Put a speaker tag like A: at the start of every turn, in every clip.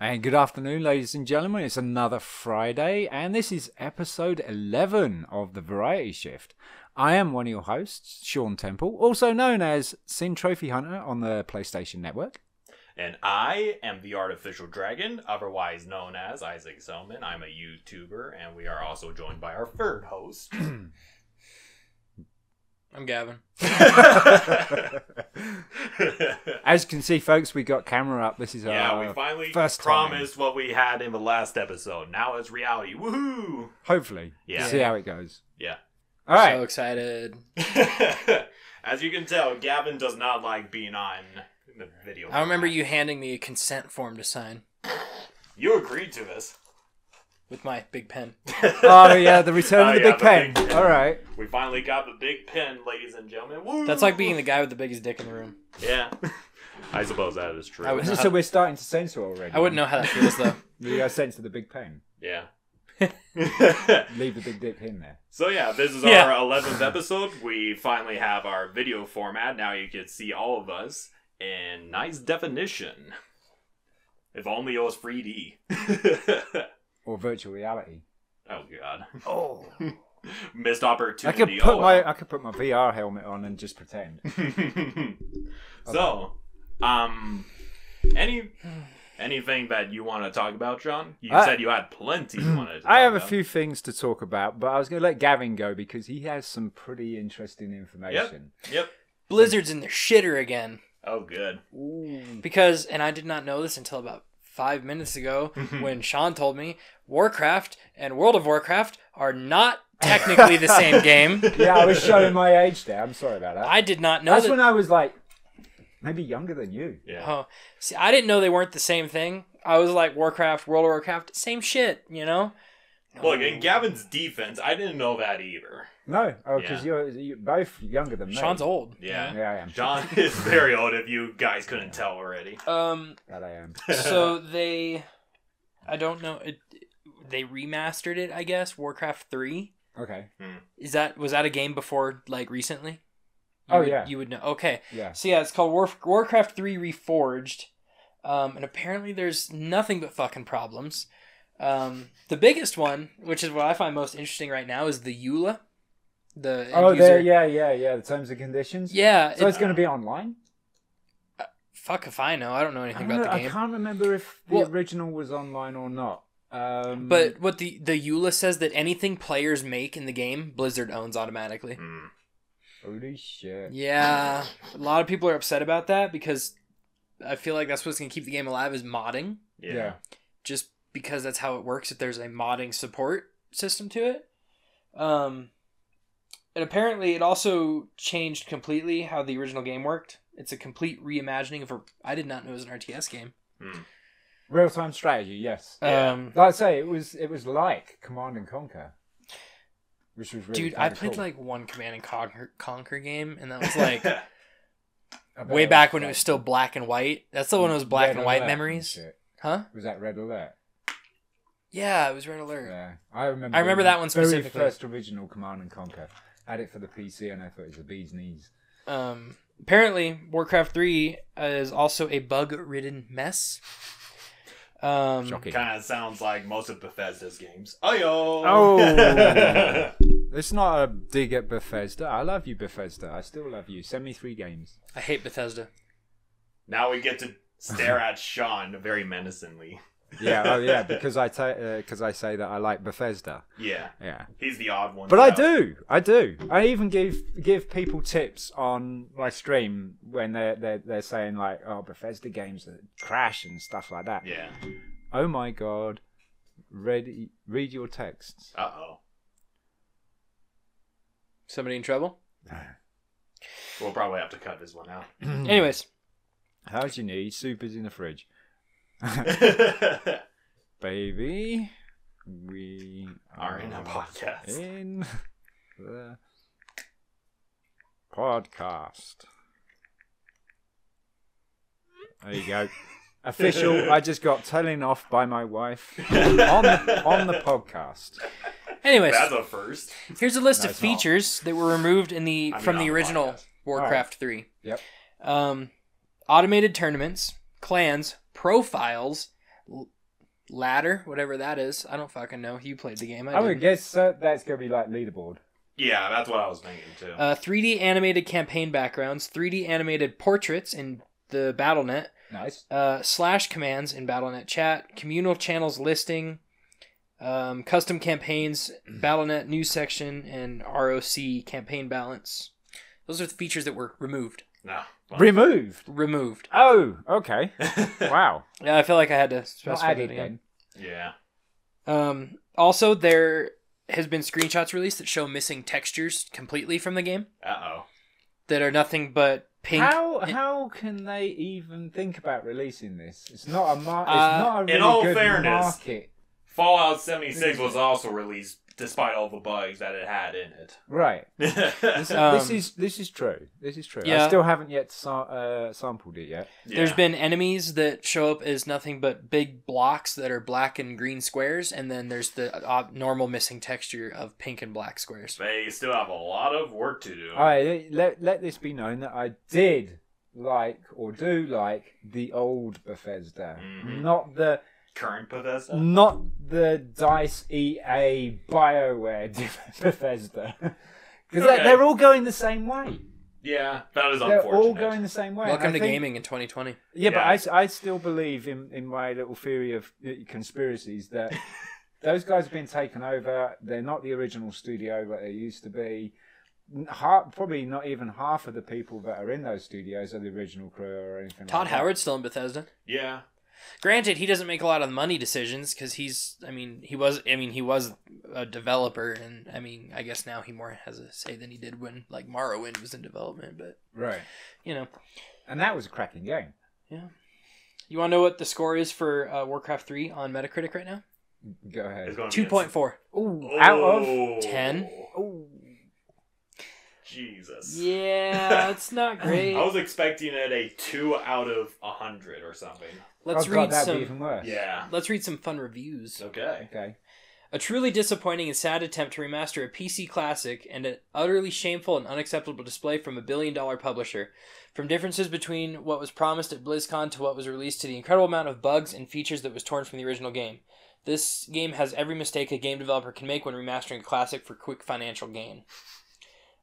A: And good afternoon, ladies and gentlemen. It's another Friday, and this is episode 11 of The Variety Shift. I am one of your hosts, Sean Temple, also known as Sin Trophy Hunter on the PlayStation Network.
B: And I am the Artificial Dragon, otherwise known as Isaac Selman. I'm a YouTuber, and we are also joined by our third host.
C: I'm Gavin.
A: As you can see, folks, we got camera up. This is
B: yeah,
A: our
B: we finally
A: Uh, first
B: promised what we had in the last episode. Now it's reality. Woohoo!
A: hopefully.
B: Yeah.
A: See how it goes.
B: Yeah.
A: All right.
C: So excited.
B: As you can tell, Gavin does not like being on the video.
C: I remember
B: format.
C: you handing me a consent form to sign
B: You agreed to this.
C: with my big pen.
A: oh yeah, the return
B: Oh,
A: of the
B: yeah,
A: big
B: the
A: pen.
B: big pen.
A: All right.
B: We finally got the big pen, ladies and gentlemen. Woo!
C: That's like being the guy with the biggest dick in the room.
B: Yeah. I suppose that is true.
C: I would-
A: So we're starting to censor already.
C: I wouldn't know how that feels though.
A: We are censor the big pen.
B: Yeah.
A: Leave the big dick in there.
B: so yeah, this is
C: Yeah.
B: our eleventh episode. We finally have our video format. Now you can see all of us in nice definition. If only it was 3D.
A: Or virtual reality.
B: oh god.
A: Oh.
B: Missed
A: I could
B: opportunity.
A: put
B: oh,
A: my I could put my VR helmet on and just pretend.
B: Oh, so, um, any anything that you want to talk about, John? You
A: I-
B: said you had plenty you wanted. To
A: I
B: talk
A: have a
B: about.
A: few things to talk about, but I was going to let Gavin go because he has some pretty interesting information.
B: Yep.
C: Blizzard's in the shitter again
B: Oh, good.
A: Ooh.
C: because, and I did not know this until about five minutes ago
A: Mm-hmm.
C: when Sean told me Warcraft and World of Warcraft are not technically the same game.
A: Yeah, I was showing my age there. I'm sorry about that.
C: I did not know
A: That's
C: that.
A: when I was like maybe younger than you.
B: Yeah.
C: Oh, see, I didn't know they weren't the same thing. I was like Warcraft, World of Warcraft, same shit, you know.
B: Look, in Gavin's defense, I didn't know that either.
A: No, oh, because
B: Yeah.
A: you're, you're both younger than me.
C: Sean's old.
B: Yeah.
A: Yeah, I am.
B: John is very old. If you guys couldn't tell already.
C: Um.
A: That I am.
C: so they i don't know it, they remastered it i guess warcraft 3
A: Okay.
C: is that was that a game before like recently you
A: Oh,
C: would,
A: yeah.
C: you would know okay
A: Yeah.
C: so yeah it's called War, warcraft 3 reforged um, and apparently there's nothing but fucking problems um, the biggest one which is what i find most interesting right now is the eula the end
A: Oh, there.
C: user-
A: Yeah, yeah, yeah. The terms and conditions.
C: yeah
A: So
C: it-
A: it's going to be online.
C: fuck if i know i don't know
A: I,
C: anything
A: don't
C: about
A: know-
C: the
A: I
C: game
A: can't remember if the
C: Well-
A: original was online or not. Um,
C: But what the E the EULA says that anything players make in the game, Blizzard owns
A: Mm.
C: automatically.
B: Hmm.
A: holy shit!
C: Yeah, a lot of people are upset about that because I feel like that's what's gonna keep the game alive is modding,
B: Yeah.
A: Yeah.
C: just because that's how it works. If there's a modding support system to it, um, and apparently it also changed completely how the original game worked. It's a complete reimagining of a. I did not know it was an RTS game.
A: Real time strategy. Yes.
B: Yeah.
C: Um,
A: Like I say, it was it was like Command and Conquer, which was really
C: dude, I
A: kinda
C: played
A: cool.
C: like one Command and Conquer, Conquer game, and that was like.
A: I bet
C: way
A: it
C: back when it
A: like
C: was still black and white. That's the one that was black
A: Red
C: and white
A: Alert
C: memories,
A: shit.
C: huh?
A: Was that Red Alert?
C: Yeah, it was Red Alert.
A: Yeah, I remember.
C: I remember
A: the
C: that one specifically.
A: Very first original Command and Conquer. Had it for the PC, and I thought it was the bee's knees.
C: Um, apparently, Warcraft Three uh, is also a bug-ridden mess. Um,
B: Kind of sounds like most of Bethesda's games. Oh yo.
A: Oh. It's not a dig at Bethesda. I love you, Bethesda. I still love you. Send me three games.
C: I hate Bethesda.
B: now we get to stare at Sean very menacingly.
A: Yeah, oh yeah, because I because I say that I like Bethesda.
B: Yeah.
A: Yeah,
B: He's the odd one.
A: but I
B: out.
A: do, I do. I even give give people tips on my stream when they're they're, they're saying like, oh, Bethesda games are trash and stuff like that.
B: Yeah.
A: Oh my god, read read your texts.
B: Uh oh.
C: Somebody in trouble.
B: We'll probably have to cut this one out.
C: Hmm. Anyways,
A: How's your knee? Super's in the fridge,
B: Are
A: baby. We
B: in a podcast.
A: in the podcast. There you go. Official. I just got telling off by my wife on the, on the podcast.
C: anyways,
B: That's a first.
C: here's a list
A: No,
C: of
A: it's not.
C: features that were removed in the
B: I mean,
C: from
B: on
C: the
B: the
C: original
B: podcast.
C: Warcraft Three.
A: Yep.
C: Um, automated tournaments, clans, profiles, l- ladder, whatever that is. I don't fucking know. You played the game. I,
A: I would
C: didn't.
A: guess uh, that's going to be like leaderboard.
B: Yeah, that's what I was thinking too.
C: Uh, 3D animated campaign backgrounds, 3D animated portraits in the BattleNet,
A: Nice.
C: uh, slash commands in BattleNet chat, communal channels listing, um, custom campaigns, BattleNet news section, and ROC campaign balance. Those are the features that were removed.
B: no. well.
A: Removed.
C: Removed.
A: Oh, okay. Wow.
C: Yeah, I feel like I had to
A: Not
C: specify
A: added
C: that again.
A: then.
B: yeah.
C: Um, also, there has been screenshots released that show missing textures completely from the game
B: Uh oh.
C: that are nothing but pink.
A: How how can they even think about releasing this? It's not a mar-
C: Uh,
A: It's not a really
B: all
A: good
B: fairness-
A: market.
B: Fallout 76 was also released despite all the bugs that it had in
A: Right.
B: it.
C: Um,
A: this is this is true. This is true. I
C: Yeah.
A: still haven't yet sa- uh, sampled it yet.
C: There's been enemies that show up as nothing but big blocks that are black and green squares, and then there's the uh, normal missing texture of pink and black squares.
B: They still have a lot of work to do.
A: All right. Let let this be known that I did like or do like the old Bethesda,
C: Mm-hmm.
B: Mhm.
A: not the
B: Current Bethesda.
C: Mm.
A: not the Dice EA Bioware Bethesda, because
B: Okay.
A: they're all going the same way.
B: Yeah, that is
A: They're
B: unfortunate.
A: all going the same way. and
C: Welcome
A: I
C: to
A: think-
C: gaming in 2020.
A: Yeah,
B: Yeah.
A: but I s- I, still believe in, in my little theory of uh, conspiracies that those guys have been taken over. They're not the original studio that they used to be. N- ha- probably not even half of the people that are in those studios are the original crew or anything.
C: Todd
A: like that.
C: Howard's still in Bethesda.
B: Yeah.
C: Granted, he doesn't make a lot of money decisions because he's. I mean, he was. I mean, he was a developer, and I mean, I guess now he more has a say than he did when like Morrowind was in development. But
A: Right.
C: you know,
A: And that was a cracking game.
C: you want to know what the score is for uh, Warcraft 3 on Metacritic right
A: Oh,
C: now?
A: Go
B: It's
A: ahead.
B: gonna be a-
C: Two point four.
A: Ooh, out of.
B: Oh,
C: 10?
A: Ooh.
B: Jesus.
C: Yeah, it's not great.
B: I was expecting it a two out of a hundred or something.
C: Let's
A: oh,
C: read
A: God, that'd
C: some.
A: be even worse.
B: Yeah.
C: Let's read some fun reviews.
B: Okay.
A: Okay.
C: A truly disappointing and sad attempt to remaster a PC classic and an utterly shameful and unacceptable display from a billion dollar publisher. From differences between what was promised at BlizzCon to what was released to the incredible amount of bugs and features that was torn from the original game. This game has every mistake a game developer can make when remastering a classic for quick financial gain.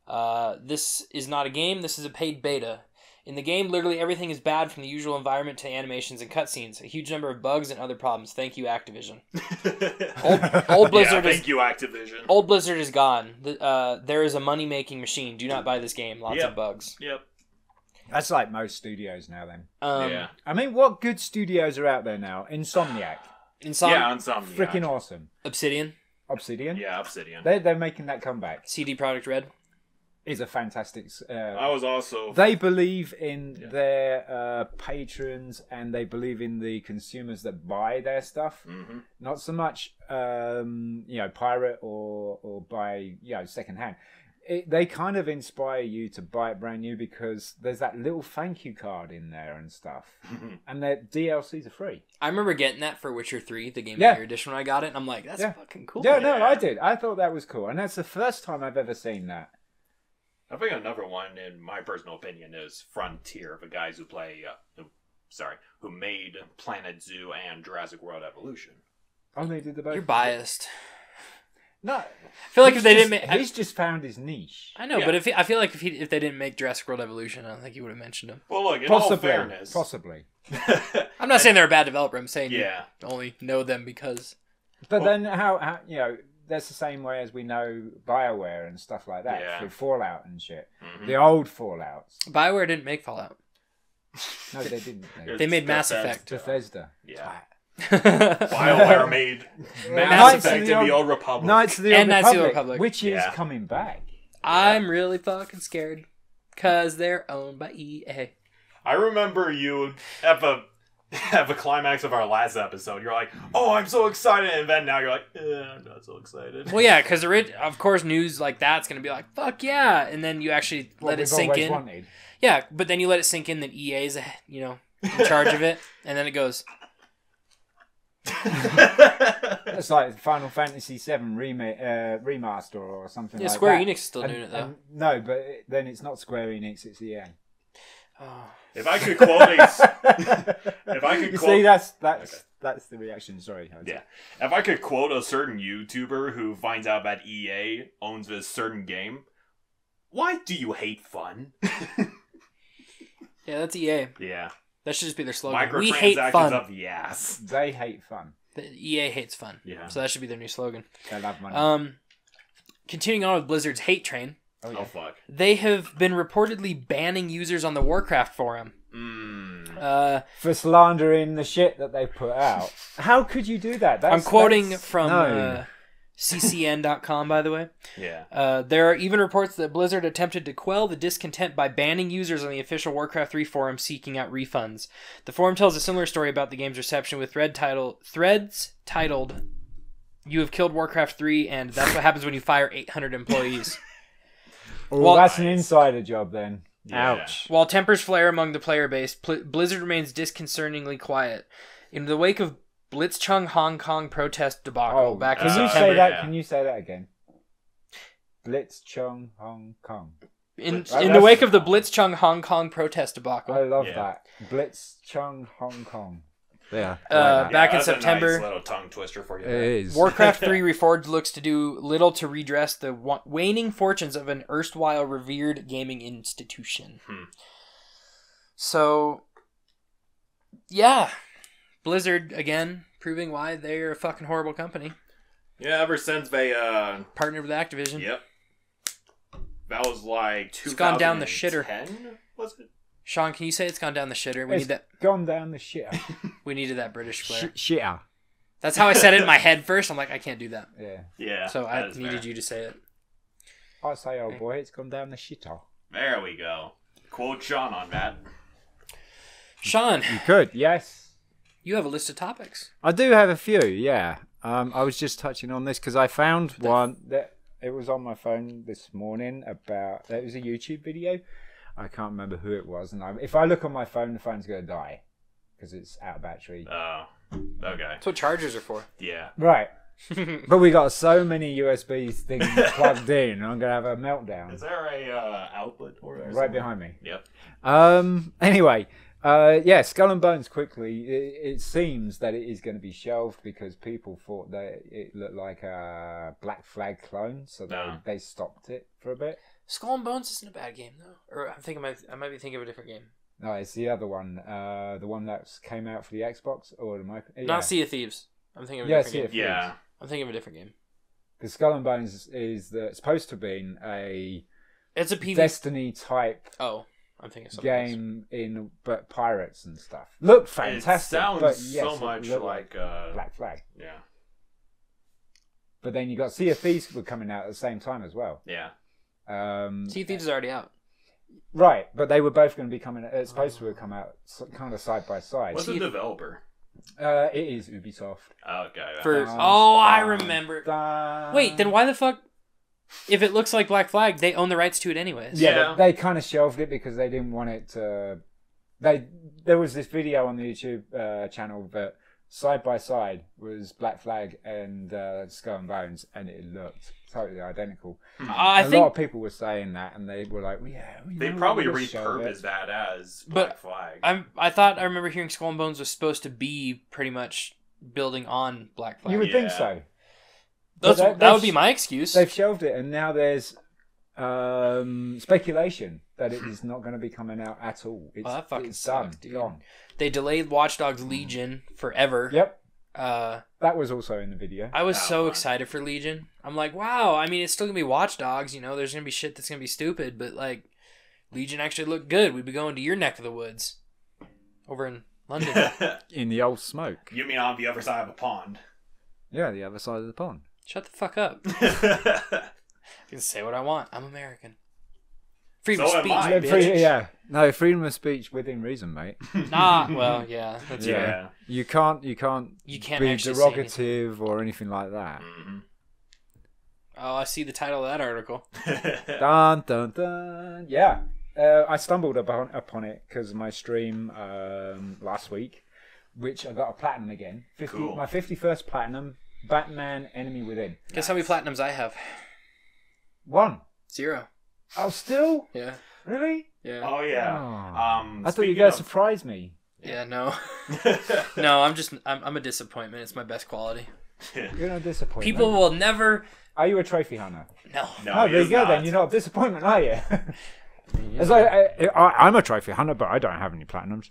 C: Uh, this is not a game, this is a paid beta. In the game, literally everything is bad from the usual environment to animations and cutscenes, a huge number of bugs and other problems. Thank you, Activision. Old, old
B: yeah,
C: Blizzard is
B: thank you, Activision.
C: Old Blizzard is gone. The, uh, there is a money making machine. Do not buy this game. Lots
B: Yeah.
C: of bugs.
B: Yep.
A: That's like most studios now, then.
C: Um,
B: yeah.
A: I mean, what good studios are out there now? Insomniac.
C: Insomni-
B: yeah, Insomniac.
A: Freaking awesome.
C: Obsidian,
A: Obsidian.
B: Yeah, Obsidian.
A: They're, they're making that comeback.
C: CD Project Red.
A: Is a fantastic.
B: I
A: Uh,
B: was also
A: they believe in
B: Oh. Yeah.
A: their uh, patrons and they believe in the consumers that buy their stuff.
B: Mhm.
A: Not so much, um, you know, pirate or or buy you know secondhand. It, they kind of inspire you to buy it brand new because there's that little thank you card in there and stuff, and their DLCs are free.
C: I remember getting that for Witcher 3, the Game
A: Yeah.
C: of the Year edition when I got it, and I'm like, that's
A: Yeah.
C: fucking cool.
A: Yeah, no,
B: Yeah.
A: I did. I thought that was cool, and that's the first time I've ever seen that.
B: I think another one, in my personal opinion, is Frontier, the guys who play, uh, who, sorry, who made Planet Zoo and Jurassic World Evolution.
A: Oh, they did the both.
C: You're biased.
A: No,
C: I feel like
A: he's
C: if they
A: just-
C: didn't make. I,
A: he's just found his niche.
C: I know,
B: Yeah.
C: but if he, I feel like if, he, if they didn't make Jurassic World Evolution, I don't think you would have mentioned him.
B: Well, look, in all
A: possibly,
B: fairness,
A: possibly.
C: I'm not saying they're a bad developer. I'm saying
B: yeah,
C: you only know them because.
A: But
B: Well-
A: then, how, how you know? That's the same way as we know Bioware and stuff like that
B: Yeah.
A: through Fallout and shit.
B: Mhm.
A: The old Fallout's.
C: Bioware didn't make Fallout.
A: No, they didn't. They,
C: They made Mass
B: Bethesda.
C: Effect.
A: Bethesda.
B: uh, Yeah,
A: Wow.
B: BioWare made
A: Knights
B: Mass
A: of
B: Effect
A: the
B: in the
A: Old-
B: Old Republic.
A: Knights of the Old
C: And Knights of
A: Republic,
C: the Old Republic.
A: which is
B: Yeah.
A: coming back.
C: I'm really fucking scared because they're owned by E EA.
B: I remember you at the at the climax of our last episode. You're like, "Oh, I'm so excited," and then now you're like, eh, "I'm not so excited."
C: Well, yeah, because of course news like that's gonna be like fuck yeah, and then you actually
A: What
C: let
A: we've
C: it sink
A: always
C: in.
A: Wanted.
C: Yeah, but then you let it sink in that EA is you know in charge of it, and then it goes.
A: That's like Final Fantasy VII remake, uh, remaster or something
C: Yeah,
A: like
C: Square
A: that.
C: Enix is still
A: And-
C: doing it though.
A: and- no, but it- then it's not Square Enix; it's E EA.
C: oh.
B: if I could quote a, if I could
A: you
B: quote-
A: see, that's that's that's the reaction. Sorry. Hans.
B: Yeah. If I could quote a certain YouTuber who finds out that EA owns this certain game, why do you hate fun?
C: Yeah, that's EA.
B: Yeah.
C: That should just be their slogan. We hate
B: Microtransactions
C: fun.
B: up the ass.
A: They hate fun.
C: The EA hates fun.
B: Yeah.
C: So that should be their new slogan.
A: They love money.
C: Um, continuing on with Blizzard's hate train,
A: oh, yeah.
B: Oh fuck.
C: they have been reportedly banning users on the Warcraft forum.
B: Mm.
C: Uh,
A: For slandering the shit that they put out. How could you do that? That's,
C: I'm quoting
A: that's-
C: from
A: no.
C: uh, CCN.com, by the way.
B: Yeah.
C: Uh, there are even reports that Blizzard attempted to quell the discontent by banning users on the official Warcraft 3 forum seeking out refunds. The forum tells a similar story about the game's reception with thread title threads titled "You have killed Warcraft 3, and that's what happens when you fire 800 employees."
A: Oh,
C: Well-
A: that's an insider job then.
B: Yeah.
A: Ouch.
C: While tempers flare among the player base, Pl- Blizzard remains disconcertingly quiet. In the wake of Blitzchung Hong Kong protest debacle
A: Oh,
C: back in
A: can you
C: September,
A: say that?
B: yeah.
A: Can you say that again? Blitz Chong Hong Kong.
C: in,
B: Blitz-
C: in the
A: That's-
C: wake of the Blitzchung Hong Kong protest debacle,
A: I love
B: Yeah.
A: that. Blitz Chong Hong Kong.
D: Yeah. like
C: Uh,
D: that.
C: back in
B: that's
C: September.
B: A nice little tongue twister for you.
D: It
B: there.
D: is.
C: Warcraft 3 Reforged looks to do little to redress the wa- waning fortunes of an erstwhile revered gaming institution.
B: Hmm.
C: So, yeah. Blizzard, again, proving why they're a fucking horrible company.
B: Yeah. Ever since they uh.
C: Partnered with Activision.
B: Yep. That was like two.
C: It's gone down the shitter.
B: Was it?
C: Sean, can you say it's gone down the shitter? We
A: It's-
C: need that.
A: Gone down the shitter.
C: We needed that British flair.
D: Sh- shitter.
C: That's how I said it in my head first. I'm like, I can't do that.
A: Yeah.
B: Yeah.
C: so I
B: that is
C: needed
B: fair.
C: you to say it.
A: I say,
D: Mm.
A: oh boy, it's gone down the shitter.
B: There we go. Quote Sean on that.
C: Sean,
D: You could.
A: Yes.
C: you have a list of topics.
D: I do have a few. Yeah. Um, I was just touching on this because I found one.
A: That it was on my phone this morning about. It was a YouTube video. I can't remember who it was, and I, if I look on my phone, the phone's gonna die because it's out of battery.
B: Oh. Okay.
C: That's what chargers are for.
B: Yeah.
A: Right.
C: That's
A: But we got so many USB things plugged in, and I'm gonna have a meltdown
B: Is there a uh, outlet or or
A: right
B: something?
A: behind me.
B: Yep.
D: Um,
A: Anyway, uh, yeah, Skull and Bones quickly. It, it seems that it is going to be shelved because people thought that it looked like a Black Flag clone, so they,
B: No.
A: they stopped it for a bit.
C: Skull and Bones isn't a bad game though. Or I'm thinking I might, I might be thinking of a different game.
A: No, it's the other one, uh, the one that came out for the Xbox or the micro. Yeah.
C: Not Sea of Thieves. I'm thinking of a
A: Yeah,
C: different
A: Sea
C: game.
A: of-
B: Yeah.
C: I'm thinking of a different game.
A: Because Skull and Bones is, is the, it's supposed to have been a
C: It's a PvP.
A: Destiny type
C: oh, I'm thinking of something else.
A: game in but pirates and stuff. Looked
B: It
A: fantastic,
B: sounds
A: but yes,
B: so
A: it
B: much
A: looked
B: like uh,
A: Black Flag.
B: yeah,
A: But then you got Sea of Thieves were coming out at the same time as well.
B: yeah.
A: Um,
C: Sea of Thieves is already out.
A: Right, but they were both going to be coming. It's supposed to come out s- kind of side by side.
B: What's the
C: Teeth.
B: developer?
A: Uh, it is Ubisoft.
B: Okay. that-
C: For
A: Dun,
C: oh, I
A: dun,
C: remember.
A: Dun.
C: Wait, then why the fuck? If it looks like Black Flag, they own the rights to it anyways.
A: Yeah,
B: Yeah.
A: but they kind of shelved it because they didn't want it to. They there was this video on the YouTube uh, channel that side by side was Black Flag and uh, Skull and Bones, and it looked totally identical.
C: I
A: A lot
C: think
A: of people were saying that, and they were like, "Yeah, you
B: they
A: know,
B: probably
A: we'll just shelve it."
B: repurposed that as Black
C: But
B: Flag.
C: I'm. I thought I remember hearing Skull and Bones was supposed to be pretty much building on Black Flag.
A: You would think
B: Yeah.
A: so.
C: That's,
A: but they-
C: that would be
A: they've-
C: my excuse.
A: They've shelved it, and now there's um, speculation that it is not going to be coming out at all. It's,
C: that fucking
A: it's done,
C: sucks, dude.
A: gone.
C: They delayed Watch Dogs Legion forever.
A: Yep,
C: Uh,
A: that was also in the video.
D: Uh,
C: I was
B: Oh,
C: so
B: fun.
C: excited for Legion. I'm like, wow. I mean, it's still gonna be Watch Dogs. You know, there's gonna be shit that's gonna be stupid, but like, Legion actually looked good. We'd be going to your neck of the woods, over in London.
D: in the old smoke.
B: you mean on the other side of a pond?
D: Yeah, the other side of the pond.
C: Shut the fuck up. I
B: yeah,
C: can say what I want. I'm American. Freedom
B: So
C: of
B: am
C: speech,
B: I,
A: Yeah,
C: bitch.
A: pretty- yeah,
D: No, freedom of speech within reason, mate.
C: Nah. Well, yeah. That's
D: Yeah.
C: fair.
D: You can't. You can't.
C: You can't
D: be
C: actually say anything.
D: derogative or anything like that.
B: Mhm.
C: Oh, I see the title of that article.
D: Dun dun dun.
A: yeah. Uh, I stumbled upon, upon it because my stream um, last week, which I got a platinum again. 50,
B: Cool.
A: My fifty-first platinum, Batman: Enemy Within.
C: Guess how many platinums I have?
A: One.
C: Zero.
A: Oh, still
C: Yeah.
A: really?
C: Yeah.
B: oh yeah.
D: Oh.
B: Um,
A: I thought you
B: speaking
A: guys
B: of-
A: surprised me.
C: Yeah, no, no. I'm just I'm, I'm a disappointment. It's my best quality.
A: You're not disappointed.
C: People will never.
A: are you a trophy hunter?
C: No.
B: no,
A: Oh,
B: he
A: there
B: is
A: you go.
B: not.
A: Then you're not a disappointment, are you? It's like, I,
E: I, I'm a trophy hunter, but I don't have any platinums.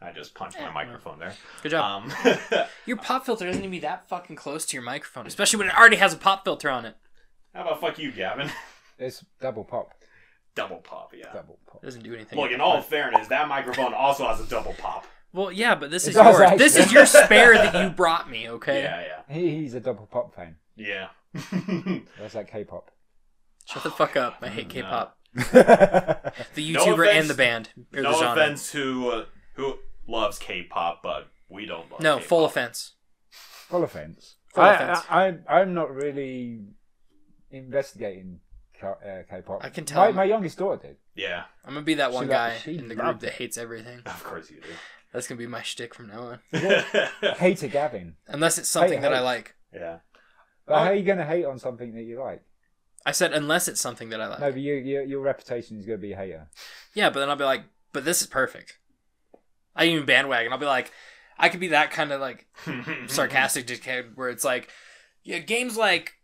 B: I just punched my microphone there.
C: Good
A: Uh,
C: job.
B: Um,
C: Your pop filter doesn't need to be that fucking close to your microphone, especially when it already has a pop filter on it.
B: how about fuck you, Gavin?
A: it's double pop,
B: Double pop, yeah.
A: double pop.
C: It doesn't do anything.
B: Look, in all fairness, that microphone also has a double pop.
C: Well, yeah, but this is
A: does
C: yours.
A: actually.
C: This is your spare that you brought me. Okay.
B: Yeah, yeah,
A: He, he's a double pop fan.
B: yeah.
A: That's like K-pop.
C: Shut the fuck up. I
A: Oh,
C: hate K-pop. The
B: No
C: YouTuber
B: offense-
C: and the band. Or
B: no
C: the genre.
B: offense to uh, who loves K-pop, but we don't love.
C: No,
B: K-pop.
C: full offense.
A: Full offense.
C: Full
A: I,
C: offense.
A: I, I, am not really investigating K- uh, K-pop.
C: I can
A: My,
C: tell.
A: my youngest daughter did.
B: Yeah,
C: I'm gonna be that one
A: She lo-
C: guy
A: she
C: in the
A: loved
C: group that hates everything.
B: of course you
C: That's gonna be my shtick from now on.
B: do.
A: Hater Gavin.
C: Unless it's something that I
A: hate.
C: like.
B: yeah.
A: But how are you going to hate on something that you like?
C: I said unless it's something that I like.
A: No, but you, you, your reputation is going to be hater.
C: Yeah, but then I'll be like, but this is perfect. I even bandwagon. I'll be like, I could be that kind of like
B: Mm-hmm.
C: sarcastic dickhead where it's like, yeah, games like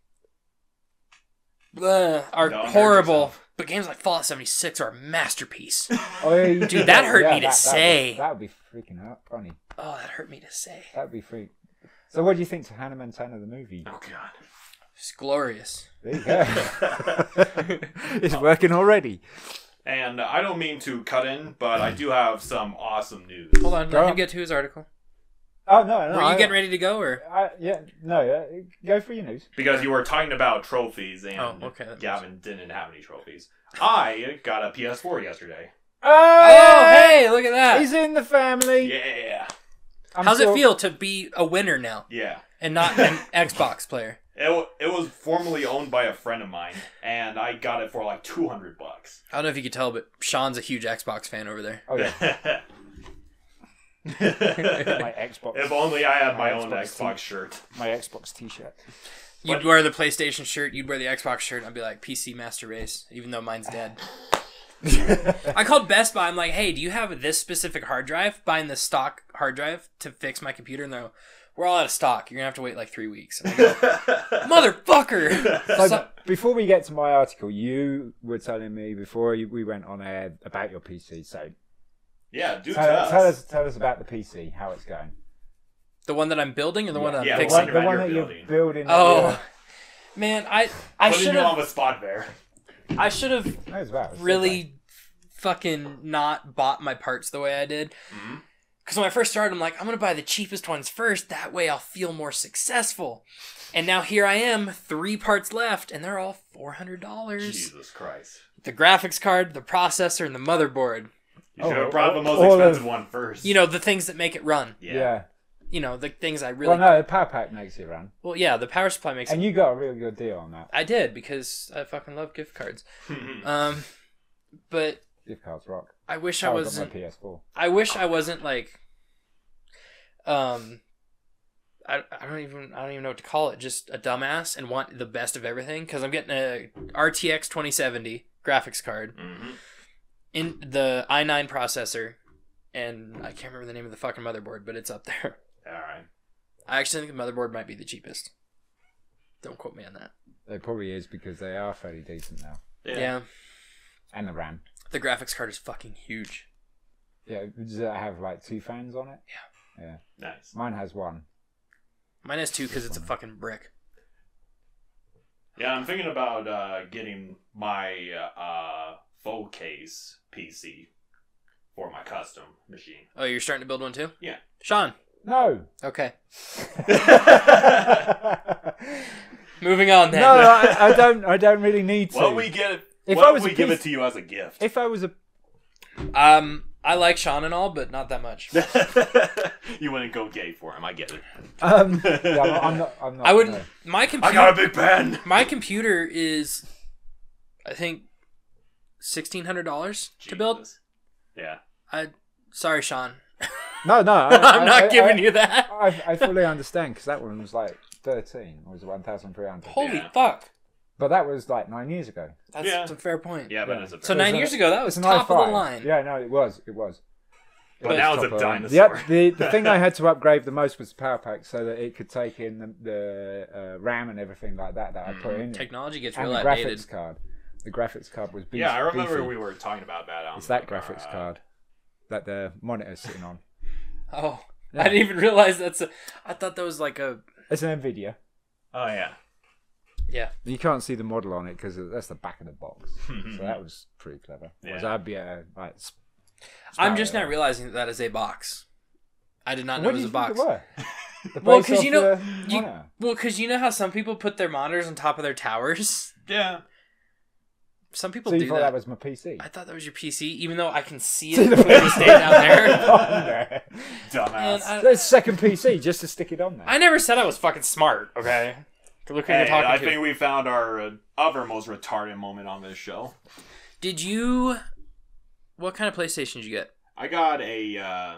C: uh, are
B: Don't hurt
C: horrible,
B: yourself.
C: but games like Fallout 76 are a masterpiece.
A: Oh, yeah, you-
C: Dude, that hurt
A: yeah,
C: me to
A: that-
C: say.
A: That would, be- that would be freaking out funny.
C: oh, that hurt me to say.
A: That would be freak. So, what do you think to Hannah Montana the movie?
B: Oh
C: It's glorious.
A: There you go.
B: God.
E: It's working already.
B: and I don't mean to cut in, but I do have some awesome news.
C: Hold on,
A: Go
C: let
A: on.
C: him get to his article.
A: oh no, no.
C: Were
A: I,
C: you getting ready to go or?
A: I, yeah, no. Uh, go for your news.
B: Because you were talking about trophies, and
C: Oh, okay, that makes
B: Gavin didn't have any trophies. I got a PS4 yesterday.
C: Oh, hey, look at that.
A: he's in the family.
B: Yeah,
A: I'm
C: How's
A: still-
C: it feel to be a winner now
B: yeah.
C: and not an Xbox player?
B: It, wa- it was formerly owned by a friend of mine, and I got it for like 200 bucks.
C: I don't know if you could tell, but Sean's a huge Xbox fan over there.
A: Oh yeah,
B: if
A: my Xbox.
B: only I had my own
A: Xbox
B: Xbox shirt.
A: my Xbox T-shirt.
C: You'd wear the PlayStation shirt, you'd wear the Xbox shirt, and I'd be like, PC Master Race, even though mine's dead. I called Best Buy, I'm like, hey, do you have this specific hard drive? Buying this stock hard drive to fix my computer? And they're like, we're all out of stock. You're going to have to wait like three weeks. And I go, Motherfucker!
A: So,
C: So-
A: before we get to my article, you were telling me before you, we went on air about your PC. So
B: yeah, do
A: tell,
B: tell,
A: tell us, tell us about the PC, how it's going.
C: the one that I'm building or the one that I'm
B: Yeah, the
C: fixing?
B: one-
A: the
B: about
A: one
B: your
A: that you're building.
B: building.
C: oh, man, I, I
B: Putting
C: should
B: you on
C: have
B: the spot there.
C: I should have
A: yeah. Knows about it, so great.
C: really fucking not bought my parts the way I did. Because when I first started, I'm like, I'm going to buy the cheapest ones first. That way I'll feel more successful. And now here I am, three parts left, and they're all $400.
B: Jesus Christ.
C: The graphics card, the processor, and the motherboard.
B: You
A: Oh,
B: should have brought the most
A: all of-
B: expensive one first.
C: You know, the things that make it run.
A: Yeah.
B: yeah. yeah.
C: You know, the things I really. Well,
A: Well, no, the power pack makes it run,
C: yeah, the power supply makes it.
A: and you got a real good deal on that.
C: I did because I fucking love gift cards. um, but
A: Gift cards rock.
C: I wish I
A: How I got my
C: wasn't.
A: PS4.
C: I wish I wasn't like um I, I don't even I don't even know what to call it just a dumbass and want the best of everything cuz I'm getting a RTX 2070 graphics card
B: Mhm.
C: in the i9 processor and I can't remember the name of the fucking motherboard but it's up there.
B: All right.
C: I actually think the motherboard might be the cheapest. Don't quote me on that.
A: It probably is because they are fairly decent now,
B: Yeah.
C: yeah.
A: and the RAM.
C: The graphics card is fucking huge.
A: Yeah, does it have like two fans on it? Yeah. Yeah.
B: Nice.
A: Mine has one.
C: Mine has two cuz it's a fucking brick.
B: Yeah, I'm thinking about uh, getting my uh, faux case PC for my custom machine.
C: Oh, you're starting to build one too?
B: Yeah.
C: Sean.
A: No.
C: Okay.
A: no,
C: Moving on then.
A: I, I don't. I don't really need to.
B: Well, we get it.
A: If
B: what
A: I
B: if
A: was a
B: we give
A: piece-
B: it to you as a gift?
A: If I was a
C: Um, I like Sean and all, but not that much.
B: you wouldn't go gay for him. I get it.
A: um, yeah, I'm, I'm not. I'm not.
C: I would
A: no.
C: my
B: I
C: computer.
B: got a big pen.
C: my computer is, I think, sixteen hundred dollars to build.
B: Jesus. Yeah.
C: I sorry, Sean,
A: No, no. I,
C: I'm not
A: I-
C: giving
A: I-
C: you that.
A: I, I fully understand because that one was like 13 was 1,300.
C: Holy
B: Yeah.
C: fuck,
A: But that was like nine years ago.
C: that's,
B: Yeah.
C: that's a fair point.
B: Yeah, but
A: Yeah.
B: it's a
C: So
A: it's
C: nine
A: a-
C: years ago, that was
A: It's an
C: top of
A: i5.
C: the line.
A: Yeah, no, it was. It was.
B: But
C: But-
B: now it's a
A: Proper-
B: dinosaur.
A: The, the, the thing I had to upgrade the most was the power pack so that it could take in the, the uh, RAM and everything like that that I
C: Mm,
A: put in. it.
F: Technology gets
A: and
F: real
A: the
F: outdated.
A: graphics card. The graphics card was beef-
B: yeah, I remember
A: beefy.
B: we were talking about that. On
A: It's that
B: like,
A: graphics
B: uh,
A: card that the monitor's sitting on.
C: Oh,
A: Yeah.
C: I didn't even realize that's a.
F: I thought that was like a
A: It's an Nvidia.
B: Oh yeah,
A: You can't see the model on it because that's the back of the box. so that was pretty clever. Whereas
B: Yeah.
A: I'd be a, like, sp-
F: I'm just
A: spider.
F: now realizing that that is a box. I did not know
A: What
F: it
A: do
F: was
A: you
F: a
A: think
F: box.
A: it were? The
C: Well,
A: base
C: 'cause
A: of
C: you know-
A: the
C: you-
A: monitor.
C: Well, because you know how some people put their monitors on top of their towers.
B: yeah.
F: Some people
A: So you
F: do
A: thought
F: that.
A: that. was my PC?
C: I thought that was your PC, even though I can see
A: See
C: it
A: the-
C: clearly stay down there.
A: there.
C: And
B: Dumbass.
C: I,
A: There's second PC just to stick it on there.
C: I never said I was fucking smart. Okay, look who
B: Hey,
C: you're talking
B: I
C: to.
B: think we found our uh, other most retarded moment on this show.
F: Did you? What kind of PlayStation did you get?
B: I got a. Uh,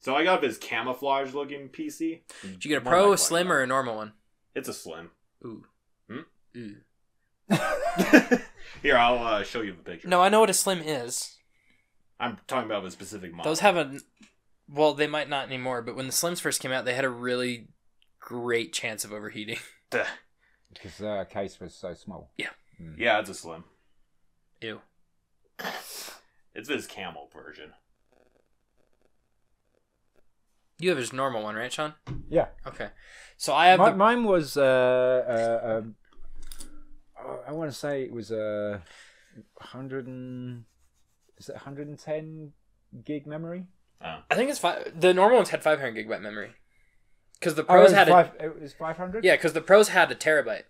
B: so I got this camouflage looking PC.
F: Did you get a
B: One of my
F: Pro, a
B: black
F: Slim, or a normal one?
B: It's a slim.
F: Ooh.
B: Hmm?
F: Ooh.
B: Here, I'll uh, show you the picture.
C: No, I know what a slim is.
B: I'm talking about a specific model.
C: Those have a. Well, they might not anymore, but when the slims first came out, they had a really great chance of overheating.
A: Because the uh, case was so small.
B: Yeah, it's a slim.
F: Ew.
B: It's this camel version.
F: You have his normal one, right, Sean?
A: Yeah.
F: Okay.
C: So I have
A: Mi-
C: the
A: Mine was, uh, uh, um, oh, I want to say it was a uh, 100 and, is it 110 gig memory?
C: I think it's five. The normal ones had 500 gigabyte memory, because the
A: Oh, it
C: pros
A: was
C: had
A: five, it was 500?
C: a yeah, because the pros had a terabyte.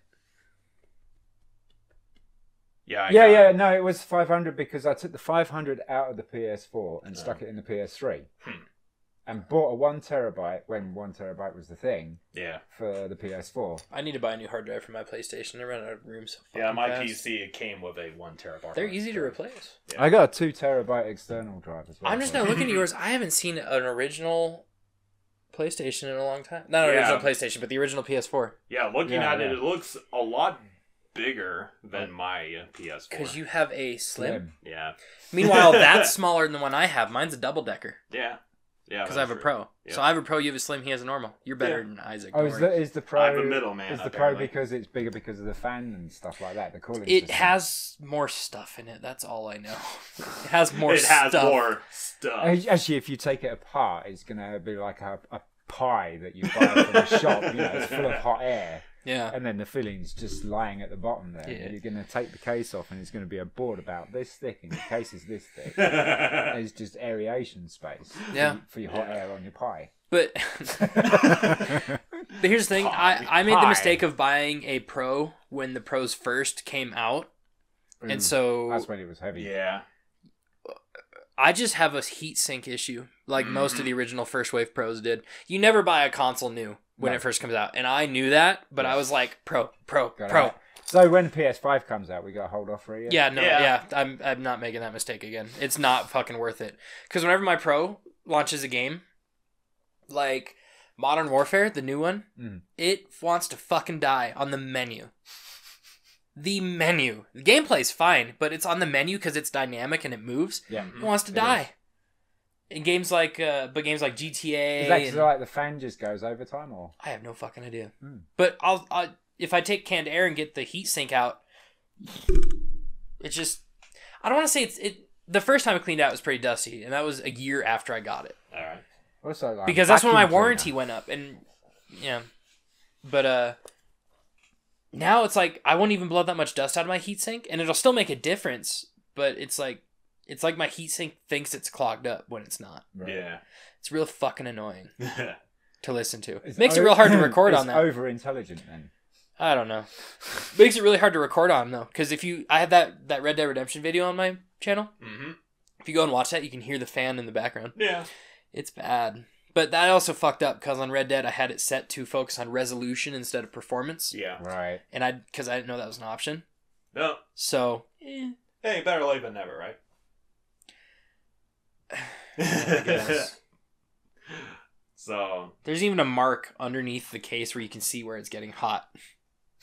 B: Yeah, I
A: Yeah,
B: got it.
A: yeah, no, it was 500 because I took the 500 out of the PS4 and stuck it in the PS3
B: Oh. Hmm.
A: and bought a one terabyte when one terabyte was the thing
B: Yeah.
A: for the PS4.
C: I need to buy a new hard drive for my PlayStation. I ran out of room so fucking
B: Yeah, my
C: fast.
B: PC it came with a one terabyte.
C: They're
B: hard
C: easy to
B: drive.
C: replace.
B: Yeah.
A: I got a two terabyte external drive as well.
C: I'm just
A: so-
C: now looking at yours. I haven't seen an original PlayStation in a long time. Not an
B: Yeah.
C: original PlayStation, but the original PS4.
B: Yeah, looking
A: Yeah,
B: at it,
A: yeah.
B: it looks a lot bigger than my uh, PS4.
C: Because Oh. you have a slim.
A: Slim.
B: Yeah.
F: Meanwhile, that's smaller than the one I have. Mine's a double decker
B: Yeah. Yeah.
F: because I have a
B: that's
F: pro.
B: Yeah.
F: So I have a pro. You have a slim. He has a normal. You're better
B: Yeah.
F: than Isaac.
A: Oh,
F: don't worry.
A: is the, is the
B: true.
A: pro?
B: I have a middleman.
A: is the pro
B: apparently.
A: because it's bigger because of the fan and stuff like that? The cooling.
C: It
A: system?
C: has more stuff in it. That's all I know. It has more
B: it
C: stuff.
B: has more stuff.
A: Ac- Actually, if you take it apart, it's gonna be like a, a pie that you buy from a shop. You know, it's full of hot air,
C: Yeah.
A: and then the filling's just lying at the bottom there.
C: Yeah.
A: You're gonna take the case off, and it's gonna be a board about this thick, and the case is this thick. And
B: yeah,
A: It's just aeration space. for
C: Yeah.
A: y- For your hot air on your pie.
C: But But here's the thing.
B: Pie.
C: I, I made
B: Pie.
C: the mistake of buying a pro when the pros first came out.
B: Mm.
C: And so
A: That's when it was heavy.
C: I just have a heat sink issue, like most
B: Mm.
C: of the original first wave pros did. You never buy a console new when
A: No.
C: it first comes out. And I knew that, but I was like, pro, pro,
A: Got
C: pro.
A: it. So when PS5 comes out, we got to hold off for a year.
C: Yeah, no,
B: Yeah.
C: yeah. I'm I'm not making that mistake again. It's not fucking worth it. Because whenever my pro launches a game, like Modern Warfare, the new one,
A: Mhm.
C: it wants to fucking die on the menu. The menu. The gameplay's fine, but it's on the menu because it's dynamic and it moves.
A: Yeah.
C: It wants to
A: Mm. It
C: die. In games like, uh, but games like GTA.
A: Is that 'cause,
C: and-
A: like the fan just goes over time, or
C: I have no fucking idea.
A: Hmm.
C: But I'll, i if I take canned air and get the heat sink out, it's just I don't want to say it's it. The first time I cleaned out it was pretty dusty, and that was a year after I got it
B: All right.
A: also like
C: because that's when my
A: vacuum cleaner.
C: warranty went up, and yeah. But uh, now it's like I won't even blow that much dust out of my heat sink, and it'll still make a difference. But it's like it's like my heat sink thinks it's clogged up when it's not. It's real fucking annoying
B: Yeah.
C: to listen to.
A: It's
C: Makes it
A: o-
C: real hard to record
A: it's
C: on that.
A: Over intelligent then.
C: I don't know. Makes it really hard to record on though, because if you, I have that that Red Dead Redemption video on my channel.
B: hmm
C: If you go and watch that, you can hear the fan in the background.
B: Yeah.
C: It's bad, but that also fucked up because on Red Dead I had it set to focus on resolution instead of performance,
B: Yeah.
A: Right.
C: and I because I didn't know that was an option.
B: No.
C: So
B: Hey, better late than never, right?
C: I guess.
B: so
C: there's even a mark underneath the case where you can see where it's getting hot,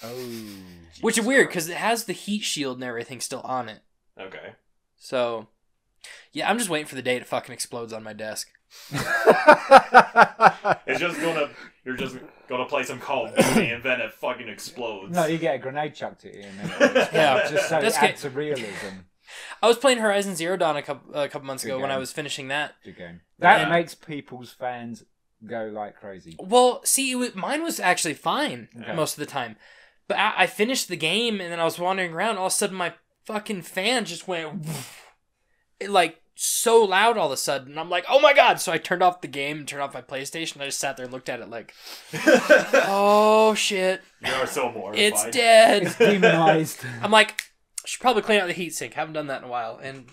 A: Oh.
C: which is weird because it has the heat shield and everything still on it.
B: okay.
C: So Yeah, I'm just waiting for the day it fucking explodes on my desk.
B: It's just gonna you're just gonna play some Call of Duty and then it fucking explodes.
A: no, you get a grenade chucked at you, and then it explodes,
C: Yeah.
A: just so
C: This
A: it
C: ga-
A: adds to realism
C: I was playing Horizon Zero Dawn a couple a couple months
A: Good
C: ago when
A: game.
C: I was finishing that.
A: to the game. That
G: Yeah.
A: makes people's fans go like crazy.
C: Well, see, it was, mine was actually fine
A: Okay.
C: most of the time, but I, I finished the game and then I was wandering around. All of a sudden, my fucking fan just went it, like so loud all of a sudden. And I'm like, oh my god! So I turned off the game, and turned off my PlayStation. And I just sat there and looked at it like, oh shit,
B: you are so mortified.
C: it's dead.
A: It's demonized.
C: I'm like, should probably clean out the heatsink. Haven't done that in a while, and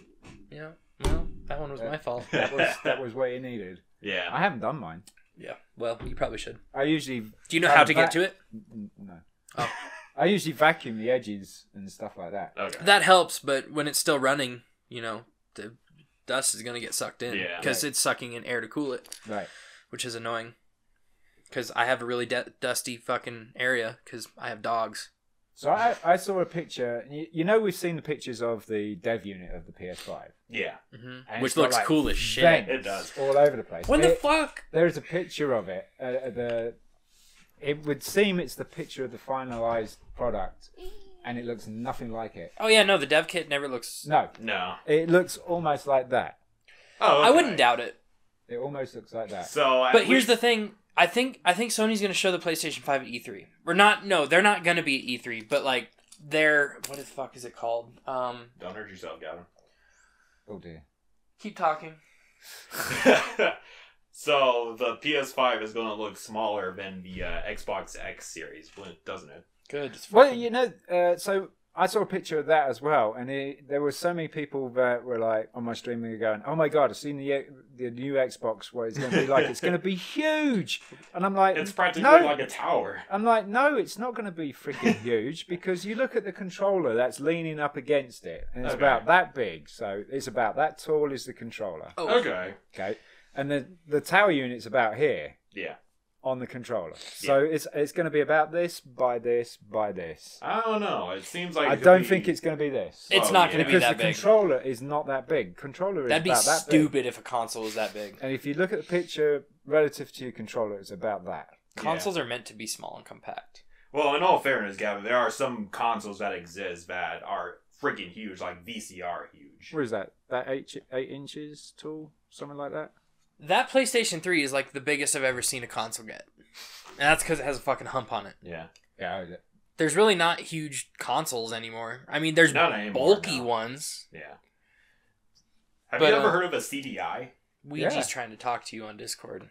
C: you know, well, that one was my fault.
A: that, was, that was what you needed.
B: Yeah.
A: I haven't done mine.
C: Yeah. Well, you probably should.
A: I usually
C: Do you know
A: Um,
C: how to
A: that-
C: get to it?
A: n- no.
C: Oh.
A: I usually vacuum the edges and stuff like that.
B: Okay.
C: That helps, but when it's still running, you know, the dust is gonna get sucked in
B: Yeah.
C: because it's sucking in air to cool it,
A: Right.
C: which is annoying. Because I have a really de- dusty fucking area because I have dogs.
A: So I, I saw a picture. and You, you know, we've seen the pictures of the dev unit of the PS5.
B: Yeah.
A: And
G: Mm-hmm. Which
A: it's got,
G: looks
A: like,
G: cool as shit.
A: Vents
B: It does.
A: all over the place.
C: When the
A: There-
C: fuck?
A: there is a picture of it. Uh, uh, the it would seem it's the picture of the finalized product, and it looks nothing like it.
C: Oh yeah, no, the dev kit never looks.
A: No,
B: No.
A: it looks almost like that.
B: Oh,
C: I
B: okay.
C: wouldn't doubt it.
A: It almost looks like that.
B: So, at
C: But
B: least-
C: here's the thing. I think I think Sony's going to show the PlayStation 5 at E3. Or not no, they're not going to be at E3, but like they're what the fuck is it called? Um
B: Don't hurt yourself, Gavin.
A: Oh dear.
C: keep talking.
B: so the PS5 is going to look smaller than the uh, Xbox X series, wouldn't- doesn't it?
C: Good.
A: Well, you know, uh, so I saw a picture of that as well, and it, there were so many people that were like on my stream they were going, "Oh my god, I've seen the the new Xbox. What it's going to be like? It's going to be huge." And I'm like,
B: It's practically
A: no.
B: like a tower.
A: I'm like, no, it's not going to be freaking huge because you look at the controller that's leaning up against it, and it's
B: Okay.
A: about that big. So it's about that tall is the controller.
C: Oh,
B: Okay.
A: Okay, and the the tower unit's about here
B: Yeah.
A: on the controller. So it's it's going to be about this by this by this.
B: I don't know. It seems like it
A: I
B: could
A: don't
B: be-
A: think it's going to be this
C: It's
B: Oh,
C: not
B: yeah.
C: going to be
A: because
C: that
A: the
C: big.
A: controller is not that big. Controller is
C: That'd be
A: about that big.
C: stupid if a console was that big.
A: And if you look at the picture relative to your controller, it's about that.
B: Yeah.
C: Consoles are meant to be small and compact.
B: Well, in all fairness, Gavin, there are some consoles that exist that are freaking huge, like VCR huge.
A: What is that? That eight eight inches tall, something like that.
C: That PlayStation 3 is like the biggest I've ever seen a console get. And that's cuz it has a fucking hump on it.
B: Yeah.
A: Yeah,
C: There's really not huge consoles anymore. I mean, there's
B: Not anymore,
C: bulky
B: no.
C: ones.
B: Yeah. Have
C: But,
B: you ever
C: uh,
B: heard of a CDI?
C: Ouija's
A: Yeah.
C: trying to talk to you on Discord.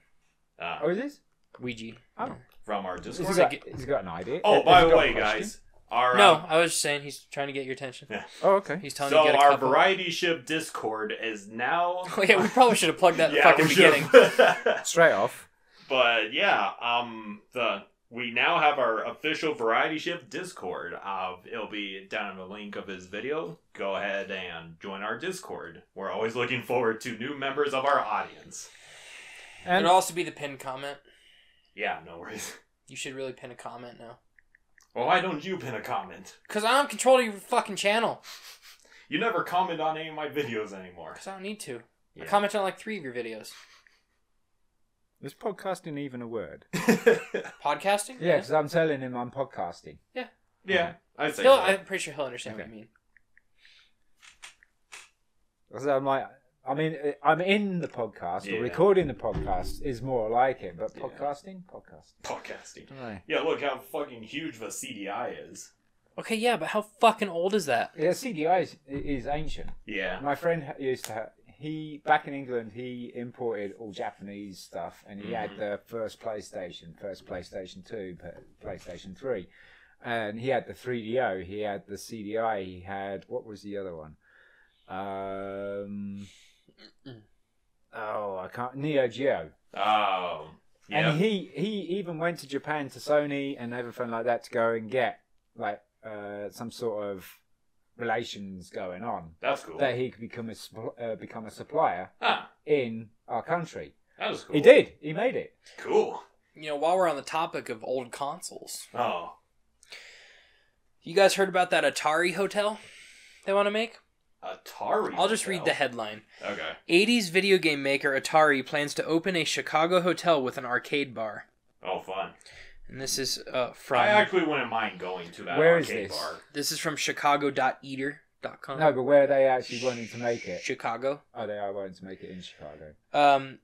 B: Uh,
A: Oh, is this?
C: Ouija.
A: Oh.
B: from our
A: Has he
B: Discord.
A: got, has he got an idea?
B: Oh,
A: Has
B: by
A: he
B: the
A: got a
B: way,
A: question?
B: guys, our
C: No,
B: uh,
C: I was just saying he's trying to get your attention.
A: Oh, okay.
C: He's telling
B: so
C: you to get a
B: our
C: couple.
B: variety ship Discord is now.
C: Oh, yeah, we probably should have plugged that in the
B: Yeah,
C: fucking
B: we should've.
C: beginning.
A: Straight off.
B: but yeah, um, the we now have our official variety ship Discord. Uh, it'll be down in the link of his video. Go ahead and join our Discord. We're always looking forward to new members of our audience.
A: And
C: It'll also be the pin comment.
B: Yeah, no worries.
C: You should really pin a comment now.
B: Well, why don't you pin a comment?
C: Because I don't control your fucking channel.
B: You never comment on any of my videos anymore.
C: Because I don't need to.
B: Yeah.
C: I commented on like three of your videos.
A: is podcasting even a word?
C: Podcasting?
A: Yeah, because I'm telling him I'm podcasting.
B: yeah, I say.
C: He'll,
B: so.
C: I'm pretty sure he'll understand what
A: Okay.
C: you mean.
A: 'Cause I'm like, I mean, I'm in the podcast
B: Yeah.
A: or recording the podcast is more like it, but
B: Yeah.
A: podcasting, podcasting.
B: podcasting.
A: Right.
B: Yeah, look how fucking huge the CDI is.
C: Okay, yeah, but how fucking old is that?
A: Yeah, CDI is, is ancient.
B: Yeah.
A: My friend ha- used to have, he, back in England, he imported all Japanese stuff and he had the first PlayStation, first PlayStation 2, p- PlayStation 3. And he had the 3DO, he had the CDI, he had, what was the other one? Um, oh, I can't, Neo Geo.
B: Oh. Yeah.
A: And he, he even went to Japan to Sony and everything like that to go and get like uh, some sort of relations going on
B: That's cool.
A: that he could become a supp- uh, become a supplier
B: Ah,
A: in our country.
B: that was cool.
A: He did. He made it.
B: Cool.
C: You know, while we're on the topic of old consoles,
B: Oh.
C: you guys heard about that Atari hotel they want to make?
B: Atari.
C: I'll just read the
B: Hotel.
C: headline.
B: Okay.
C: 80s video game maker Atari plans to open a Chicago hotel with an arcade bar.
B: Oh, fun.
C: And this is uh, from
B: I actually wouldn't mind going to that
A: Where is
B: arcade
A: this?
B: bar.
C: this is from chicago.eater.com.
A: No, but where are they actually wanting to make it?
C: Chicago.
A: Oh, they are wanting to make it in Chicago.
C: Um,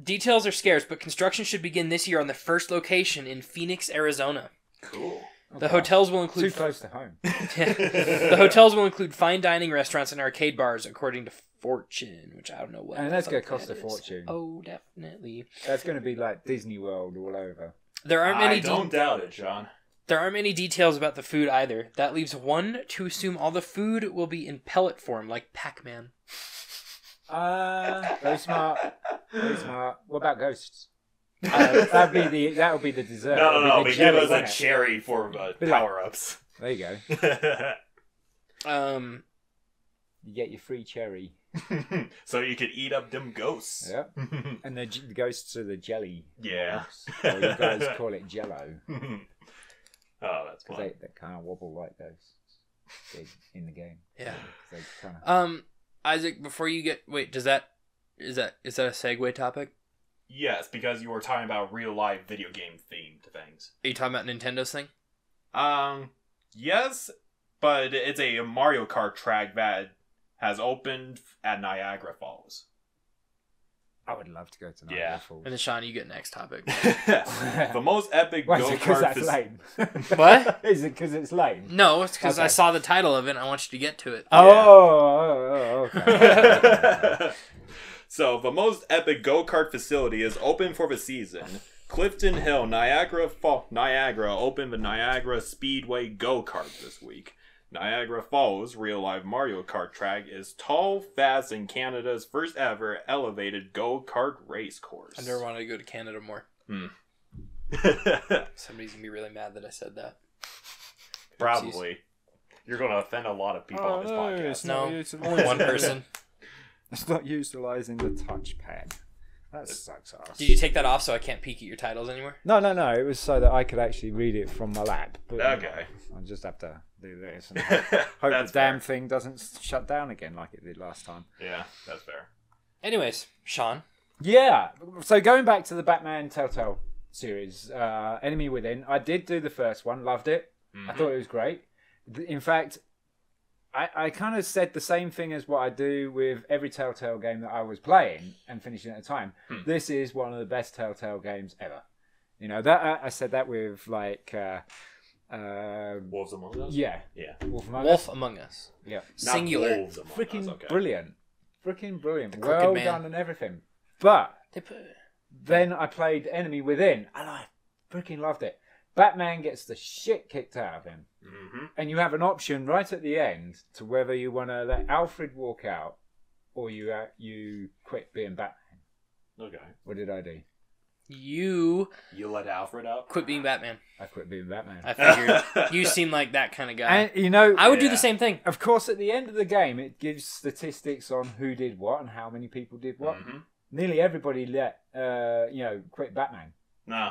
C: details are scarce, but construction should begin this year on the first location in Phoenix, Arizona.
B: Cool.
C: The
A: Okay.
C: hotels will
A: Oh, Too
C: include
A: close to home.
C: the hotels will include fine dining restaurants and arcade bars, according to Fortune, which I don't know what.
A: And
C: the
A: that's gonna
C: fuck
A: cost
C: that
A: a
C: is.
A: fortune.
C: Oh, definitely.
A: That's going to be like Disney World all over.
C: There aren't
B: I
C: many. de-
B: don't doubt it, John.
C: There aren't many details about the food either. That leaves one to assume all the food will be in pellet form, like Pac-Man.
A: Uh, very smart. Very smart. What about ghosts? Uh,
B: no,
A: that'd be the that would be the dessert.
B: no,
A: That'd be
B: no.
A: the
B: But give
A: jelly,
B: us a
A: wouldn't it?
B: cherry for uh,
A: Be like-
B: power ups.
A: There you go.
C: Um,
A: You get your free cherry.
B: so you could eat up them ghosts.
A: Yeah. And the, j- the ghosts are the jelly.
B: yeah.
A: Or you guys call it jello
B: oh, that's
A: because
B: fun.
A: they, they kind of wobble like ghosts in, in the game.
C: yeah.
A: 'Cause They kind
B: Uh,
A: of,
C: Um, Isaac, before you get wait, does that is that is that a segue topic?
B: Yes, because you were talking about real life video game themed things.
C: Are you talking about Nintendo's thing?
B: Um, yes, but it's a Mario Kart track that has opened at Niagara Falls.
A: I would love to go to
B: Yeah.
A: Niagara Falls.
C: And then Sean, you get next topic.
B: the most epic
A: Why is
B: go
A: it because
B: kart.
A: that's lame?
C: What?
A: is it because it's lame?
C: No, it's because I
A: Okay.
C: saw the title of it. and I want you to get to it.
A: Oh, oh, oh, okay.
B: so the most epic go kart facility is open for the season. Clifton Hill, Niagara Fall, Niagara opened the Niagara Speedway go kart this week. Niagara Falls real life Mario Kart track is tall, fast, and Canada's first ever elevated go kart race course.
C: I never wanted to go to Canada more. Somebody's gonna be really mad that I said that.
B: Probably. You're going to offend a lot of
A: Oh,
B: people on this podcast.
C: No, only one person.
A: It's not utilizing the touchpad. That sucks ass.
C: Did you take that off so I can't peek at your titles anymore?
A: No, no, no. It was so that I could actually read it from my lap. But
B: Okay.
A: I just have to do this. And hope hope
B: That's
A: the damn
B: fair.
A: thing doesn't s- shut down again like it did last time.
B: Yeah, that's fair.
C: Anyways, Sean,
A: Yeah. So going back to the Batman Telltale series, uh, Enemy Within, I did do the first one. Loved it.
B: Mm-hmm.
A: I thought it was great. Th- In fact, I, I kind of said the same thing as what I do with every Telltale game that I was playing and finishing at a time.
B: Hmm.
A: This is one of the best Telltale games ever. You know that I, I said that with like, uh, um
B: Wolves Among Us?
A: yeah,
B: Yeah.
A: Wolf Among Us.
C: Wolf Among Us,
A: Yeah,
B: Not
C: singular.
B: Wolves Among Us,
A: freaking
B: okay.
A: brilliant, freaking brilliant.
C: Crooked
A: Well
C: Man.
A: done and everything. But
C: They put
A: then I played Enemy Within, and I freaking loved it. Batman gets the shit kicked out of him
B: Mm-hmm.
A: and you have an option right at the end to whether you want to let Alfred walk out or you uh, you quit being Batman.
B: Okay.
A: What did I do?
C: you
B: You let Alfred out?
C: quit being Batman.
A: I quit being Batman.
C: I figured you seem like that kind of guy.
A: and you know,
C: I would do
B: Yeah.
C: the same thing.
A: of course, at the end of the game, it gives statistics on who did what and how many people did what.
C: Mm-hmm.
B: Mhm.
A: Nearly everybody let uh, you know quit Batman.
B: No.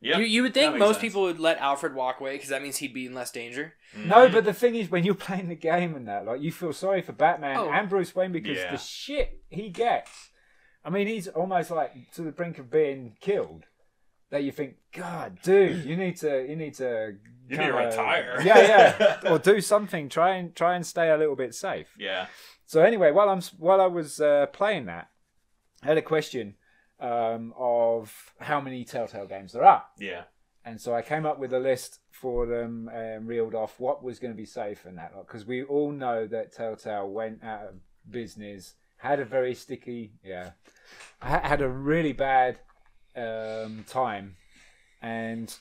B: Yeah.
C: You, you would
B: that
C: think
B: makes
C: most
B: sense.
C: people would let Alfred walk away because that means he'd be in less danger.
B: Mm-hmm.
A: No, but the thing is, when you're playing the game and that, like, you feel sorry for Batman
C: Oh.
A: and Bruce Wayne because
B: Yeah.
A: the shit he gets. I mean, he's almost like to the brink of being killed. That you think, God, dude, you need to, you need to,
B: You need to
A: kinda-
B: retire."
A: yeah, yeah, or do something. Try and try and stay a little bit safe.
B: Yeah.
A: So anyway, while I'm while I was uh, playing that, I had a question um, of how many Telltale games there are.
B: Yeah.
A: And so I came up with a list for them and reeled off what was going to be safe and that lot. Because we all know that Telltale went out of business, had a very sticky, yeah, ha- had a really bad um, time. And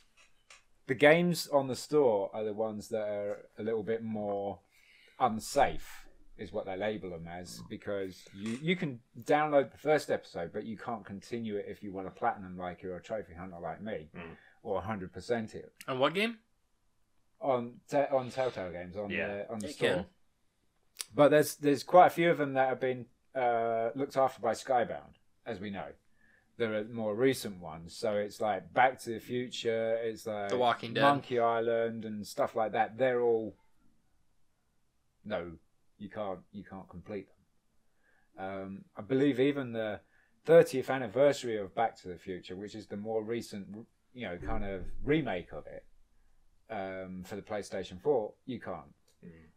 A: the games on the store are the ones that are a little bit more unsafe, is what they label them as. Because you, you can download the first episode, but you can't continue it if you want a platinum like you're a trophy hunter like me or 100% it
C: On what game?
A: on te- on Telltale games on
B: Yeah.
A: the on the
C: You
A: store.
C: can.
A: But there's there's quite a few of them that have been uh, looked after by Skybound, as we know. There are more recent ones, so it's like Back to the Future, it's like
C: The Walking Dead.
A: Monkey Island, and stuff like that. They're all no you can't you can't complete them. Um, I believe even the 30th anniversary of Back to the Future, which is the more recent you know kind of remake of it um, for the PlayStation 4, you can't.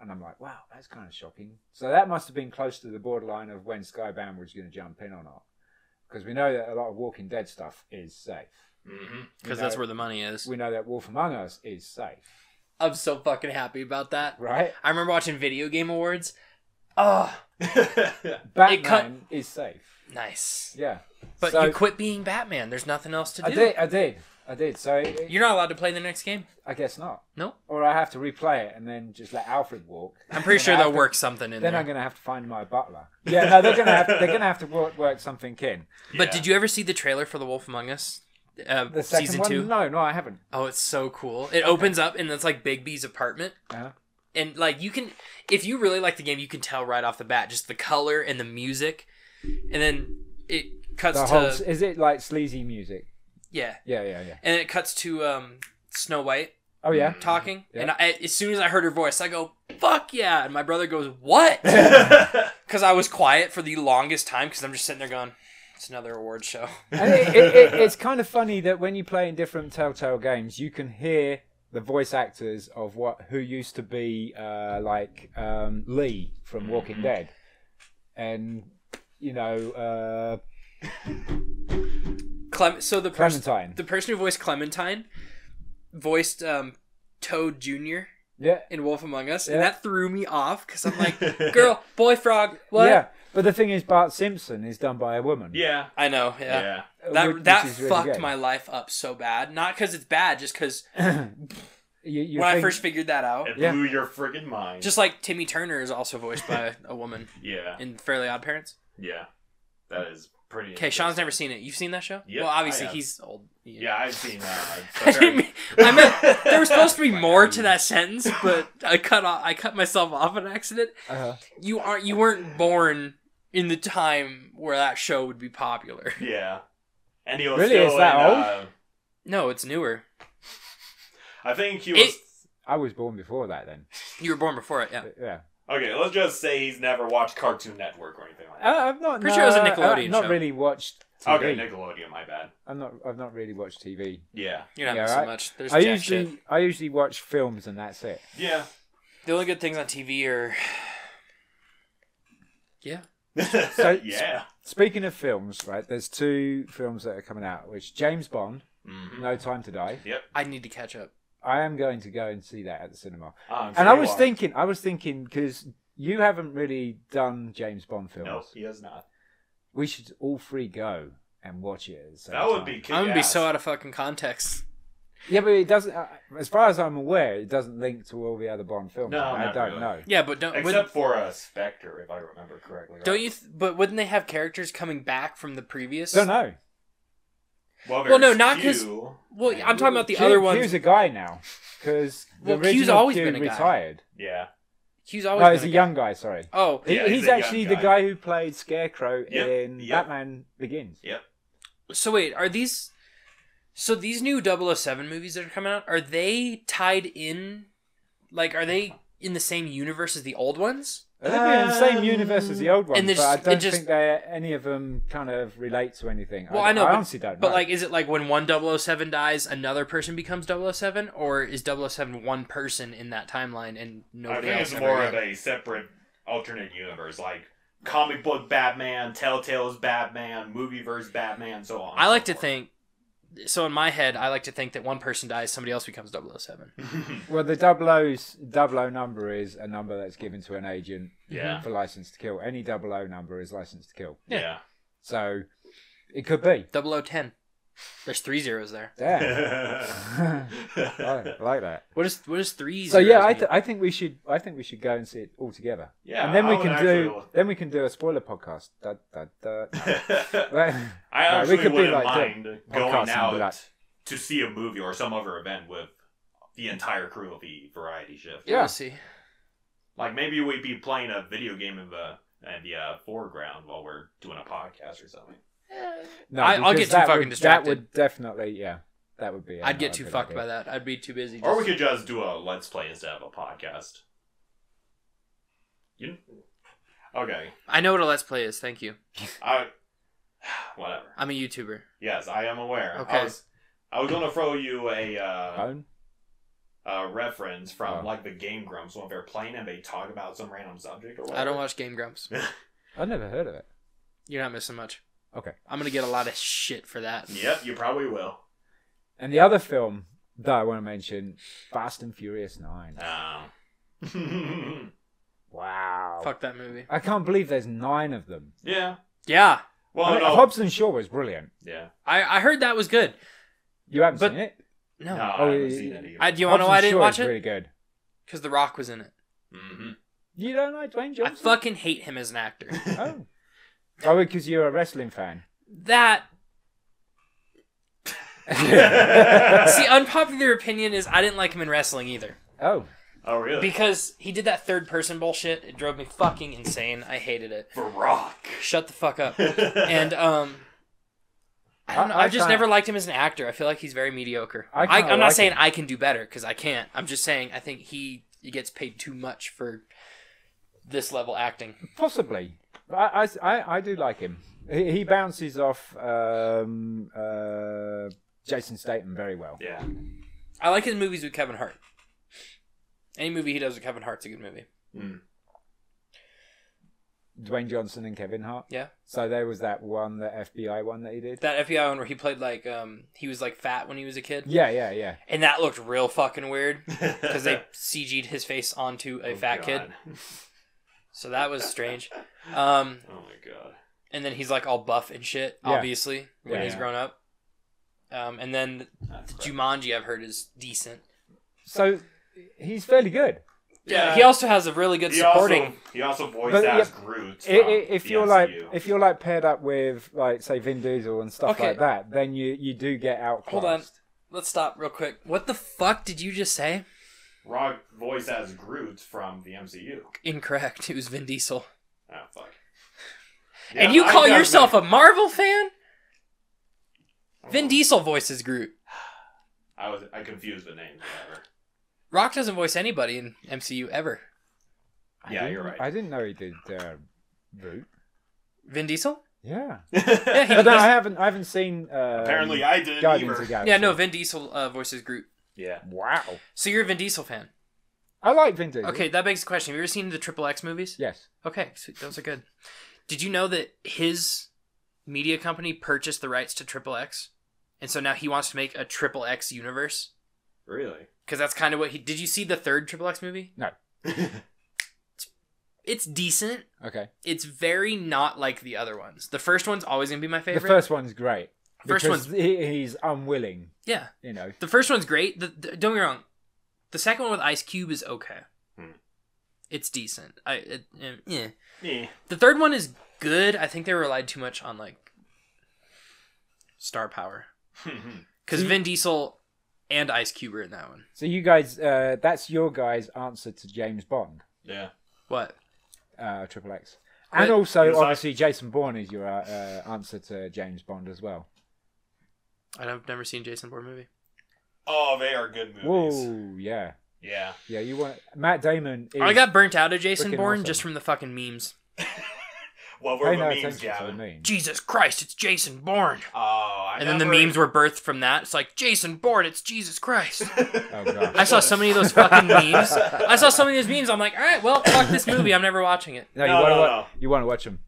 A: And I'm like, wow, that's kind of shocking. So that must have been close to the borderline of when Skybound was going to jump in or not, because we know that a lot of Walking Dead stuff is safe.
B: hmm
C: because
A: You
C: that's
A: know-
C: where the money is.
A: We know that Wolf Among Us is safe,
C: I'm so fucking happy about that.
A: right?
C: I remember watching Video Game Awards. Ah,
A: Batman
C: cut-
A: is safe.
C: nice.
A: Yeah,
C: But
A: So-
C: you quit being Batman. There's nothing else to do.
A: I did, I did, I did. So it,
C: You're not allowed to play the next game.
A: I guess not.
C: No.
A: Or I have to replay it and then just let Alfred walk.
C: I'm pretty
A: Then
C: sure
A: I
C: they'll
A: have to-
C: work something in
A: Then
C: there.
A: I'm going to have to find my butler. Yeah, no, they're going to have they're going to have to work, work something in.
C: But did you ever see the trailer for The Wolf Among Us? Uh,
A: The second
C: season
A: one?
C: two.
A: No, no, I haven't.
C: Oh, it's so cool. It opens up and it's like Big B's apartment.
A: Uh-huh.
C: And like you can if you really like the game, you can tell right off the bat just the color and the music. And then it cuts
A: The
C: to
A: whole, is it like sleazy music?
C: yeah.
A: Yeah, yeah, yeah.
C: And then it cuts to um Snow White
A: Oh yeah.
C: talking.
A: Yeah.
C: And I, as soon as I heard her voice, I go, "Fuck yeah." And my brother goes, "What?" Cuz I was quiet for the longest time cuz I'm just sitting there going, "It's another award show."
A: And it, it, it, it's kind of funny that when you play in different Telltale games, you can hear the voice actors of what who used to be uh, like um, Lee from
C: Mm-hmm.
A: Walking Dead, and you know uh,
C: Clem so the person
A: Clementine.
C: the person who voiced Clementine voiced um Toad Jr.
A: Yeah,
C: in Wolf Among Us,
A: Yeah.
C: and that threw me off because I'm like, girl, boy frog, what?
A: yeah. But the thing is, Bart Simpson is done by a woman. uh,
B: Yeah.
C: I know, yeah.
B: Yeah.
C: That
A: which
C: that
A: is really
C: fucked
A: good.
C: my life up so bad. Not because it's bad, just because
A: You, you
C: when I
A: think-
C: first figured that out.
B: It
A: Oh, Yeah.
B: blew your friggin' mind.
C: Just like Timmy Turner is also voiced by a woman
B: yeah.
C: in Fairly Odd Parents.
B: Yeah. That is pretty.
C: Okay, Sean's never seen it. You've seen that show?
B: Yep,
C: well, obviously
B: I have.
C: he's old.
B: Yeah, I've seen that.
C: I didn't mean, I meant there was supposed to be more to that sentence, but I cut off, I cut myself off on accident.
A: Uh-huh.
C: You aren't you weren't born in the time where that show would be popular.
B: Yeah. And he was
A: Really?
B: still
A: Is that
B: in,
A: old?
B: uh,
C: No, it's newer.
B: I think he was.
C: It-
A: I was born before that. Then.
C: You were born before it, yeah.
A: Yeah.
B: Okay, let's just say he's never watched Cartoon Network or anything like
A: I,
B: that.
A: I've not.
C: Pretty sure it was a
A: no, I-
C: Nickelodeon
A: I've not
C: show.
A: really watched. TV.
B: okay, Nickelodeon, my bad.
A: I'm not. I've not really watched TV.
B: Yeah.
C: You're not
A: Yeah,
C: missing
A: right.
C: much. There's
A: I
C: jack
A: usually
C: shit.
A: I usually watch films and that's it.
B: Yeah.
C: The only good things on TV are yeah.
A: So-
B: yeah.
A: Speaking of films, right? There's two films that are coming out, which James Bond,
B: Mhm.
A: No Time to Die.
C: I need to catch up.
A: I am going to go and see that at the cinema.
B: Um, so
A: And I
B: you
A: was
B: are-
A: thinking, I was thinking because you haven't really done James Bond films.
B: Nope, he has not.
A: We should all three go and watch it. At the same
B: That would
A: time.
B: be kick
C: I'm gonna be
B: ass.
C: so out of fucking context.
A: Yeah, but it doesn't. Uh, as far as I'm aware, it doesn't link to all the other Bond films.
B: No,
A: I
B: not
A: don't
B: really.
A: know.
C: Yeah, but don't
B: Except
C: wouldn't,
B: for a Spectre, if I remember correctly. right?
C: don't you? Th- but wouldn't they have characters coming back from the previous?
A: Don't know.
B: Well,
C: Well, no,
B: there's
C: not 'cause-
B: Q.
C: Well, I'm talking about the
A: Q-
C: other ones.
A: Q's a guy now because
C: Well,
A: the
C: Q's
A: original
C: always
A: Q
C: been a guy.
A: retired.
B: Yeah.
C: Q's
A: No, he's
C: always. been
A: a
C: guy.
A: young guy. Sorry.
C: Oh,
A: He-
B: Yeah,
A: he's,
B: he's a young
A: actually the
B: guy.
A: guy who played Scarecrow
B: Yep,
A: in
B: yep.
A: Batman Begins.
C: so wait, are these? So these new 007 movies that are coming out are they tied in? Like, are they in the same universe as the old ones?
A: They're in the
B: Uh,
A: same universe as the old one,
C: and
A: but
C: there's-
A: I
C: it
A: don't
C: just-
A: think they any of them kind of relate to anything.
C: Well, I know,
A: I
C: but-
A: honestly don't.
C: But
A: know.
C: like, is it like when one 007 dies, another person becomes 007, or is 007 one person in that timeline and
B: I
C: nobody
B: think
C: else?
B: it's
C: ever
B: more of
C: again?
B: a separate alternate universe, like comic book Batman, Telltale's Batman, movieverse Batman, so on. and
C: I like
B: so
C: to think. So in my head, I like to think that one person dies, somebody else becomes 007.
B: forth.
A: well, the double O's double O number is a number that's given to an agent
C: Mm-hmm.
B: yeah.
A: for license to kill. Any double O number is license to kill.
B: Yeah.
A: So it could be.
C: 0010. There's three zeros there.
A: Yeah, I like that.
C: What is what is three?
A: So
C: zeros
A: yeah, I,
C: mean?
A: th- I think we should I think we should go and see it all together.
B: yeah.
A: and then
B: I
A: we
B: would
A: can
B: actually
A: do
B: look-
A: then we can do a spoiler podcast. Da, da, da. Right. No,
B: I
A: we
B: actually
A: could be
B: wouldn't
A: like doing
B: mind
A: podcasts and
B: going
A: be
B: out
A: like-
B: to see a movie or some other event with the entire crew of the variety shift.
C: yeah.
A: yeah.
C: We'll see.
B: Like maybe we'd be playing a video game in the in the uh, foreground while we're doing a podcast or something.
A: No,
C: I- I'll
A: because
C: get too
A: that
C: fucking
A: would,
C: distracted.
A: That would definitely, yeah, that would be.
C: I'd get too fucked by that. I'd be too busy.
B: Or we could just do a let's play instead of a podcast. You. Okay.
C: I know what a let's play is. Thank you.
B: I. Whatever.
C: I'm a YouTuber.
B: Yes, I am aware.
C: Okay.
B: I was, I was gonna throw you a uh,
A: Phone?
B: a reference from
A: Oh.
B: like the Game Grumps when they're playing and they talk about some random subject or whatever.
C: I don't watch Game Grumps.
A: I've never heard of it.
C: You're not missing much.
A: Okay.
C: I'm gonna get a lot of shit for that.
B: Yep, you probably will.
A: And the other film that I want to mention, Fast and Furious Nine.
C: Ah.
B: Um.
A: Wow.
C: Fuck that movie.
A: I can't believe there's nine of them.
B: yeah.
C: Yeah.
B: Well,
A: I mean,
B: no.
A: Hobbs and Shaw was brilliant.
B: yeah.
C: I, I heard that was good.
A: You haven't
C: But-
A: seen it?
C: No.
B: No,
A: Oh,
B: I haven't
A: yeah,
B: seen
A: yeah.
B: it either.
C: I, do you want to know why I didn't watch
A: Pretty
C: it?
A: Really good.
C: Because The Rock was in it.
B: Mhm.
A: You don't like Dwayne
C: I
A: Johnson?
C: fucking hate him as an actor.
A: Oh. Oh, because you're a wrestling fan.
C: That
B: Mm-hmm.
C: see, unpopular opinion is I didn't like him in wrestling either
A: oh,
B: oh, really?
C: because he did that third person bullshit. It drove me fucking insane. I hated it.
B: For rock.
C: Shut the fuck up. And um, I don't know.
A: I- I
C: I've just
A: kinda-
C: never liked him as an actor. I feel like he's very mediocre.
A: I
C: I
A: kinda
C: I, am not
A: like
C: saying
A: him.
C: I can do better because I can't. I'm just saying I think he, he gets paid too much for this level acting.
A: possibly. I, I, I, I do like him. He, he bounces off um, uh, Jason Statham very well.
B: yeah.
C: I like his movies with Kevin Hart. Any movie he does with Kevin Hart's a good movie.
A: Dwayne Johnson and Kevin Hart.
C: Yeah.
A: So there was that one, the FBI one that he did.
C: That FBI one where he played like um he was like fat when he was a kid.
A: Yeah, yeah, yeah.
C: And that looked real fucking weird because
B: Because
C: they CG'd his face onto
B: Oh,
A: Oh,
C: a fat kid. So that was strange. Um
B: Oh my god.
C: and then he's like all buff and shit,
A: Yeah.
C: obviously, when
A: Yeah.
C: he's grown up. Um and then
B: That's crap.
C: Jumanji I've heard is decent.
A: So he's fairly good.
C: Yeah. He also has a really good
B: He
C: supporting
B: Also, he also voiced
A: But,
B: as
A: yeah,
B: Groot.
A: I-
B: from
A: i- if
B: the
A: you're
B: MCU.
A: like if you're like paired up with like say Vin Diesel and stuff
C: Okay.
A: like that, then you you do get outclassed.
C: Hold on. Let's stop real quick. What the fuck did you just say?
B: Rock voice as Groot from the MCU.
C: Incorrect. It was Vin Diesel.
B: Oh fuck.
C: and you call yourself a Marvel fan? Vin Diesel voices Groot.
B: I was I confused the names. Whatever.
C: Rock doesn't voice anybody in MCU ever.
A: I
B: Yeah,
A: didn't-
B: you're right.
A: I didn't know he did uh, Root.
C: Vin Diesel?
A: Yeah,
C: Yeah, he
A: but no, I
C: does.
A: haven't. I haven't seen. Uh,
B: Apparently, I didn't
A: Guardians
B: either.
A: of the Galaxy.
C: Yeah, no, Vin Diesel uh, voices Groot.
B: Yeah.
A: Wow.
C: So you're a Vin Diesel fan.
A: I like Vin Diesel.
C: Okay, that begs the question. Have you ever seen the Triple X movies?
A: Yes.
C: Okay, so those are good. Did you know that his media company purchased the rights to Triple X? And so now he wants to make a Triple X universe?
B: Really.
C: Because that's kind of what he. Did you see the third Triple X movie? It's decent.
A: Okay.
C: it's very not like the other ones. The first one's always gonna be my favorite.
A: The first one's great.
C: First
A: because he, he's unwilling.
C: yeah,
A: You know.
C: the first one's great. The, the- don't get me wrong. The second one with Ice Cube is okay.
B: Hmm.
C: It's decent. I it, eh, yeah.
B: yeah.
C: The third one is good. I think they relied too much on like star power because Vin Diesel and Ice Cube are in that one.
A: So you guys, uh, that's your guys' answer to James Bond,
B: yeah.
C: What?
A: uh, Triple X,
C: But-
A: and also
B: Yes, I-
A: obviously Jason Bourne is your uh, uh, answer to James Bond as well.
C: I've never seen Jason Bourne movie.
B: Oh, they are good movies.
A: Whoa, yeah,
B: Yeah.
A: yeah. You want Matt Damon? Is,
C: I got burnt out of Jason
A: freaking
C: Bourne
A: awesome.
C: just from the fucking memes.
B: Well,
A: Pay
B: we're
A: no
B: the memes,
A: attention to the
B: Gavin.
A: meme.
C: Jesus Christ, it's Jason Bourne.
B: Oh, I
C: And then the
B: never-
C: memes were birthed from that. It's like Jason Bourne, it's Jesus Christ.
A: Oh god.
C: I saw so many of those fucking memes. I saw so many of those memes. I'm like, all right, well, fuck this movie. I'm never watching it.
A: No, you
B: No,
A: want to
B: no,
A: wa-
B: no.
A: you want to watch them.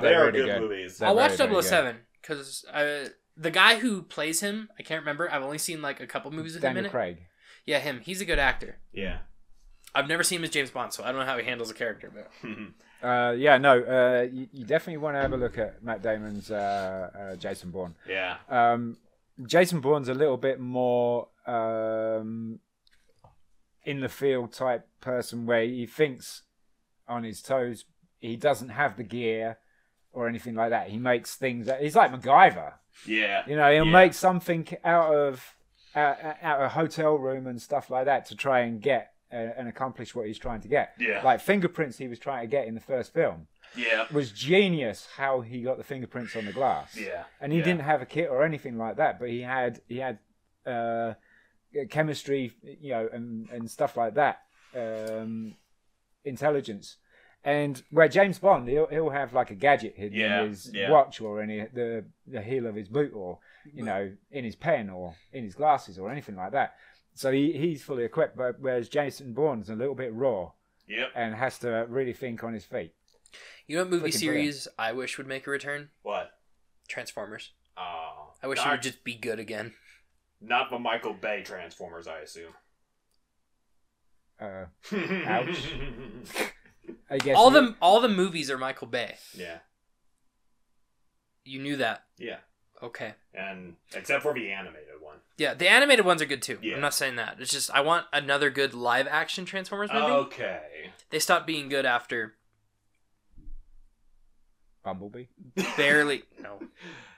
A: They're-
B: they
A: they're
B: are
A: really
B: good,
A: good.
B: movies.
A: They're
C: I'll watch
A: very, very good.
C: 007 because uh, the guy who plays him, I can't remember. I've only seen like a couple movies with him in
A: Daniel
C: it.
A: Craig.
C: Yeah, him. He's a good actor.
B: Yeah.
C: I've never seen him as James Bond, so I don't know how he handles a character. But
A: Uh, yeah, no, uh, you, you definitely want to have a look at Matt Damon's uh, uh, Jason Bourne.
B: yeah.
A: Um, Jason Bourne's a little bit more um, in the field type person where he thinks on his toes. He doesn't have the gear or anything like that. He makes things. That, he's like MacGyver.
B: Yeah.
A: You know, he'll
B: Yeah.
A: make something out of out, out of a hotel room and stuff like that to try and get uh, and accomplish what he's trying to get.
B: Yeah.
A: Like fingerprints he was trying to get in the first film
B: Yeah.
A: was genius how he got the fingerprints on the glass.
B: Yeah.
A: And he
B: Yeah.
A: didn't have a kit or anything like that, but he had he had uh, chemistry, you know, and and stuff like that, um, intelligence, And where James Bond, he'll, he'll have like a gadget hidden
B: Yeah,
A: in his
B: yeah. Mm.
A: watch or in he- the, the heel of his boot or, you know, in his pen or in his glasses or anything like that. So he, he's fully equipped, but whereas Jason Bourne's a little bit raw
B: Yep.
A: and has to really think on his feet.
C: You know what movie
A: Freaking
C: series I wish would make a return?
B: What?
C: Transformers.
B: Oh,
C: I wish it
B: not,
C: would just be good again.
B: not the Michael Bay Transformers, I assume.
A: Uh, Ouch. I guess
C: all
A: he-
C: the all the movies are Michael Bay.
B: yeah,
C: You knew that.
B: yeah,
C: Okay.
B: and except for the animated one.
C: Yeah, the animated ones are good too.
B: Yeah.
C: I'm not saying that. It's just I want another good live action Transformers movie.
B: Oh. Okay.
C: They stopped being good after
A: Bumblebee.
C: barely no.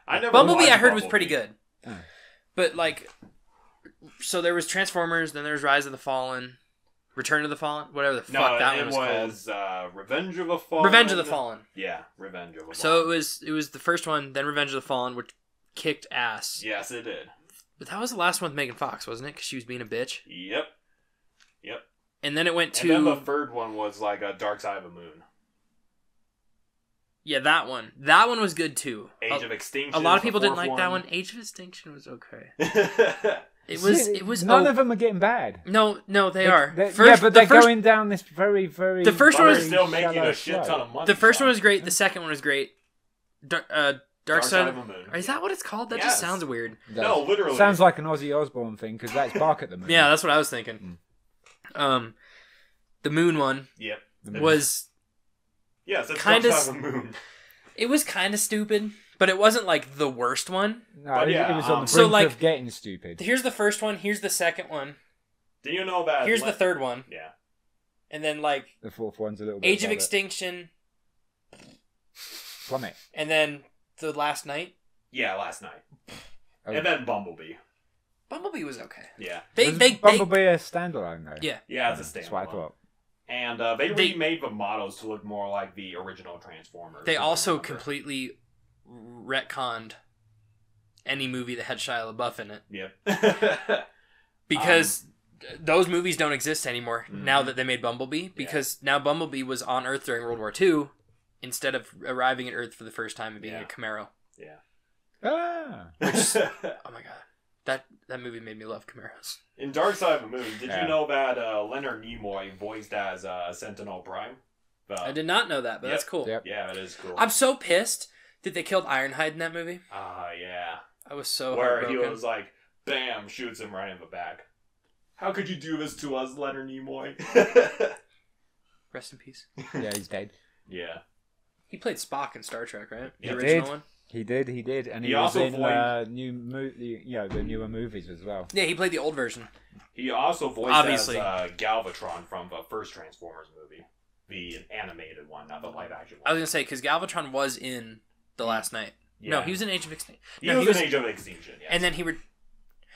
B: I never
C: Bumblebee
B: watched
C: I heard was pretty
B: Bumblebee.
C: good.
A: Oh.
C: But like so there was Transformers, then there's Rise of the Fallen, Return of the Fallen, whatever the
B: No,
C: fuck that
B: it
C: one was,
B: was, uh, Revenge of the Fallen.
C: called. Revenge of the Fallen.
B: Yeah, Revenge of the Fallen.
C: So it was it was the first one, then Revenge of the Fallen, which kicked ass.
B: Yes, it did.
C: But that was the last one with Megan Fox, wasn't it? Because she was being a bitch.
B: Yep.
C: And then it went to
B: And then the third one was like a Dark Side of the Moon.
C: yeah that one. That one was good too.
B: Age
C: A-
B: of Extinction.
C: a lot
B: is
C: of
B: the
C: people didn't
B: fourth
C: like that one. Age of Extinction was okay.
B: one.
C: It was.
A: See,
C: It was.
A: none
C: oh,
A: of them are getting bad.
C: no, no, they are.
A: They're-
C: first,
A: yeah, but
C: the
A: they're
C: first,
A: going down this very, very.
C: The first
B: But
C: one
B: we're
C: was-
B: still making
A: shallow
B: a shit ton
A: slope.
B: of money.
C: the first
B: so-
C: one was great. The second one was great. Dark, uh, Dark,
B: Dark
C: Side.
B: of the Moon.
C: Is that what it's called? That
B: Yes.
C: just sounds weird.
B: No, literally.
A: Sounds like an Ozzy Osbourne thing because that's Bark at the Moon.
C: Yeah, that's what I was thinking. Um, the moon one
B: Yep.
A: The-
C: was.
B: Yes, it's
C: Kinda
B: Dark
C: s-
B: Side of the Moon.
C: It was kind of stupid, but it wasn't like the worst one.
A: No,
B: But
A: it,
B: yeah,
A: it was
B: um,
A: on the brink
C: So, like-
A: of getting stupid.
C: Here's the first one. Here's the second one.
B: Do you know that?
C: Here's the third one,
B: Yeah.
C: and then like
A: The fourth one's a little bit
C: Age of
A: better.
C: Extinction,
A: plummet.
C: and then the last night.
B: Yeah, last night.
A: Oh.
B: And then Bumblebee.
C: Bumblebee was okay.
B: Yeah.
C: They
A: Was
C: they, they
A: Bumblebee a standalone though. Uh,
C: Yeah.
B: Yeah, it's a
A: That's what I
B: standalone.
A: thought.
B: And uh, they,
C: They-
B: remade the models to look more like the original Transformers.
C: They
B: if I
C: also
B: remember.
C: completely retconned any movie that had Shia LaBeouf in it
B: Yep.
C: because those movies don't exist anymore
B: Um, Mhm.
C: now that they made Bumblebee because now Bumblebee was on Earth during World War II instead of arriving at Earth for the first time and being
B: Yeah.
C: a Camaro.
A: Ah,
C: Oh my god. That that movie made me love Camaros.
B: In Dark Side of the Moon, did
A: Yeah.
B: you know that uh, Leonard Nimoy voiced as uh, Sentinel Prime? Uh,
C: I did not know that, but that's
B: Yep.
C: cool.
A: Yep.
B: Yeah, it is cool.
C: I'm so pissed that they killed Ironhide in that movie.
B: Ah, yeah.
C: I was so
B: Where he
C: heartbroken.
B: was like, bam, shoots him right in the back. How could you do this to us, Leonard Nimoy?
C: Rest in peace.
A: yeah, he's dead.
B: yeah.
C: He played Spock in Star Trek, right? The
B: He
C: original
A: did.
C: one.
A: He did. He did, and he,
B: He
A: was
B: also
A: in
B: voiced-
A: uh, new, mo- the- you know, the newer movies as well.
C: Yeah, he played the old version.
B: He also voiced
C: Obviously.
B: as uh, Galvatron from the first Transformers movie, the animated one, not the live action
C: I
B: one.
C: was gonna say because Galvatron was in the last night. No,
B: Yeah.
C: he was in Age of Extinction,
B: He
C: no,
B: was
C: he was-
B: in Age of Extinction. Yes.
C: and then he re-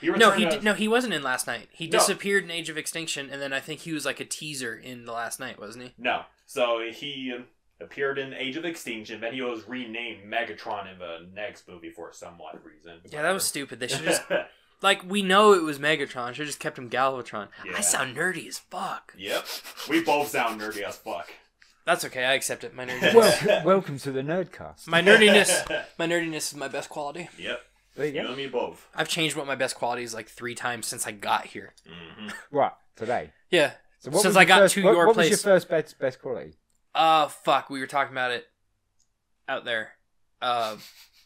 B: he
C: no
B: returned
C: he
B: as-
C: did, no he wasn't in last night. He
B: No.
C: disappeared in Age of Extinction, and then I think he was like a teaser in the last night, wasn't he?
B: No. So he appeared in Age of Extinction, then he was renamed Megatron in the next movie for some odd reason.
C: Yeah, that was stupid. They should just
B: Whatever.
C: like we know it was Megatron. Should just kept him Galvatron.
B: Yeah.
C: I sound nerdy as fuck.
B: yep. We both sound nerdy as fuck.
C: That's okay. I accept it. My nerdiness.
A: Well, welcome to the Nerdcast.
C: my nerdiness. My nerdiness is my best quality.
B: yep.
A: There you
B: You
A: go.
B: and me both.
C: I've changed what my best quality is like three times since I got here.
B: hmm
A: Right today.
C: Yeah.
A: So
C: Since
A: was
C: I
A: your
C: got
A: first-
C: to
A: what,
C: your
A: what
C: place-
A: was your first best best quality?
C: Uh fuck. We were talking about it out there. Uh,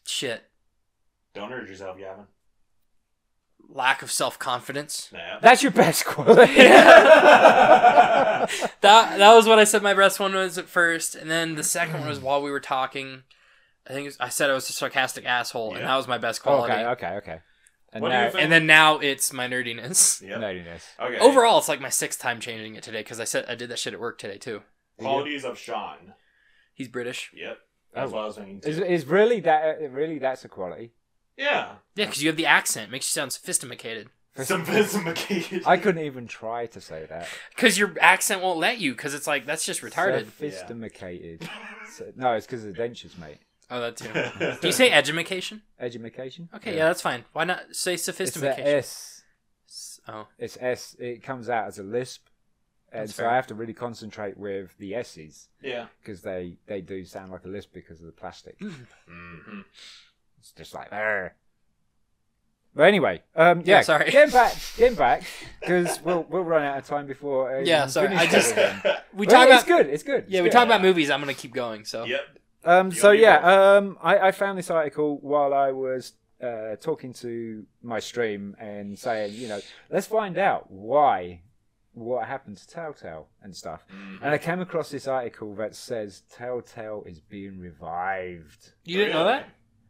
C: shit.
B: Don't hurt yourself, Gavin.
C: lack of self confidence.
B: Nah.
A: That's your best quality.
C: That that was what I said my best one was at first, and then the second one was while we were talking. I think it was, I said I was a sarcastic asshole, and
B: Yeah.
C: that was my best quality.
A: Oh, okay, okay, okay. And
B: What do you
A: now,
B: think?
C: And then now it's my nerdiness.
B: Yep.
A: nerdiness.
B: Okay.
C: Overall, it's like my sixth time changing it today because I said I did that shit at work today too.
B: qualities of Sean.
C: He's British.
B: Yep. That's
A: Oh.
B: what I was thinking. Too.
A: Is, is really that really that's a quality?
B: yeah.
C: Yeah, because you have the accent, makes you sound sophisticated.
B: Some Vincent McKee.
A: I couldn't even try to say that.
C: Because your accent won't let you. Because it's like that's just retarded.
A: Sophisticated. So- no, it's because of the dentures, mate.
C: oh, that too. Do you say edumacation?
A: Edumacation.
C: Okay, yeah. that's fine. Why not say
A: It's a
C: sophistication?
A: S.
C: oh,
A: It's S. It comes out as a lisp, and
C: That's
A: so
C: fair.
A: I have to really concentrate with the S's
B: Yeah.
A: because they they do sound like a lisp because of the plastic.
B: hmm
A: It's just like there. But anyway, um, yeah,
C: Yeah, sorry.
A: Getting back, getting back, because we'll we'll run out of time before. I
C: Yeah,
A: even
C: sorry,
A: finish
C: I just-
A: that again.
C: We
A: Well,
C: talk about
A: it's good. It's good.
C: yeah,
A: it's
C: we
A: good.
C: talk about movies. I'm gonna keep going. So
B: Yep.
A: Um,
B: You
A: so
B: only
A: yeah,
B: vote.
A: um, I, I found this article while I was uh, talking to my stream and saying, you know, let's find out why what happened to Telltale and stuff.
B: Mhm.
C: Uh,
A: And I came across this article that says Telltale is being revived.
C: you didn't know
B: Really?
C: that?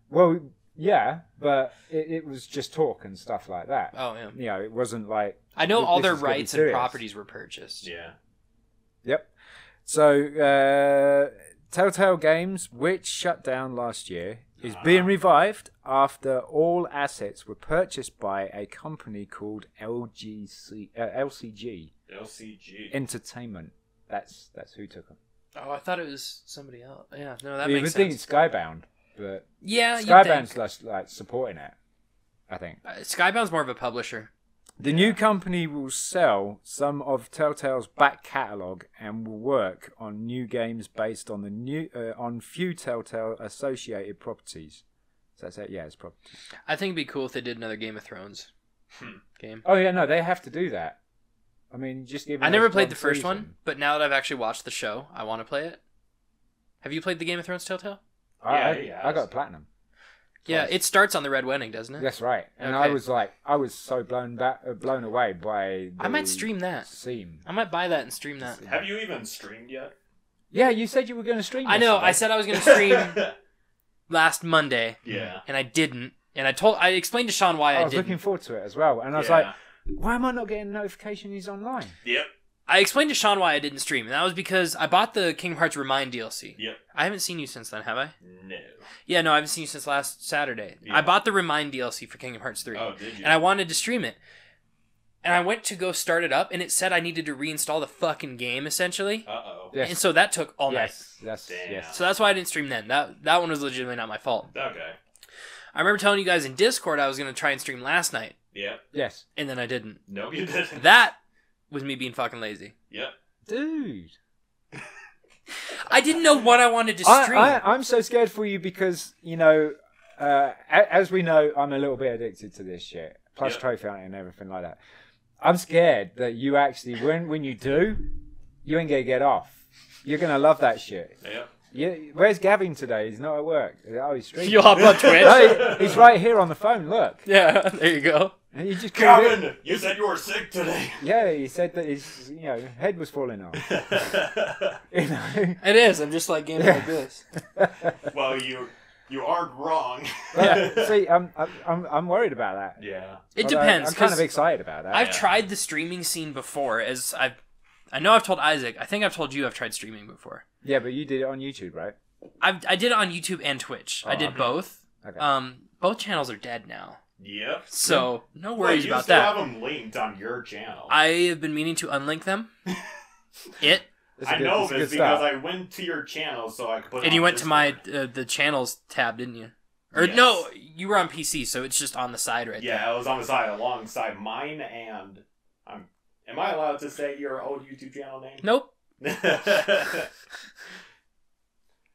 A: Well, yeah, but it, it was just talk and stuff like that.
C: Oh yeah.
A: You know, it wasn't like
C: I know
A: This
C: all their
A: is gonna be
C: rights and
A: serious.
C: properties were purchased.
B: Yeah.
A: Yep. So, uh, Telltale Games, which shut down last year, is
C: Ah.
A: being revived after all assets were purchased by a company called LGC, uh, LCG
B: LCG.
A: Entertainment. That's that's who took them.
C: Oh, I thought it was somebody else. Yeah, no, that
A: you
C: makes
A: would
C: sense.
A: think it's Skybound, but
C: yeah, you
A: Skybound's
C: think.
A: like, like supporting it. I think
C: Uh, Skybound's more of a publisher.
A: the new company will sell some of Telltale's back catalog and will work on new games based on the new uh, on few Telltale associated properties. So that's it. Yeah, it's property.
C: I think it'd be cool if they did another Game of Thrones
B: Hmm.
C: game.
A: Oh yeah, no, they have to do that. I mean, just give.
C: I
A: us
C: never played the first
A: season.
C: one, but now that I've actually watched the show, I want to play it. Have you played the Game of Thrones Telltale?
A: I,
B: Yeah,
A: I,
B: he
A: I
B: has.
A: got platinum.
C: Yeah,
A: Twice.
C: it starts on the Red Wedding, doesn't it?
A: That's right, and I
C: Okay.
A: was like, I was so blown back, uh, blown away by.
C: I might
A: the
C: stream that.
A: Scene.
C: I might buy that and stream that.
B: Have you even streamed yet?
A: Yeah, you said you were going to stream.
C: I know.
A: yesterday.
C: I said I was going to stream last Monday,
B: yeah.
C: and I didn't. And I told, I explained to Sean why
A: I,
C: I,
A: was
C: didn't.
A: looking forward to it as well, and I was
B: Yeah.
A: like, why am I not getting a notification he's online?
B: Yep.
C: I explained to Sean why I didn't stream, and that was because I bought the Kingdom Hearts Remind DLC.
B: Yep.
C: I haven't seen you since then, have I?
B: No.
C: Yeah, no, I haven't seen you since last Saturday.
B: Yeah.
C: I bought the Remind DLC for Kingdom Hearts 3,
B: Oh, did you?
C: and I wanted to stream it. And I went to go start it up, and it said I needed to reinstall the fucking game, essentially.
B: Uh oh.
A: Yes.
C: And so that took all
A: yes. Yes.
B: Damn.
A: Yes.
C: night. So that's why I didn't stream then. That that one was legitimately not my fault.
B: Okay.
C: I remember telling you guys in Discord I was going to try and stream last night,
B: Yep.
A: Yes.
C: and then I didn't.
B: No, you didn't.
C: That was me being fucking lazy.
B: Yep.
A: Dude.
C: I didn't know what I wanted to
A: I,
C: stream.
A: I, I'm so scared for you because, you know, uh, a- as we know, I'm a little bit addicted to this shit, plus
B: Yeah.
A: trophy hunting and everything like that. I'm scared that you actually, when, when you do, you ain't going to get off. You're going to love that shit.
B: Yep.
A: You, where's Gavin today? He's not at work. Oh, he's streaming.
C: You'll hop on Twitch.
A: No, he- he's right here on the phone. Look,
C: yeah, there you go.
A: he just called in.
B: Calvin, you said you were sick today.
A: Yeah, he said that his you know head was falling off. You know,
C: It is. I'm just like gaming
A: Yeah.
C: like this.
B: well, you you aren't wrong.
A: yeah. See, I'm, I'm- I'm I'm worried about that.
B: yeah.
C: It
A: Although uh,
C: depends.
A: I'm kind of
C: 'cause
A: excited about that.
C: I've tried the streaming scene before. As I've, I know I've told Isaac. I think I've told you I've tried streaming before.
A: Yeah, but you did it on YouTube, right?
C: I've, I did it on YouTube and Twitch. I
A: Oh,
C: did
A: okay.
C: both.
A: Okay.
C: Um, both channels are dead now,
B: Yep.
C: so no
B: Wait,
C: worries
B: you
C: about
B: still have
C: that.
B: them linked on your channel.
C: I have been meaning to unlink them. it
A: That's a
B: I
A: good-
B: know
A: that's a
B: this
A: good
B: because
A: start.
B: I went to your channel so I could put. it
C: and you
B: on
C: went to my
B: Discord.
C: uh, the channels tab, didn't you? Or
B: Yes.
C: no, you were on PC, so it's just on the side right
B: Yeah, it was on the side alongside mine, and I'm. Am I allowed to say your old YouTube channel name?
C: there. Nope.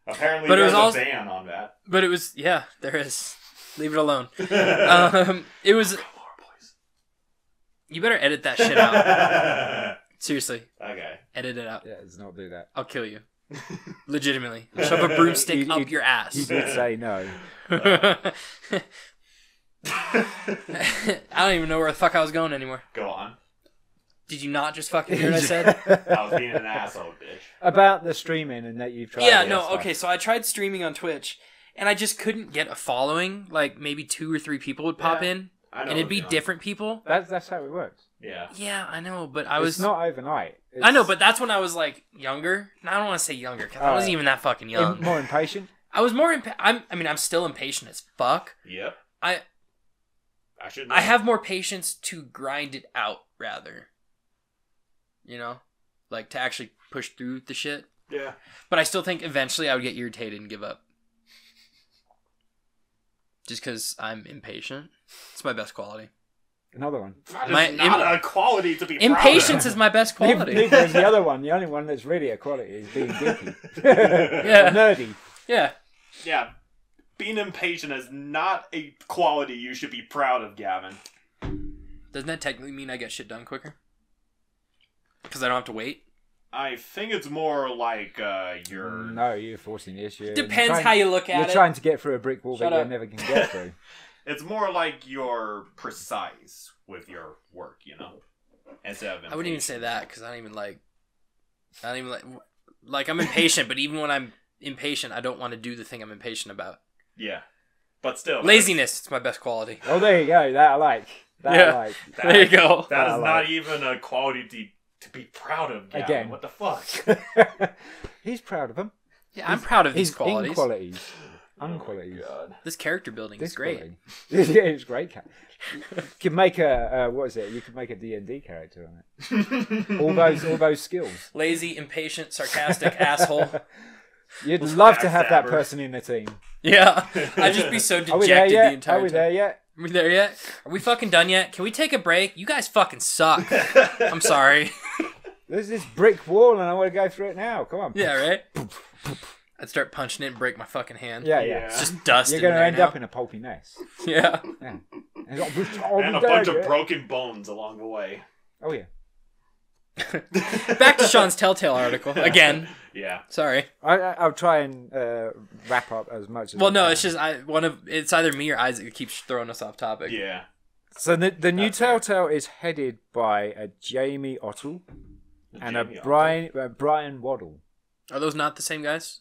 B: Apparently,
C: But it
B: there's
C: was also-
B: a ban on that.
C: But it was yeah. There is. Leave it alone. um, it was.
B: Come on, boys.
C: You better edit that shit out. Seriously,
B: okay.
C: edit it out.
A: Yeah, let's not do that.
C: I'll kill you. Legitimately. Shove a broomstick
A: You-
C: up
A: you-
C: your
A: You
C: ass.
A: did say no.
C: I don't even know where the fuck I was going anymore.
B: Go on.
C: Did you not just fucking hear what I said?
B: I was being an asshole, bitch.
A: about the streaming and that you've tried.
C: yeah,
A: it
C: no,
A: and stuff.
C: okay, so I tried streaming on Twitch and I just couldn't get a following. Like maybe two or three people would pop
B: Yeah,
C: in
B: I know
C: and it'd
B: what
C: be
B: you're on.
C: different people.
A: That's that's how it works.
B: Yeah.
C: Yeah, I know, but I
A: It's
C: was
A: not overnight.
C: I know,
A: It's
C: but that's when I was like younger. No, I don't want to say younger because I
A: Alright.
C: wasn't even that fucking
A: im-
C: young.
A: more impatient.
C: I was more. Impa- I'm. I mean, I'm still impatient as fuck.
B: Yep.
C: I-
B: I should.
C: I have more patience to grind it out rather. You know? Like to actually push through the shit.
B: Yeah.
C: But I still think eventually I would get irritated and give up. Just cuz I'm impatient. It's my best quality.
A: Another one.
B: That is
C: My-
B: not a quality to be proud of.
C: Impatience is my best quality.
A: Nick was the other one. The only one that's really a quality is being geeky.
C: Yeah.
A: Nerdy.
C: yeah.
B: Yeah. Being impatient is not a quality you should be proud of, Gavin.
C: Doesn't that technically mean I get shit done quicker? Because I don't have to wait.
B: I think it's more like uh, your.
A: No, you're forcing the issue.
C: Depends
A: You're
C: how
A: trying-
C: you look at
A: You're
C: it.
A: trying to get through a brick wall
C: Shut
A: that
C: up.
A: you never can get through.
B: It's more like you're precise with your work, you know? Instead of
C: I wouldn't even
B: impatient.
C: say that because I don't even like. I don't even like. Like I'm impatient, but even when I'm impatient, I don't want to do the thing I'm impatient about.
B: Yeah. But still.
C: Laziness. It's my best quality.
A: oh, there you go. That I like. That
C: Yeah.
A: I like.
B: That,
C: There you go.
B: That is
A: I like.
B: not even a quality to, to be proud of, Gavin.
A: Again.
B: What the fuck?
A: He's proud of him.
C: Yeah, I'm proud of
A: His
C: these qualities.
A: Inequalities.
B: Oh my
A: Unqualities.
B: God.
C: This character building is great.
A: Quality. yeah, it's great. Ca- you can make a uh, what is it? You could make a D and D character on it. all those all those skills.
C: Lazy, impatient, sarcastic asshole.
A: You'd love to
B: that's
A: have that
B: average.
A: person in the team.
C: Yeah, I'd just be so
A: Are we there
C: dejected the
A: yet?
C: entire
A: Are we
C: time.
A: there yet?
C: Are we there yet? Are we fucking done yet? Can we take a break? You guys fucking suck. I'm sorry.
A: There's this brick wall, and I want to go through it now. Come on.
C: Yeah, right. I'd start punching it and break my fucking hand.
A: yeah, yeah.
B: Yeah.
C: it's just dust.
A: You're
C: in
A: going to
C: there
A: end
C: now.
A: up in a pulpy mess.
C: Yeah.
A: Yeah. And, it's like, "Oh,
B: And
A: we
B: a bunch
A: dare
B: of
A: you."
B: broken bones along the way.
A: Oh yeah.
C: Back to Sean's Telltale article again.
B: Yeah.
C: Sorry.
A: I, I- I'll try and uh, wrap up as much as.
C: Well,
A: I
C: no,
A: can.
C: it's just I one of it's either me or Isaac that keeps throwing us off topic.
B: Yeah.
A: So the, the new
B: That's fair.
A: Telltale is headed by a Jamie Ottle and
B: Jamie
A: a
B: Oliver.
A: Brian uh, Brian Waddle.
C: Are those not the same guys?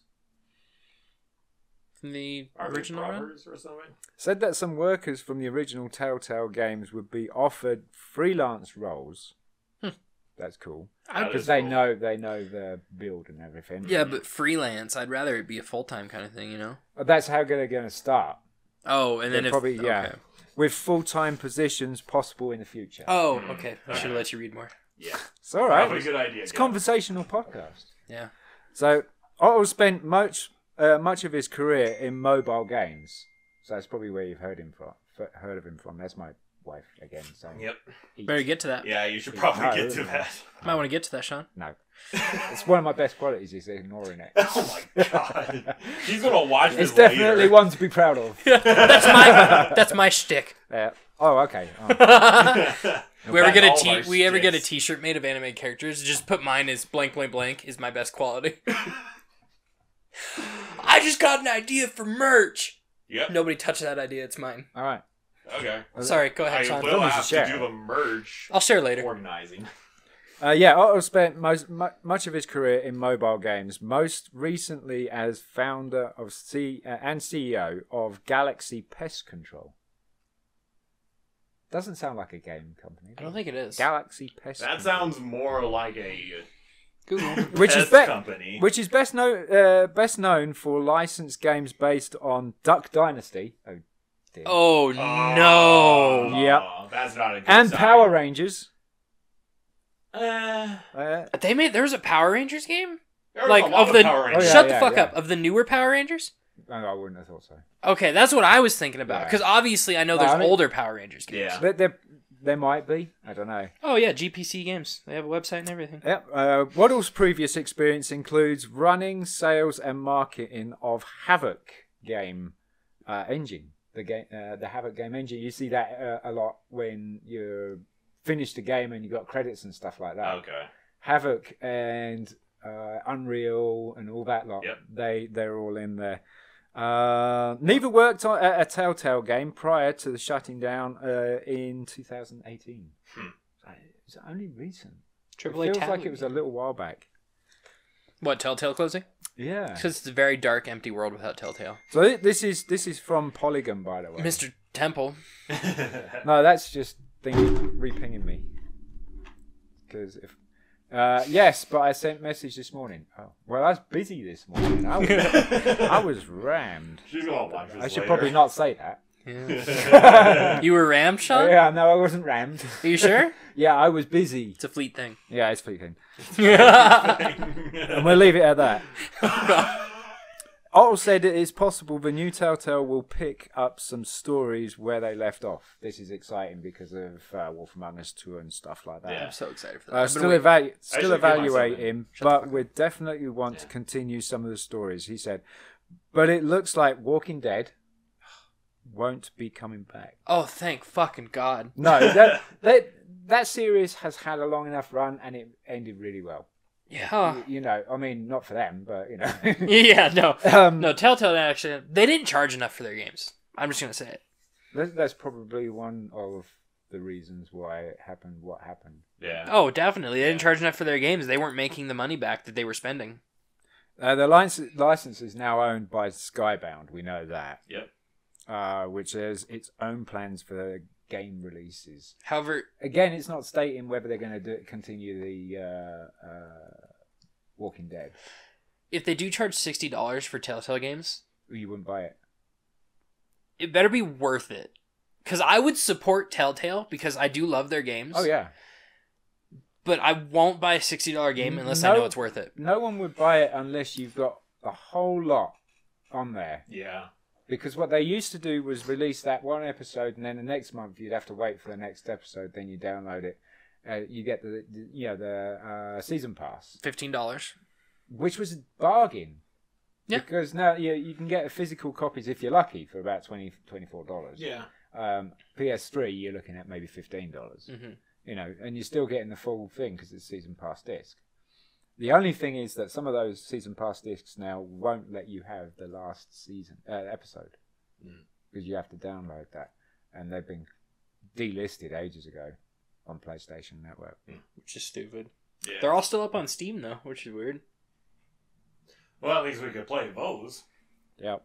C: From the
B: Are they
C: original run?
B: brothers or something?
A: Said that some workers from the original Telltale games would be offered freelance roles.
C: Hmm.
A: That's cool
C: I-
B: That
A: because
B: is
A: they
B: cool.
A: know they know the build and everything.
C: Yeah, but freelance. I'd rather it be a full time kind of thing, you know.
A: But that's how they're going to start
C: Oh, and then
A: They're
C: if,
A: probably- yeah.
C: okay.
A: with full time positions possible in the future.
C: Oh,
B: Hmm.
C: okay. I should have
B: Okay.
C: let you read more.
B: Yeah.
A: it's all
B: Probably
A: right.
B: a good idea.
A: It's a
B: Gavin.
A: conversational podcast.
C: Yeah.
A: So Otto spent much uh, much of his career in mobile games. So that's probably where you've heard him from. f- Heard of him from? That's my wife again. So
B: Yep.
A: eat.
C: Better get to that.
B: Yeah, you should
A: Yeah,
B: probably
A: no,
B: get
A: really.
B: to that.
C: Might want to get to that, Sean.
A: No, it's one of my best qualities is ignoring it.
B: Oh my god. He's gonna watch this
A: It's definitely
B: later.
A: one to be proud of.
C: that's my that's my shtick.
A: Yeah. Oh, okay. Oh.
C: we ever get a
B: That's all
C: t
B: our
C: we ever get a
B: shticks.
C: t shirt made of anime characters? Just put mine as blank blank blank is my best quality. I just got an idea for merch.
B: Yep.
C: Nobody touch that idea. It's mine.
A: All right.
B: Okay.
C: Sorry, go ahead,
B: I
C: Sean.
B: will
A: Someone
B: have
A: should
B: to
A: share.
B: do the merge
C: I'll share later.
B: organizing.
A: Uh, yeah, Otto spent most mu- much of his career in mobile games. Most recently, as founder of C uh, and CEO of Galaxy Pest Control. Doesn't sound like a game company.
C: I
A: does it?
C: don't think it is.
A: Galaxy Pest.
B: That
A: Control.
B: sounds more like a
C: Google.
A: which is
B: pest
A: be-
B: company.
A: which is best known uh, best known for licensed games based on Duck Dynasty. Oh dear.
B: Oh,
C: Oh no.
A: Yep.
B: That's not a good
A: and
B: sign.
A: Power Rangers.
B: Uh,
A: Uh,
C: They made there was a Power Rangers game?
B: there was
C: Like,
B: a lot
C: of the-
B: Power
A: Oh,
B: Rangers.
A: yeah,
C: Shut
A: yeah,
C: the fuck
A: yeah.
C: up. Of the newer Power Rangers?
A: no, oh, I wouldn't have thought so.
C: Okay, that's what I was thinking about.
A: Yeah.
C: Because obviously I know
A: No,
C: there's
A: I mean-
C: older Power Rangers games.
B: Yeah.
A: But there, there might be. I don't know.
C: Oh yeah, GPC games. They have a website and everything.
A: Yep. Uh, Waddle's previous experience includes running sales and marketing of Havoc game uh, engine. The game, uh, the Havoc game engine. You see that uh, a lot when you finish the game and you got credits and stuff like that.
B: Okay.
A: Havoc and uh, Unreal and all that lot.
B: Yep.
A: They they're all in there. Uh, neither worked on at a Telltale game prior to the shutting down uh, in 2018.
B: Hmm.
A: So It's only recent. It
C: Triple A
A: feels like it was a little while back.
C: What Telltale closing?
A: Yeah.
C: Because it's a very dark, empty world without Telltale.
A: So thi- this is this is from Polygon, by the way.
C: Mr. Temple.
A: No, that's just thing repinging me. Because if uh, yes, but I sent message this morning. Oh, well, I was busy this morning. I was, I was rammed.
B: She's gonna watch this
A: I should
B: later.
A: probably not say that.
C: Yeah. you were rammed, Sean?
A: yeah, no, I wasn't rammed.
C: Are you sure?
A: yeah, I was busy.
C: It's a fleet thing.
A: Yeah, it's fleeting.
C: yeah.
A: And we'll leave it at that. Otto said it is possible the new Telltale will pick up some stories where they left off. This is exciting because of uh, Wolf Among Us 2 and stuff like that.
B: Yeah.
C: I'm so excited for that.
A: Uh,
C: I've been
A: still
C: waiting-
A: evalu- still
B: should give myself
A: evaluating,
C: Shut the
A: but
C: fuck
A: we definitely want to
B: Yeah.
A: continue some of the stories. He said, but it looks like Walking Dead won't be coming back.
C: oh, thank fucking God.
A: No, that that that series has had a long enough run and it ended really well.
C: Yeah.
A: Y- You know, I mean, not for them, but you know,
C: Ah. yeah, no.
A: um,
C: No, Telltale actually, they didn't charge enough for their games. I'm just going to say it.
A: that, that's probably one of the reasons why it happened. What happened?
B: Yeah.
C: Oh, definitely. They didn't charge enough for their games. They weren't making the money back that they were spending.
A: Uh, the license, license is now owned by Skybound. We know that.
B: Yep.
A: Uh, which has its own plans for the game releases.
C: However,
A: Again, it's not stating whether they're going to do, continue the uh, uh, Walking Dead.
C: if they do charge $60 for Telltale games,
A: You wouldn't buy it.
C: it better be worth it. Because I would support Telltale because I do love their games.
A: Oh yeah,
C: But I won't buy a $60 game unless I
A: No.
C: know it's worth it.
A: no one would buy it unless you've got a whole lot on there.
B: Yeah.
A: Because what they used to do was release that one episode, and then the next month you'd have to wait for the next episode. Then you download it. Uh, you get the, the you know the uh, season pass.
C: $15.
A: which was a bargain.
C: Yeah.
A: Because now you, you can get physical copies if you're lucky for about 20 $24.
B: Yeah.
A: Um, PS3, you're looking at maybe $15. dollars
B: Mm.
C: hmm
A: You know, and you're still getting the full thing because it's season pass disc. The only thing is that some of those season pass discs now won't let you have the last season uh, episode
B: Mm.
A: because you have to download that, and they've been delisted ages ago on PlayStation Network.
C: Which is stupid.
B: Yeah.
C: They're all still up on Steam, though, which is weird.
B: well, at least we could play those.
A: Yep.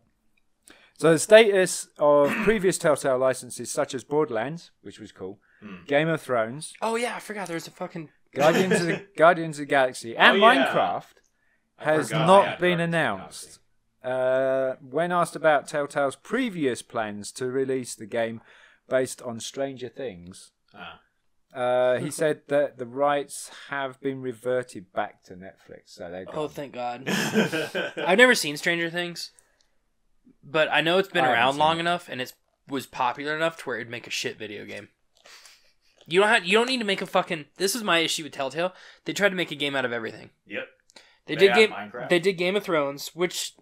A: So the status of previous Telltale licenses, such as Borderlands, which was cool,
B: Hmm.
A: Game of Thrones,
C: Oh, yeah, I forgot there was a fucking.
A: Guardians of the, Guardians of the Galaxy, and
B: Oh, yeah.
A: Minecraft,
B: I
A: has
B: forgot
A: not
B: I had
A: been
B: Guardians of the
A: announced.
B: Galaxy.
A: Uh, when asked about Telltale's previous plans to release the game based on Stranger Things,
B: Ah.
A: uh, he said that the rights have been reverted back to Netflix. So they
C: Oh, thank God.
B: I
C: I've never seen Stranger Things, but I know it's been
A: I haven't
C: around
A: seen
C: long
A: it.
C: enough, and it was popular enough to where it'd make a shit video game. You don't have, you don't need to make a fucking. This is my issue with Telltale. They tried to make a game out of everything.
B: Yep.
C: They,
B: They
C: did
B: got
C: game.
B: Minecraft.
C: They did Game of Thrones, which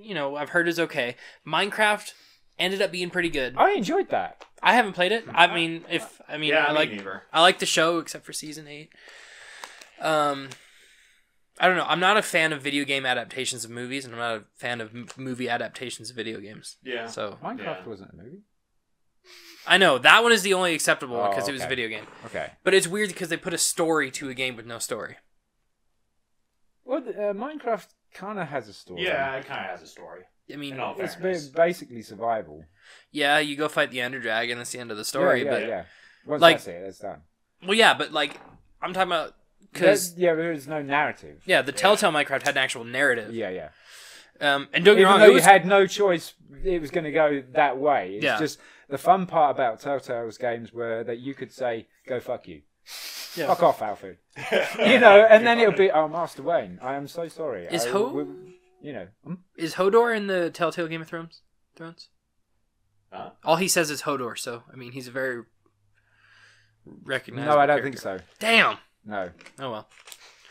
C: you know I've heard is okay. Minecraft ended up being pretty good.
A: I enjoyed that.
C: I haven't played it. I mean, if I mean,
B: yeah,
C: I
B: me
C: like
B: neither.
C: I like the show except for season eight. Um, I don't know. I'm not a fan of video game adaptations of movies, and I'm not a fan of m- movie adaptations of video games.
B: Yeah.
C: So
A: Minecraft
B: Yeah.
A: wasn't a movie.
C: I know that one is the only acceptable one
A: Oh,
C: because it was a
A: okay.
C: video game.
A: Okay.
C: But it's weird because they put a story to a game with no story.
A: Well, th- uh, Minecraft kind of has a story.
B: yeah, it kind of has a story.
C: I mean,
B: In all
A: It's
B: fairness.
A: ba- basically survival.
C: yeah, you go fight the Ender Dragon. That's the end of the
A: yeah,
C: story.
A: yeah,
C: but
A: yeah. Once
C: like-
A: that's it, that's done.
C: well, yeah, but like I'm talking about because
A: There's- yeah, there is no narrative.
C: yeah, the Telltale Minecraft had an actual narrative.
A: Yeah, yeah.
C: Um, and don't get me
A: Even
C: wrong,
A: though
C: it
A: you
C: was
A: had no choice, it was going to go that way. It's
C: Yeah.
A: just the fun part about Telltale's games were that you could say, "Go fuck you."
C: Yeah.
A: Fuck off, Alfred. You know, and then it'll be, "Oh, Master Wayne, I am so sorry."
C: Is
A: I
C: who-
A: will- You know, hmm?
C: Is Hodor in the Telltale Game of Thrones? Thrones?
B: Huh?
C: All he says is Hodor, so I mean he's a very recognized.
A: no, I don't think so.
C: Damn.
A: No,
C: Oh well.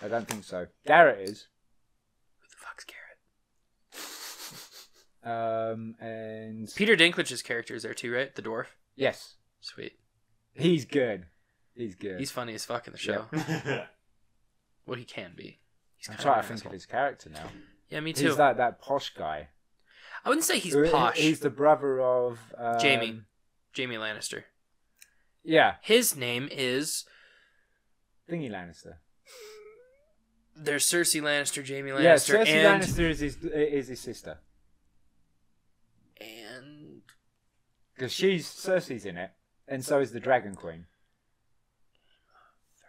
A: I don't think so. Garrett is,
C: Who the fuck's Garrett?
A: um, and
C: Peter Dinklage's character is there too, right? The dwarf.
A: yes,
C: Sweet.
A: he's good. He's good.
C: He's funny as fuck in the show. Well, he can be. He's
A: I'm
C: kind
A: trying
C: of
A: to
C: an
A: think of
C: asshole.
A: his character now.
C: Yeah, me too.
A: He's like that posh guy.
C: I wouldn't say he's
A: Who-
C: posh.
A: He's the brother of um,
C: Jamie. Jamie Lannister.
A: Yeah,
C: His name is.
A: Thingy Lannister.
C: There's Cersei Lannister, Jamie
A: yeah,
C: Lannister,
A: Cersei
C: and
A: Lannister is his is his sister
C: and
A: because she's Cersei's in it, and so is the Dragon Queen.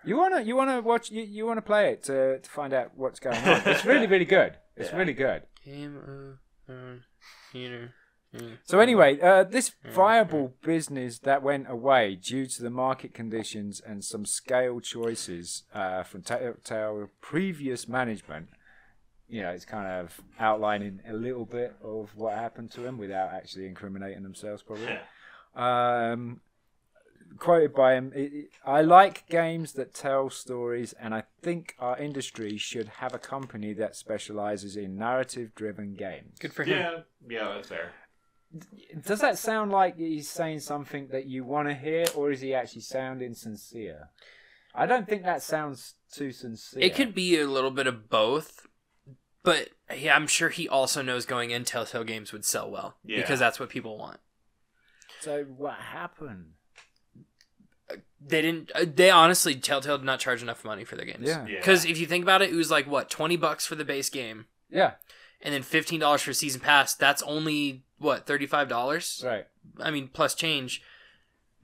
A: You wanna you wanna watch you, you wanna play it to, to find out what's going on. It's really really good. It's
B: Yeah.
A: really good.
C: Game of Thrones, Peter. Mm.
A: So anyway, uh, this viable business that went away due to the market conditions and some scale choices uh, from Telltale previous management you know, it's kind of outlining a little bit of what happened to them without actually incriminating themselves, probably. Um, quoted by him, "It- it- I like games that tell stories, and I think our industry should have a company that specializes in narrative driven games.
C: Good for him.
B: yeah, yeah, that's fair.
A: Does that sound like he's saying something that you want to hear, or is he actually sounding sincere? I don't think that sounds too sincere.
C: It could be a little bit of both, but yeah, I'm sure he also knows going in Telltale games would sell well
B: Yeah.
C: because that's what people want.
A: So, what happened?
C: They didn't. uh, They honestly Telltale did not charge enough money for their games.
A: Yeah.
B: Yeah,
C: Because if you think about it, it was like what twenty bucks for the base game,
A: Yeah,
C: and then fifteen dollars for a season pass. That's only what thirty five dollars.
A: right.
C: I mean, plus change.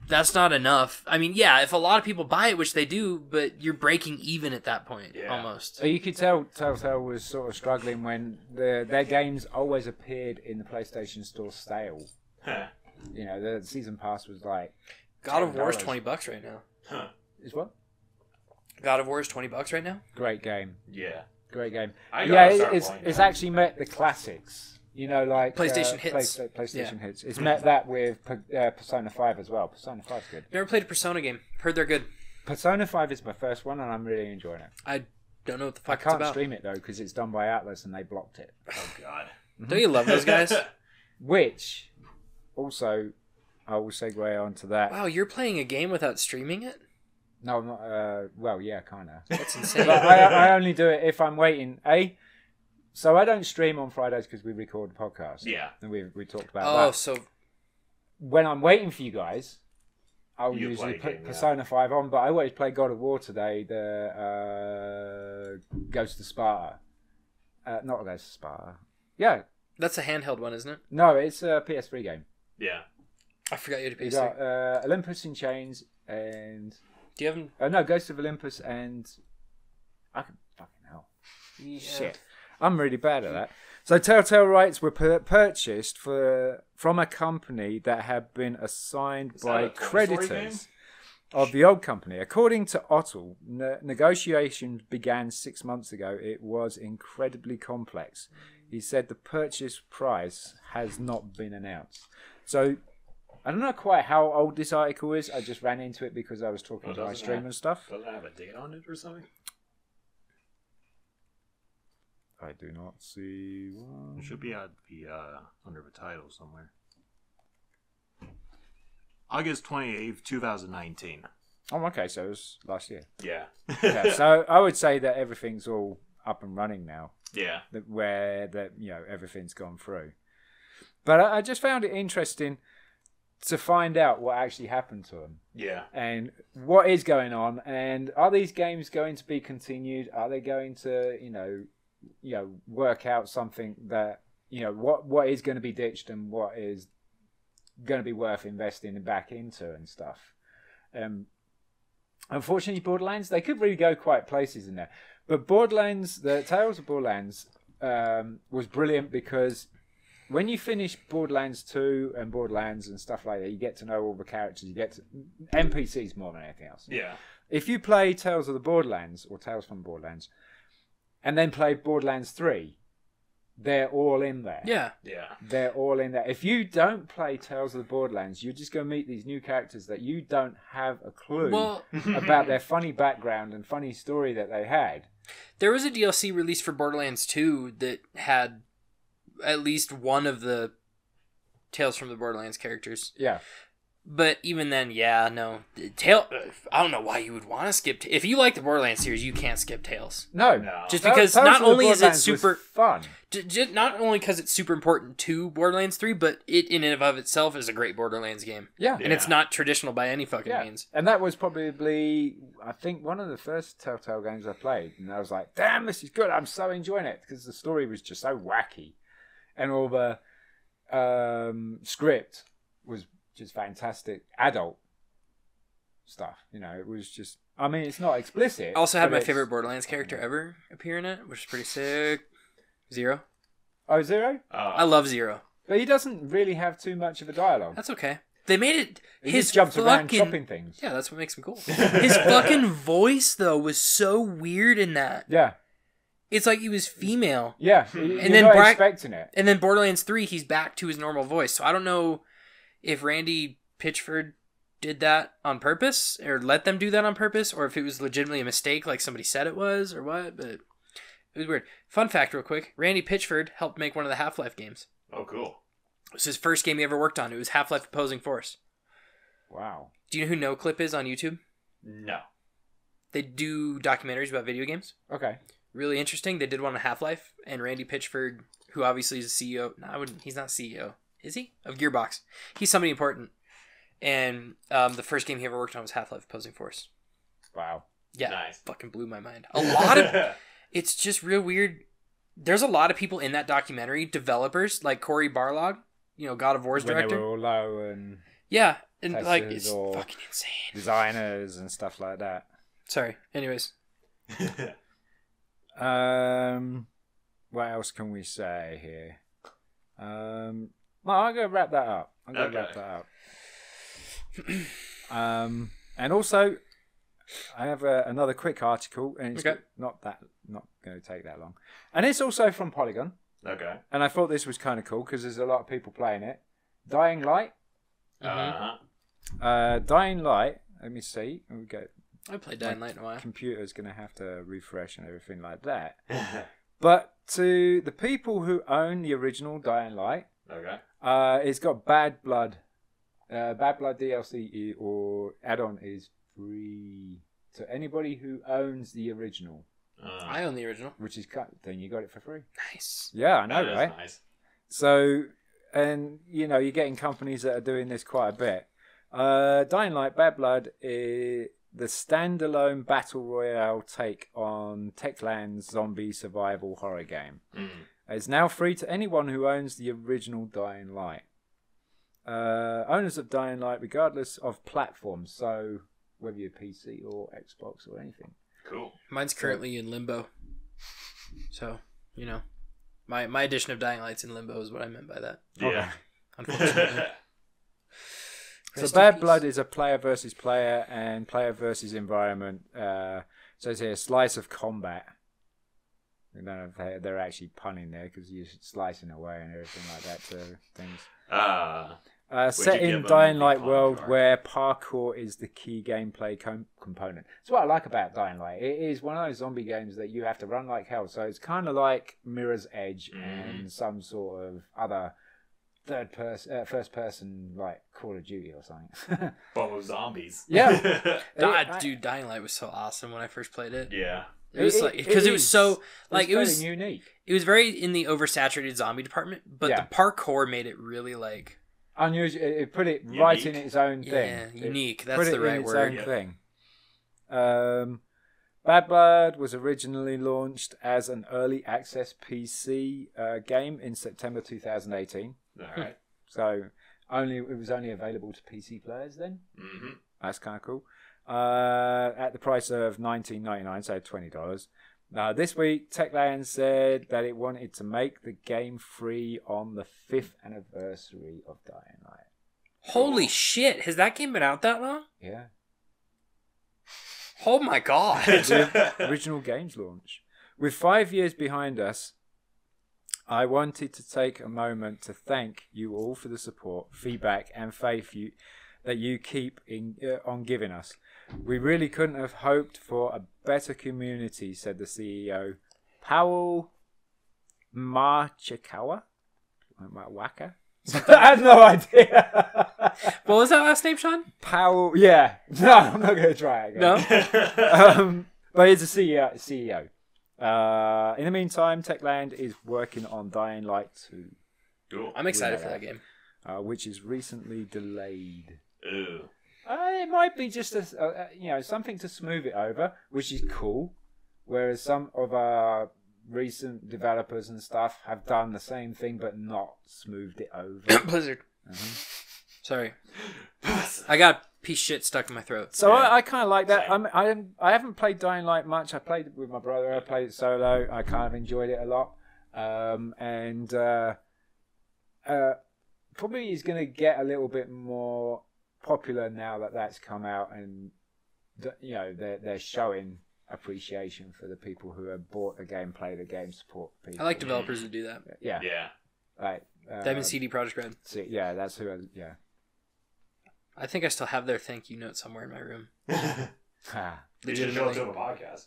C: That's not enough. I mean, yeah, if a lot of people buy it, which they do, but you're breaking even at that point
B: Yeah.
C: almost.
A: So you could tell Telltale was sort of struggling when the, their games always appeared in the PlayStation Store sale.
B: Huh.
A: You know, the season pass was like,
C: God of War is
A: $10.
C: twenty bucks right now.
A: is what?
C: God of War is twenty bucks right now.
A: Great game,
B: yeah.
A: great game.
B: I gotta
A: yeah, it-
B: start
A: it's
B: playing
A: it's
B: that.
A: actually met the classics. You know, like
C: PlayStation
A: uh,
C: hits.
A: Playsta- PlayStation
C: Yeah.
A: hits. It's met that with P- uh, Persona Five as well. Persona Five's good.
C: Never played a Persona game. Heard they're good.
A: Persona Five is my first one, and I'm really enjoying it.
C: I don't know what the
A: I
C: fuck it's
A: can't
C: about.
A: stream it though because it's done by Atlas and they blocked it.
B: Oh God.
C: Don't you love those guys?
A: Which also, I will segue onto that.
C: wow, you're playing a game without streaming it?
A: No, I'm not. Uh, well, yeah, kind of.
C: That's insane.
A: but I, I only do it if I'm waiting. A, so I don't stream on Fridays because we record the podcast.
B: Yeah.
A: and we we talked about
C: oh,
A: that.
C: so
A: When I'm waiting for you guys, I'll
B: You
A: usually
B: play a
A: put
B: game, yeah.
A: Persona Five on. But I always play God of War today. The uh, Ghost of Sparta, uh, not Ghost of Sparta. Yeah,
C: that's a handheld one, isn't it?
A: no, it's a PS3 game.
B: Yeah.
C: I forgot you had a
A: You
C: PS3.
A: got uh, Olympus in Chains and
C: Do you have them?
A: uh, no Ghost of Olympus and I can fucking hell. Shit. I'm really bad at that. So Telltale rights were pur- purchased for from a company that had been assigned
B: Is that
A: by
B: a Toy Story
A: creditors of the old company. According to Otto, ne- negotiations began six months ago. It was incredibly complex. He said the purchase price has not been announced. So I don't know quite how old this article is. I just ran into it because I was talking
B: Well,
A: to my
B: doesn't
A: stream
B: that-
A: and stuff.
B: Does it have a date on it or something?
A: I do not see. One.
B: It should be at the uh, under the title somewhere. August twenty eighth, two thousand nineteen.
A: Oh, okay. So it was last year.
B: Yeah.
A: yeah, so I would say that everything's all up and running now,
B: yeah.
A: that where that you know everything's gone through. But I, I just found it interesting to find out what actually happened to them
B: Yeah.
A: and what is going on, and are these games going to be continued? Are they going to you know you know work out something that you know what what is going to be ditched and what is going to be worth investing back into and stuff. Um, unfortunately, Borderlands they could really go quite places in there, but Borderlands, the Tales of Borderlands, um, was brilliant because when you finish Borderlands two and Borderlands and stuff like that, you get to know all the characters, you get to, NPCs more than anything else
B: Yeah.
A: if you play Tales of the Borderlands or Tales from Borderlands, and then play Borderlands Three, they're all in there.
C: Yeah.
B: Yeah.
A: They're all in there. If you don't play Tales of the Borderlands, you're just going to meet these new characters that you don't have a clue
C: Well,
A: about their funny background and funny story that they had.
C: there was a DLC release for Borderlands 2 that had at least one of the Tales from the Borderlands characters.
A: Yeah.
C: But even then, yeah, no. Tail I don't know why you would want to skip if you like the Borderlands series, you can't skip Tails.
A: No.
B: No.
C: Just
A: Tal-
C: because
A: Tales
C: not
A: of the
C: only is it
A: Borderlands was
C: super
A: fun.
C: J- j- not only because it's super important to Borderlands 3, but it in and of itself is a great Borderlands game.
A: Yeah.
C: And it's
B: Yeah.
C: not traditional by any fucking
A: Yeah.
C: means.
A: And that was probably, I think, one of the first Telltale games I played. And I was like, damn, this is good. I'm so enjoying it because the story was just so wacky. And all the um, script was just fantastic adult stuff. You know, it was just, I mean, it's not explicit.
C: I also had
A: but
C: my
A: it's-
C: favorite Borderlands character ever appear in it, which is pretty sick. Zero.
A: Oh, Zero?
C: I
B: Uh,
C: love Zero.
A: But he doesn't really have too much of a dialogue.
C: That's okay. They made it
A: He
C: his
A: just jumps around
C: fucking-
A: chopping things.
C: Yeah, that's what makes him cool. His fucking voice though was so weird in that.
A: Yeah.
C: It's like he was female,
A: Yeah, y- you're
C: then
A: not
C: Bra-
A: expecting it.
C: and then Borderlands Three, he's back to his normal voice. So I don't know if Randy Pitchford did that on purpose or let them do that on purpose, or if it was legitimately a mistake, like somebody said it was, or what. But it was weird. Fun fact, real quick: Randy Pitchford helped make one of the Half Life games.
B: Oh, cool.
C: It was his first game he ever worked on. It was Half Life Opposing Force.
A: Wow.
C: Do you know who No Clip is on YouTube?
B: No.
C: They do documentaries about video games.
A: Okay.
C: Really interesting. They did one on Half Life, and Randy Pitchford, who obviously is the CEO. No, I wouldn't. He's not CEO, is he? Of Gearbox. He's somebody important. And um, the first game he ever worked on was Half Life Opposing Force.
A: Wow.
C: Yeah,
B: Nice.
C: fucking blew my mind. A lot of it's just real weird. There's a lot of people in that documentary, developers like Corey Barlog, you know, God of War's
A: When
C: director.
A: they were all low and
C: Yeah, and like
A: Testers
C: it's
A: or-
C: fucking insane.
A: designers and stuff like that.
C: Sorry. Anyways,
A: Um, what else can we say here? Um, no, I'm gonna wrap that up. I'm gonna wrap
B: Okay.
A: that up. um, and also, I have a, another quick article, and it's
C: Okay.
A: not that not going to take that long, and it's also from Polygon.
B: okay.
A: And I thought this was kind of cool because there's a lot of people playing it. Dying Light, Uh-huh.
B: Uh huh.
C: Mm-hmm.
A: uh, Dying Light. Let me see. We go.
C: I played Dying Light in a while.
A: Computer's going to have to refresh and everything like that.
B: okay.
A: But to the people who own the original Dying Light, uh, it's got Bad Blood. Uh, Bad Blood DLC i- or add-on is free to anybody who owns the original,
B: Uh,
C: I own the original.
A: which is cut. Then you got it for free.
C: Nice.
A: Yeah, I
B: that
A: know,
B: is
A: right?
B: nice.
A: So, and you know, you're getting companies that are doing this quite a bit. Uh, Dying Light, Bad Blood, is the standalone battle royale take on Techland's zombie survival horror game.
B: Mm.
A: It's now free to anyone who owns the original Dying Light. Uh, owners of Dying Light, regardless of platform, so whether you're PC or Xbox or anything.
B: Cool.
C: Mine's currently in limbo. So, you know, my my edition of Dying Light's in limbo is what I meant by that.
B: Yeah.
C: Unfortunately.
A: so Bad Blood is a player versus player and player versus environment. Uh, so it's here slice of combat. I don't know if they're, they're actually punning there because you're slicing away and everything like that to things.
B: uh,
A: Uh, set
B: you
A: in
B: give 'em
A: Dying
B: the
A: Light
B: punch
A: world
B: card?
A: where parkour is the key gameplay com- component. That's what I like about Dying Light. It is one of those zombie games that you have to run like hell. So it's kind of like Mirror's Edge
C: Mm.
A: and some sort of other third person, uh, first person like Call of Duty or something.
B: but with zombies.
A: Yeah.
C: God,
A: It- I-
C: dude, Dying Light was so awesome when I first played it.
B: yeah.
C: It was
A: It-
C: like
A: it-
C: because
A: it
C: it was
A: is.
C: so
A: It's
C: like it
A: very
C: was
A: unique.
C: it was very in the oversaturated zombie department, but
A: Yeah.
C: the parkour made it really like
A: Unusual. It, it put it right in
B: Unique.
A: its own thing.
C: yeah
A: It
C: unique.
A: put
C: That's
A: it
C: the
A: in
C: right
A: its
C: word.
A: own
B: Yeah.
A: thing. Um, Bad Blood was originally launched as an early access PC uh, game in September 2018.
B: All right.
A: So only it was only available to PC players then.
B: Mm-hmm.
A: That's kind of cool. Uh, at the price of 19.99, so twenty dollars. Now this week, Techland said that it wanted to make the game free on the fifth anniversary of Dying Light.
C: Holy shit! Has that game been out that long?
A: Yeah,
C: Oh my god!
A: original games launch. With five years behind us, I wanted to take a moment to thank you all for the support, feedback, and faith you that you keep in, uh, on giving us. We really couldn't have hoped for a better community," said the E CEO, Powell Marchikawa. Waka. I had no idea.
C: what was that last name, Sean?
A: Powell. Yeah. No, I'm not going to try it again
C: No.
A: um, but he's a CEO. CEO. E Uh, in the meantime, Techland is working on Dying Light 2,
B: cool.
C: I'm excited
A: Yeah.
C: for that game.
A: uh, which is recently delayed.
B: Ooh.
A: Uh, it might be just a, uh, you know something to smooth it over, which is cool. Whereas some of our recent developers and stuff have done the same thing but not smoothed it over. Uh-huh.
C: Blizzard. Sorry,
B: Awesome.
C: I got a piece of shit stuck in my throat.
A: So
B: Yeah.
A: I, I kind of like that. I'm, I'm, I haven't played Dying Light much. I played it with my brother. I played it solo. I kind of enjoyed it a lot. Um, and uh, uh, probably is going to get a little bit more popular now that that's come out and th- you know they're, they're showing appreciation for the people who have bought the game, play the game, support people.
C: I like developers that do that.
A: yeah,
B: Yeah.
A: like uh,
C: Diamond CD Project Red.
A: so- yeah, that's who. I, yeah,
C: I think I still have their thank you note somewhere in my room.
A: Ha.
B: you should show it to
C: Legitimately,
B: a podcast.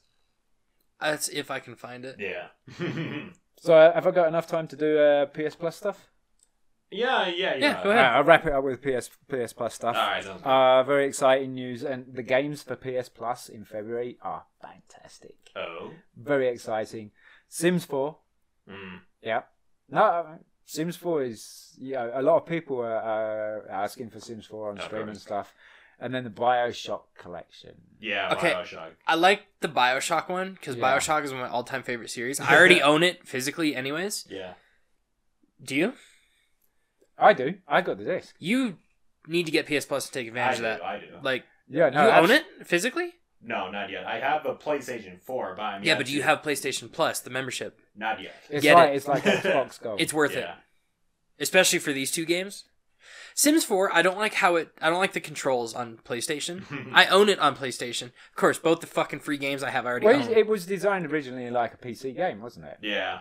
C: that's if I can find it.
B: Yeah.
A: so uh, have I got enough time to do uh, PS Plus stuff?
B: yeah, yeah,
C: Yeah, go
A: Uh,
C: ahead.
A: I'll wrap it up with PS PS Plus stuff.
B: All right. sounds good.
A: Uh, very exciting news, and the games for PS Plus in February are fantastic.
B: Oh.
A: Very exciting. Sims 4,
B: Mm.
A: yeah. No, uh, Sims 4 is, you know, a lot of people are uh, asking for Sims 4 on
B: Oh,
A: stream and
B: perfect.
A: stuff. And then the Bioshock collection.
B: Yeah.
C: Okay.
B: Bioshock.
C: I like the Bioshock one because
A: Yeah.
C: Bioshock is one of my all time favorite series. I already own it physically, anyways.
B: Yeah.
C: Do you?
A: I do. I got the disc.
C: You need to get PS Plus to take
B: I
C: advantage
B: do,
C: of that.
B: I do.
C: Like,
A: Yeah, no,
C: you
A: abs-
C: own it physically?
B: No, not yet. I have a PlayStation 4, but I'm
C: Yeah,
B: yet
C: but do you
B: to-
C: have PlayStation Plus, the membership?
B: Not yet.
A: It's
C: Get
A: like
C: it.
A: it's like Xbox Gold.
C: It's worth it,
B: Oh, yeah.
C: especially for these two games. Sims 4, I don't like how it, I don't like the controls on PlayStation. I own it on PlayStation. Of course, both the fucking free games I have I already
A: Well,
C: own.
A: it was designed originally like a PC game, wasn't it?
B: yeah.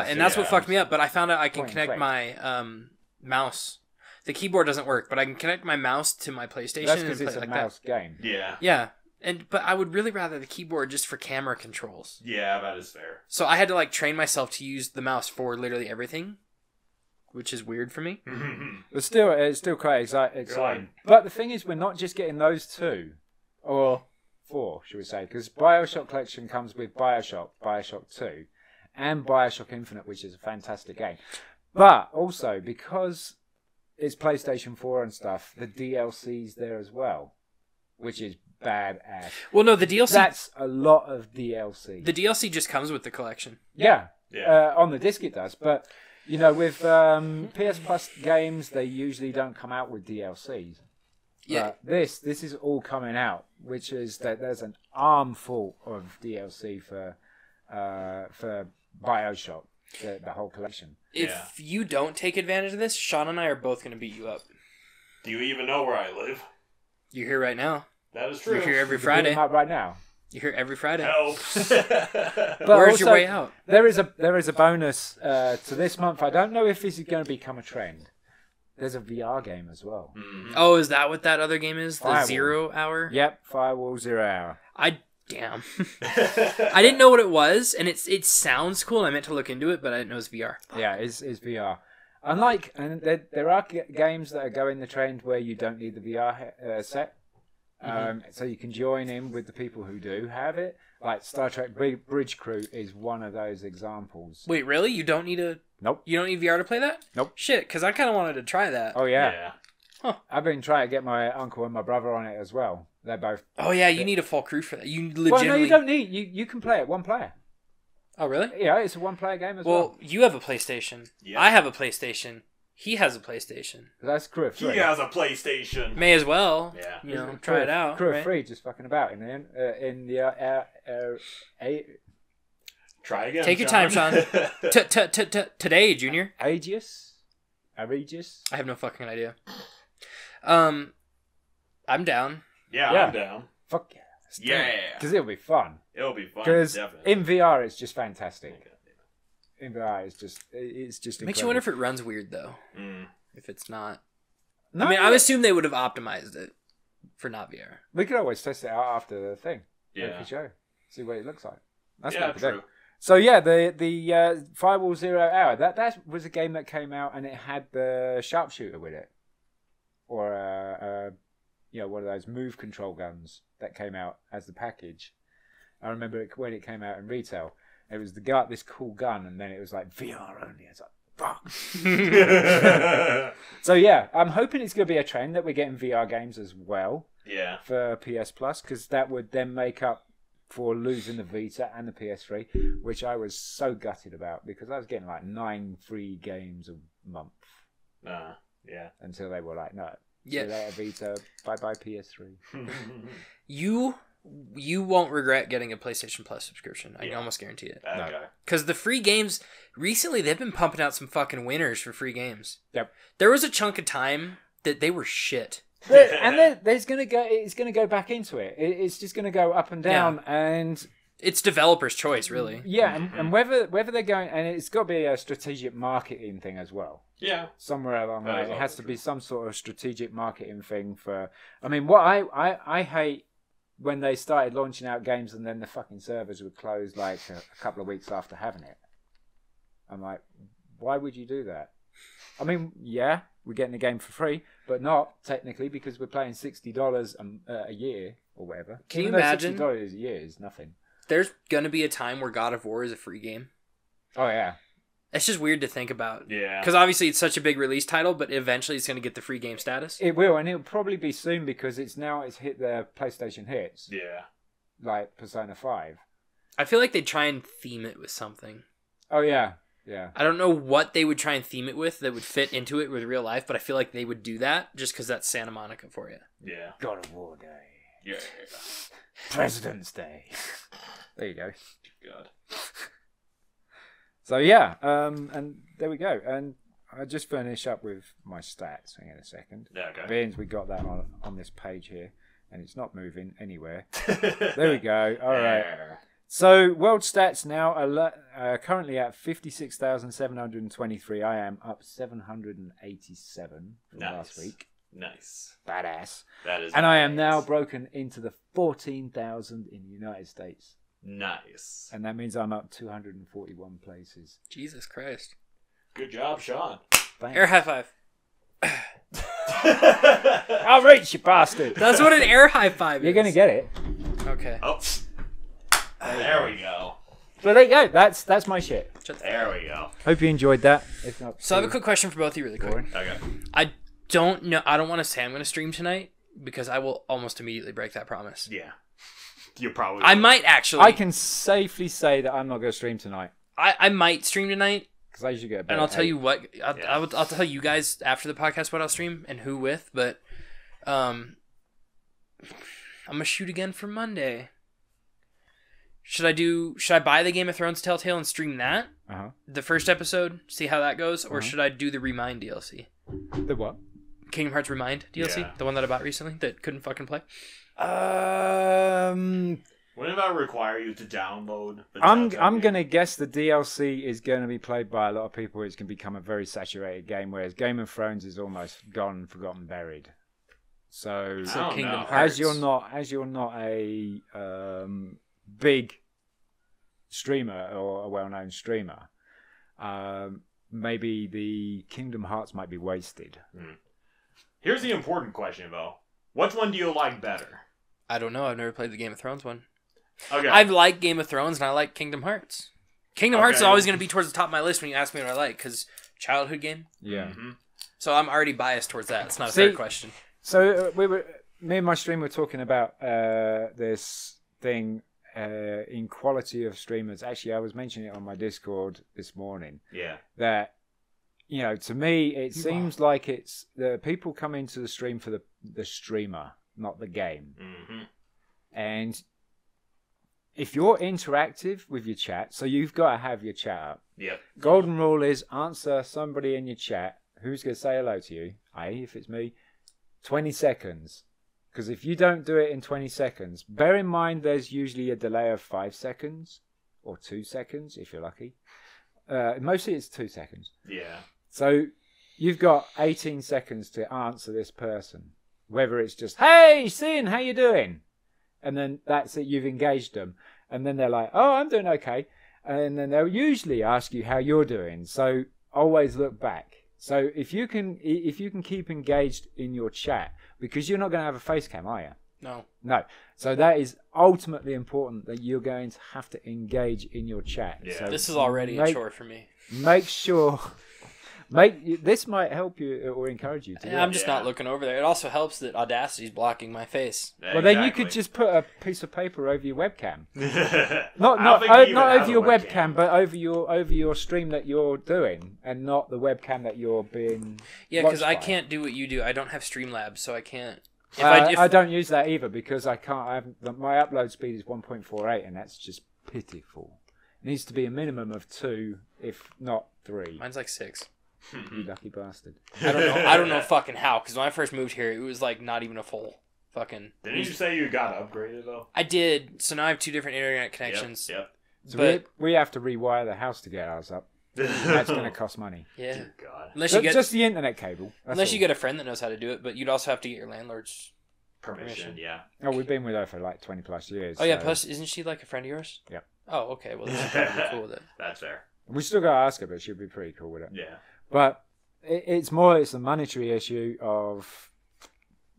B: Yeah,
C: and
B: so
C: that's
B: yeah.
C: what fucked me up. But I found out I can
A: Point and
C: connect
A: click.
C: my um, mouse. The keyboard doesn't work, but I can connect my mouse to my PlayStation
A: That's
C: and
A: because
C: play
A: it's
C: it
A: a
C: like
A: mouse game.
B: Yeah.
C: that. Yeah, and but I would really rather the keyboard just for camera controls.
B: Yeah, that is fair.
C: So I had to like train myself to use the mouse for literally everything, which is weird for me.
A: But still, it's still quite exci- exciting.
B: Right.
A: But the thing is, we're not just getting those two, or four, should we say? Because Bioshock Collection comes with Bioshock, Bioshock Two, and Bioshock Infinite, which is a fantastic game. But also because it's PlayStation Four and stuff, the DLC's there as well, which is badass.
C: Well, no, the DLC
A: That's a lot of DLC.
C: the DLC just comes with the collection.
A: yeah,
B: yeah.
A: uh, on the disc it does, but you know, with um, PS Plus games, they usually don't come out with DLCs.
C: Yeah,
A: But this this is all coming out, which is that there's an armful of DLC for uh, for Bioshock, the, the whole collection.
C: if
B: Yeah.
C: you don't take advantage of this, Sean and I are both going to beat you up.
B: do you even know where I live?
C: You're here right now.
B: That is true.
C: You're here every
A: You can pick
C: Friday.
A: them up right now.
C: You're here every Friday.
B: Help.
A: But
C: Where's your
A: also-
C: way out?
A: There is a there is a bonus uh, to this month. I don't know if this is going to become a trend. There's a VR game as well.
B: Mm.
C: Oh, is that what that other game is? The
A: Firewall.
C: Zero Hour.
A: Yep, Firewall Zero Hour.
C: I damn. I didn't know what it was, and it's it sounds cool. I meant to look into it, but I didn't know it's VR.
A: Yeah, it's, it's VR. Unlike, and there, there are g- games that are going the trend where you don't need the VR he- uh, set. Um,
C: Mm-hmm.
A: So you can join in with the people who do have it. Like Star Trek Bri- Bridge Crew is one of those examples.
C: Wait, really? You don't need a
A: Nope.
C: you don't need VR to play that?
A: Nope.
C: Shit, because I kind of wanted to try that.
A: Oh, yeah.
B: yeah.
A: I've been trying to get my uncle and my brother on it as well. They're both.
C: Oh yeah, you need a full crew for that. You legitimately.
A: Well, no, you don't need. You, you can play it one player.
C: Oh really?
A: Yeah, it's a one player game as
C: Well,
A: well.
C: you have a PlayStation.
B: Yeah.
C: I have a PlayStation. He has a PlayStation.
A: That's crew of
B: He
A: three.
B: has a PlayStation.
C: May as well.
B: Yeah.
C: You know,
A: Crew
C: try
A: of-
C: it out.
A: Crew
C: right?
A: of three just fucking about in the uh, in the uh, air, air, air,
B: Try again.
C: Take your time, T- t- t- t- Today, Junior.
A: Aegis? Aegis?
C: I have no fucking idea. Um, I'm down.
B: yeah,
A: Yeah.
B: I'm down.
A: Fuck yeah.
B: Yeah.
A: Because it'll be fun.
B: It'll be fun.
A: Because
B: Definitely.
A: in VR, it's just fantastic. In VR, it's just, it- it's just
C: Makes you wonder
A: incredible.
C: if it runs weird though.
B: Mm.
C: If it's not.
A: No,
C: I mean, I would assume they would have optimized it for not VR.
A: we could always test it out after the thing. Make
B: Yeah.
A: a show. See what it looks like. That's
B: yeah,
A: not bad.
B: true.
A: So yeah, the the uh, Firewall Zero Hour that that was a game that came out and it had the sharpshooter with it, or uh, uh, you know one of those move control guns that came out as the package. I remember it, when it came out in retail. It was the got this cool gun, and then it was like VR only. It's like fuck. So yeah, I'm hoping it's going to be a trend that we're getting VR games as well
B: yeah.
A: for PS Plus because that would then make up for losing the Vita and the PS3, which I was so gutted about because I was getting like nine free games a month
B: Uh, yeah.
A: until they were like, no, yeah,
C: Yeah,
A: Vita, bye bye PS3.
C: you you won't regret getting a PlayStation Plus subscription. I can
B: Yeah.
C: almost guarantee it.
B: Bad
A: No.
B: guy.
C: Because the free games recently, they've been pumping out some fucking winners for free games.
A: Yep.
C: There was a chunk of time that they were shit.
A: There- and there, there's gonna go, it's gonna go back into it. it it's just gonna go up and down, and
C: it's developer's choice, really.
A: Yeah, and, and whether whether they're going, and it's got to be a strategic marketing thing as well.
B: Yeah.
A: Somewhere along the
B: That
A: way,
B: is
A: it
B: also
A: has to be some sort of strategic marketing thing for. I mean, what I, I I hate when they started launching out games and then the fucking servers would close like a, a couple of weeks after having it. I'm like, why would you do that? I mean, yeah, we're getting the game for free, but not technically because we're playing sixty dollars uh, a year or whatever.
C: Can you
A: Even though
C: imagine?
A: Sixty dollars a year is nothing.
C: There's gonna be a time where God of War is a free game.
A: Oh yeah.
C: That's just weird to think about.
B: Yeah.
C: Because obviously it's such a big release title, but eventually it's gonna get the free game status.
A: It will, and it'll probably be soon because it's now it's hit their PlayStation hits,
B: Yeah.
A: like Persona Five.
C: I feel like they try and theme it with something.
A: Oh yeah, yeah.
C: I don't know what they would try and theme it with that would fit into it with real life, but I feel like they would do that just because that's Santa Monica for you.
B: Yeah.
A: God of War Day,
B: Yeah.
A: President's Day. there you go.
B: Good.
A: So yeah, um, and there we go. And I just finish up with my stats. Hang on a second.
B: Yeah, okay.
A: Beans, we got that on on this page here, and it's not moving anywhere. There we go. All right. So world stats now are le- uh, currently at fifty six thousand seven hundred and twenty three. I am up seven hundred and eighty seven from last
B: Nice.
A: week.
B: Nice.
A: Badass.
B: That is.
A: And I am now
B: nice.
A: broken into the fourteen thousand in the United States,
B: Nice.
A: and that means I'm up two hundred and forty one places.
C: Jesus Christ.
B: Good job, Sean.
A: Thanks.
C: Air high five.
B: Oh.
A: I'll reach you, bastard.
C: That's what an air high five is.
A: You're gonna get it.
C: Okay.
B: oh. There we go.
A: But there you go. That's that's my shit.
C: Shut the-
B: There we go.
A: Hope you enjoyed that. If not,
C: So I have a quick question for both of you, really quick.
A: boring.
B: Okay.
C: I don't know. I don't want to say I'm going to stream tonight because I will almost immediately break that promise.
B: Yeah. You probably.
C: I might actually.
A: I can safely say that I'm not going to stream tonight
C: I, I might stream tonight,
A: because I usually get. a bit
C: and I'll tell
A: eight.
C: you what. I,
B: Yeah.
C: I will, I'll tell you guys after the podcast what I'll stream and who with. But um, I'm gonna shoot again for Monday. Should I do? Should I buy the Game of Thrones Telltale and stream that
A: Uh-huh.
C: the first episode, see how that goes, or
A: Mhm.
B: Mm-hmm.
C: should I do the Remind DLC,
A: The what?
C: Kingdom Hearts Remind DLC,
B: Yeah.
C: the one that I bought recently that couldn't fucking play?
A: Um,
B: Wouldn't that require you to download? the
A: I'm
B: Telltale
A: I'm
B: game?
A: gonna guess the DLC is going to be played by a lot of people. It's going to become a very saturated game, whereas Game of Thrones is almost gone, forgotten, buried. So
B: I don't
C: Kingdom
B: know.
C: Hearts.
A: as you're not as you're not a um, big streamer or a well-known streamer, um, maybe the Kingdom Hearts might be wasted.
B: Here's the important question, though. Which one do you like better?
C: I don't know. I've never played the Game of Thrones one.
B: Okay.
C: I like Game of Thrones and I like Kingdom Hearts. Kingdom Hearts is
B: Okay.
C: always going to be towards the top of my list when you ask me what I like because childhood game.
A: Yeah.
B: Mhm.
C: So I'm already biased towards that. It's not a
A: See-
C: fair question.
A: So uh, we were, me and my stream were talking about uh, this thing uh, in quality of streamers. Actually, I was mentioning it on my Discord this morning
B: Yeah.
A: that you know to me it seems like it's the people come into the stream for the the streamer, not the game.
B: Mhm.
A: And if you're interactive with your chat, so you've got to have your chat up.
B: Yep.
A: Golden rule is answer somebody in your chat who's going to say hello to you, i.e., if it's me, 20 seconds. Because if you don't do it in 20 seconds, bear in mind there's usually a delay of five seconds or two seconds if you're lucky. Uh, mostly it's two seconds.
B: Yeah.
A: So you've got 18 seconds to answer this person, whether it's just, hey, Sin, how you doing? And then that's it, you've engaged them. And then they're like, oh, I'm doing okay. And then they'll usually ask you how you're doing. So always look back. So if you can, if you can keep engaged in your chat, because you're not going to have a face cam, are you?
C: No.
A: No. So that is ultimately important that you're going to have to engage in your chat.
B: Yeah.
A: So
C: This is already a
A: make-
C: chore for me.
A: make sure make this might help you or encourage you to do
C: Yeah, I'm
A: it.
C: just
B: Yeah.
C: not looking over there. It also helps that Audacity's blocking my face.
A: well then you could just put a piece of paper over your webcam
B: just
A: not not, o- not over your webcam. but over your over your stream that you're doing and not the webcam that you're being
C: Yeah, because
A: watched
C: I
A: by.
C: can't do what you do. I don't have Streamlabs, so I can't. If
A: Uh,
C: I, if,
A: I don't use that either because I can't. I haven't, my upload speed is 1.48, and that's just pitiful. It needs to be a minimum of two, if not three.
C: mine's like six.
A: You lucky bastard.
C: I don't know. I don't know fucking how. Because when I first moved here, it was like not even a full. fucking.
B: Didn't you say you got upgraded though?
C: I did. So now I have two different internet
B: Yep,
C: connections.
B: Yep.
A: So
C: But-
A: we, we have to rewire the house to get ours up. That's going to cost money.
C: Yeah.
B: Dear God.
C: Unless you
A: Just,
C: get
A: just the internet cable. that's
C: unless
A: all.
C: you get a friend that knows how to do it, but you'd also have to get your landlord's.
B: Permission.
C: Permission.
B: Yeah.
A: Oh, we've been with her for like twenty plus years.
C: Oh yeah.
A: so-
C: Plus, isn't she like a friend of yours?
A: Yeah.
C: Oh okay. Well, that's probably cool with it.
B: That's fair.
A: we still got to ask her, but she'll be pretty cool with it.
B: Yeah.
A: But it, it's more it's a monetary issue of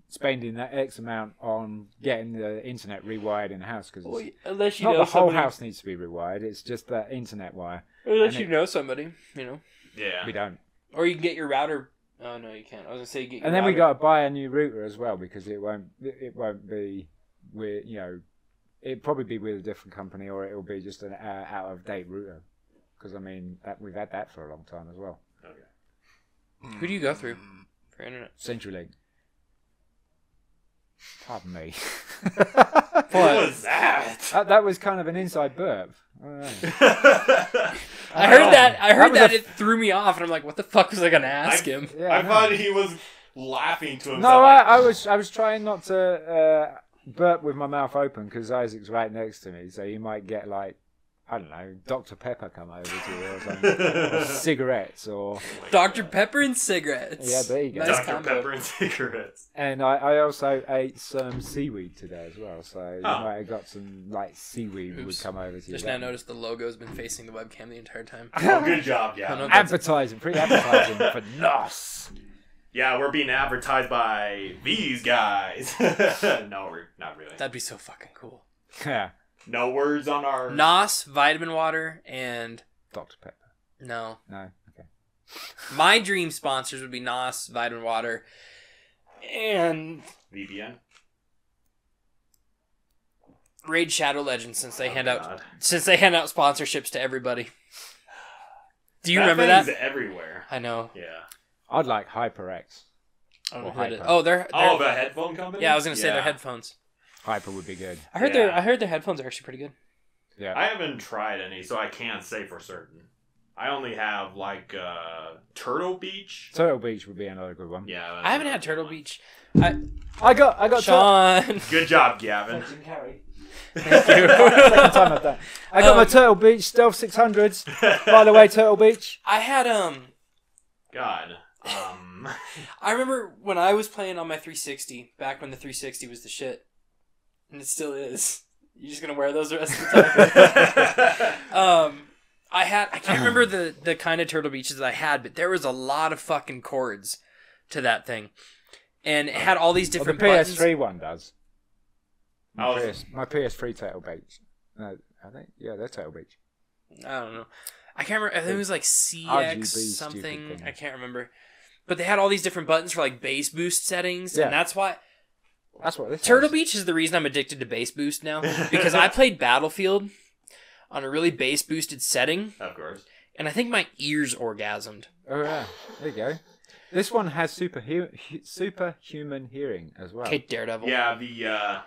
A: spending that X amount on getting the internet rewired in the house because
C: Well, unless you
A: not
C: know
A: the whole
C: somebody-
A: house needs to be rewired. It's just that internet wire.
C: Unless
A: and
C: you
A: it-
C: know somebody, you know,
B: Yeah.
A: We don't,
C: or you can get your router. Oh no, you can't. I was gonna say you get. Your
A: and then we got
C: router.
A: to buy a new router as well because it won't it won't be with you know it'd probably be with a different company or it'll be just an uh, out of date router because I mean that we've had that for a long time as well.
C: Who do you go through for internet?
A: CenturyLink. Pardon me.
B: What was that?
A: That, that was kind of an inside burp. I don't know.
C: I heard
A: Oh.
C: that. I heard
A: was
C: that.
A: a-
C: it threw me off, and I'm like, "What the fuck was I gonna ask him?"
A: Yeah,
B: I
A: know.
B: thought he was laughing to himself.
A: No,
B: like,
A: I, I was I was trying not to uh, burp with my mouth open because Isaac's right next to me, so you might get like I don't know, Dr Pepper come over to you or something, or cigarettes or
C: Dr. Pepper and cigarettes.
A: yeah, there you go.
C: Nice
B: Dr.
C: combo.
B: Pepper and cigarettes.
A: And I, I also ate some seaweed today as well, so you
B: Oh.
A: might have got some like seaweed would
C: Oops.
A: come over to you.
C: Just now
A: then.
C: noticed the logo's been facing the webcam the entire time.
B: Oh, good job,
C: I
B: yeah.
C: don't
A: Advertising, pretty advertising for NOS.
B: Yeah, we're being advertised by these guys. no, we're not really.
C: That'd be so fucking cool.
A: Yeah,
B: No words on our.
C: Nos, vitamin water, and
A: Dr Pepper.
C: no.
A: No, okay.
C: My dream sponsors would be Nos, vitamin water, and
B: VPN.
C: Raid Shadow Legends since they
B: Oh,
C: hand out
B: God.
C: since they hand out sponsorships to everybody. Do you
B: That
C: remember
B: thing's
C: that?
B: everywhere.
C: I know.
B: Yeah.
A: I'd like HyperX.
C: I don't know
A: Or
C: who it is.
A: Hyper.
C: Oh, they're,
B: Oh,
C: they're-
B: the headphone company.
C: yeah. I was gonna say
B: Yeah.
C: their headphones.
A: Hyper would be good.
C: I heard
B: Yeah.
C: their I heard their headphones are actually pretty good.
A: Yeah.
B: I haven't tried any, so I can't say for certain. I only have like uh, Turtle Beach.
A: Turtle Beach would be another good one.
B: Yeah. that's
C: I haven't
B: another
C: had Turtle
B: one.
C: Beach.
A: I got, I got. Tur-
C: Sean,
B: Good job, Gavin.
A: Second time I've done. it. I got my
C: Um,
A: Turtle Beach Stealth 600s. By the way, Turtle Beach.
C: I had um
B: God. Um.
C: I remember when I was playing on my 360 back when the 360 was the shit, and it still is. You're just gonna wear those the rest of the time. um, I had I can't remember the the kind of turtle beaches that I had, but there was a lot of fucking cords to that thing, and it had all these
A: Well, the
C: different buttons. Oh.
A: PS3 one does. My,
B: I was-
A: PS, my PS3 Turtle Beach. No, I think yeah, they're Turtle Beach.
C: I don't know. I can't remember. I think it was like
A: RGB
C: CX
A: stupid
C: something.
A: thing.
C: I can't remember. But they had all these different buttons for like bass boost settings,
A: Yeah.
C: and that's why
A: That's what this
C: Turtle
A: is.
C: Beach is the reason I'm addicted to bass boost now because I played Battlefield on a really bass boosted setting,
B: of course.
C: and I think my ears orgasmed.
A: Oh yeah, there you go. This one has super superhuman hearing as well.
C: Okay, Daredevil.
B: Yeah. The. Uh,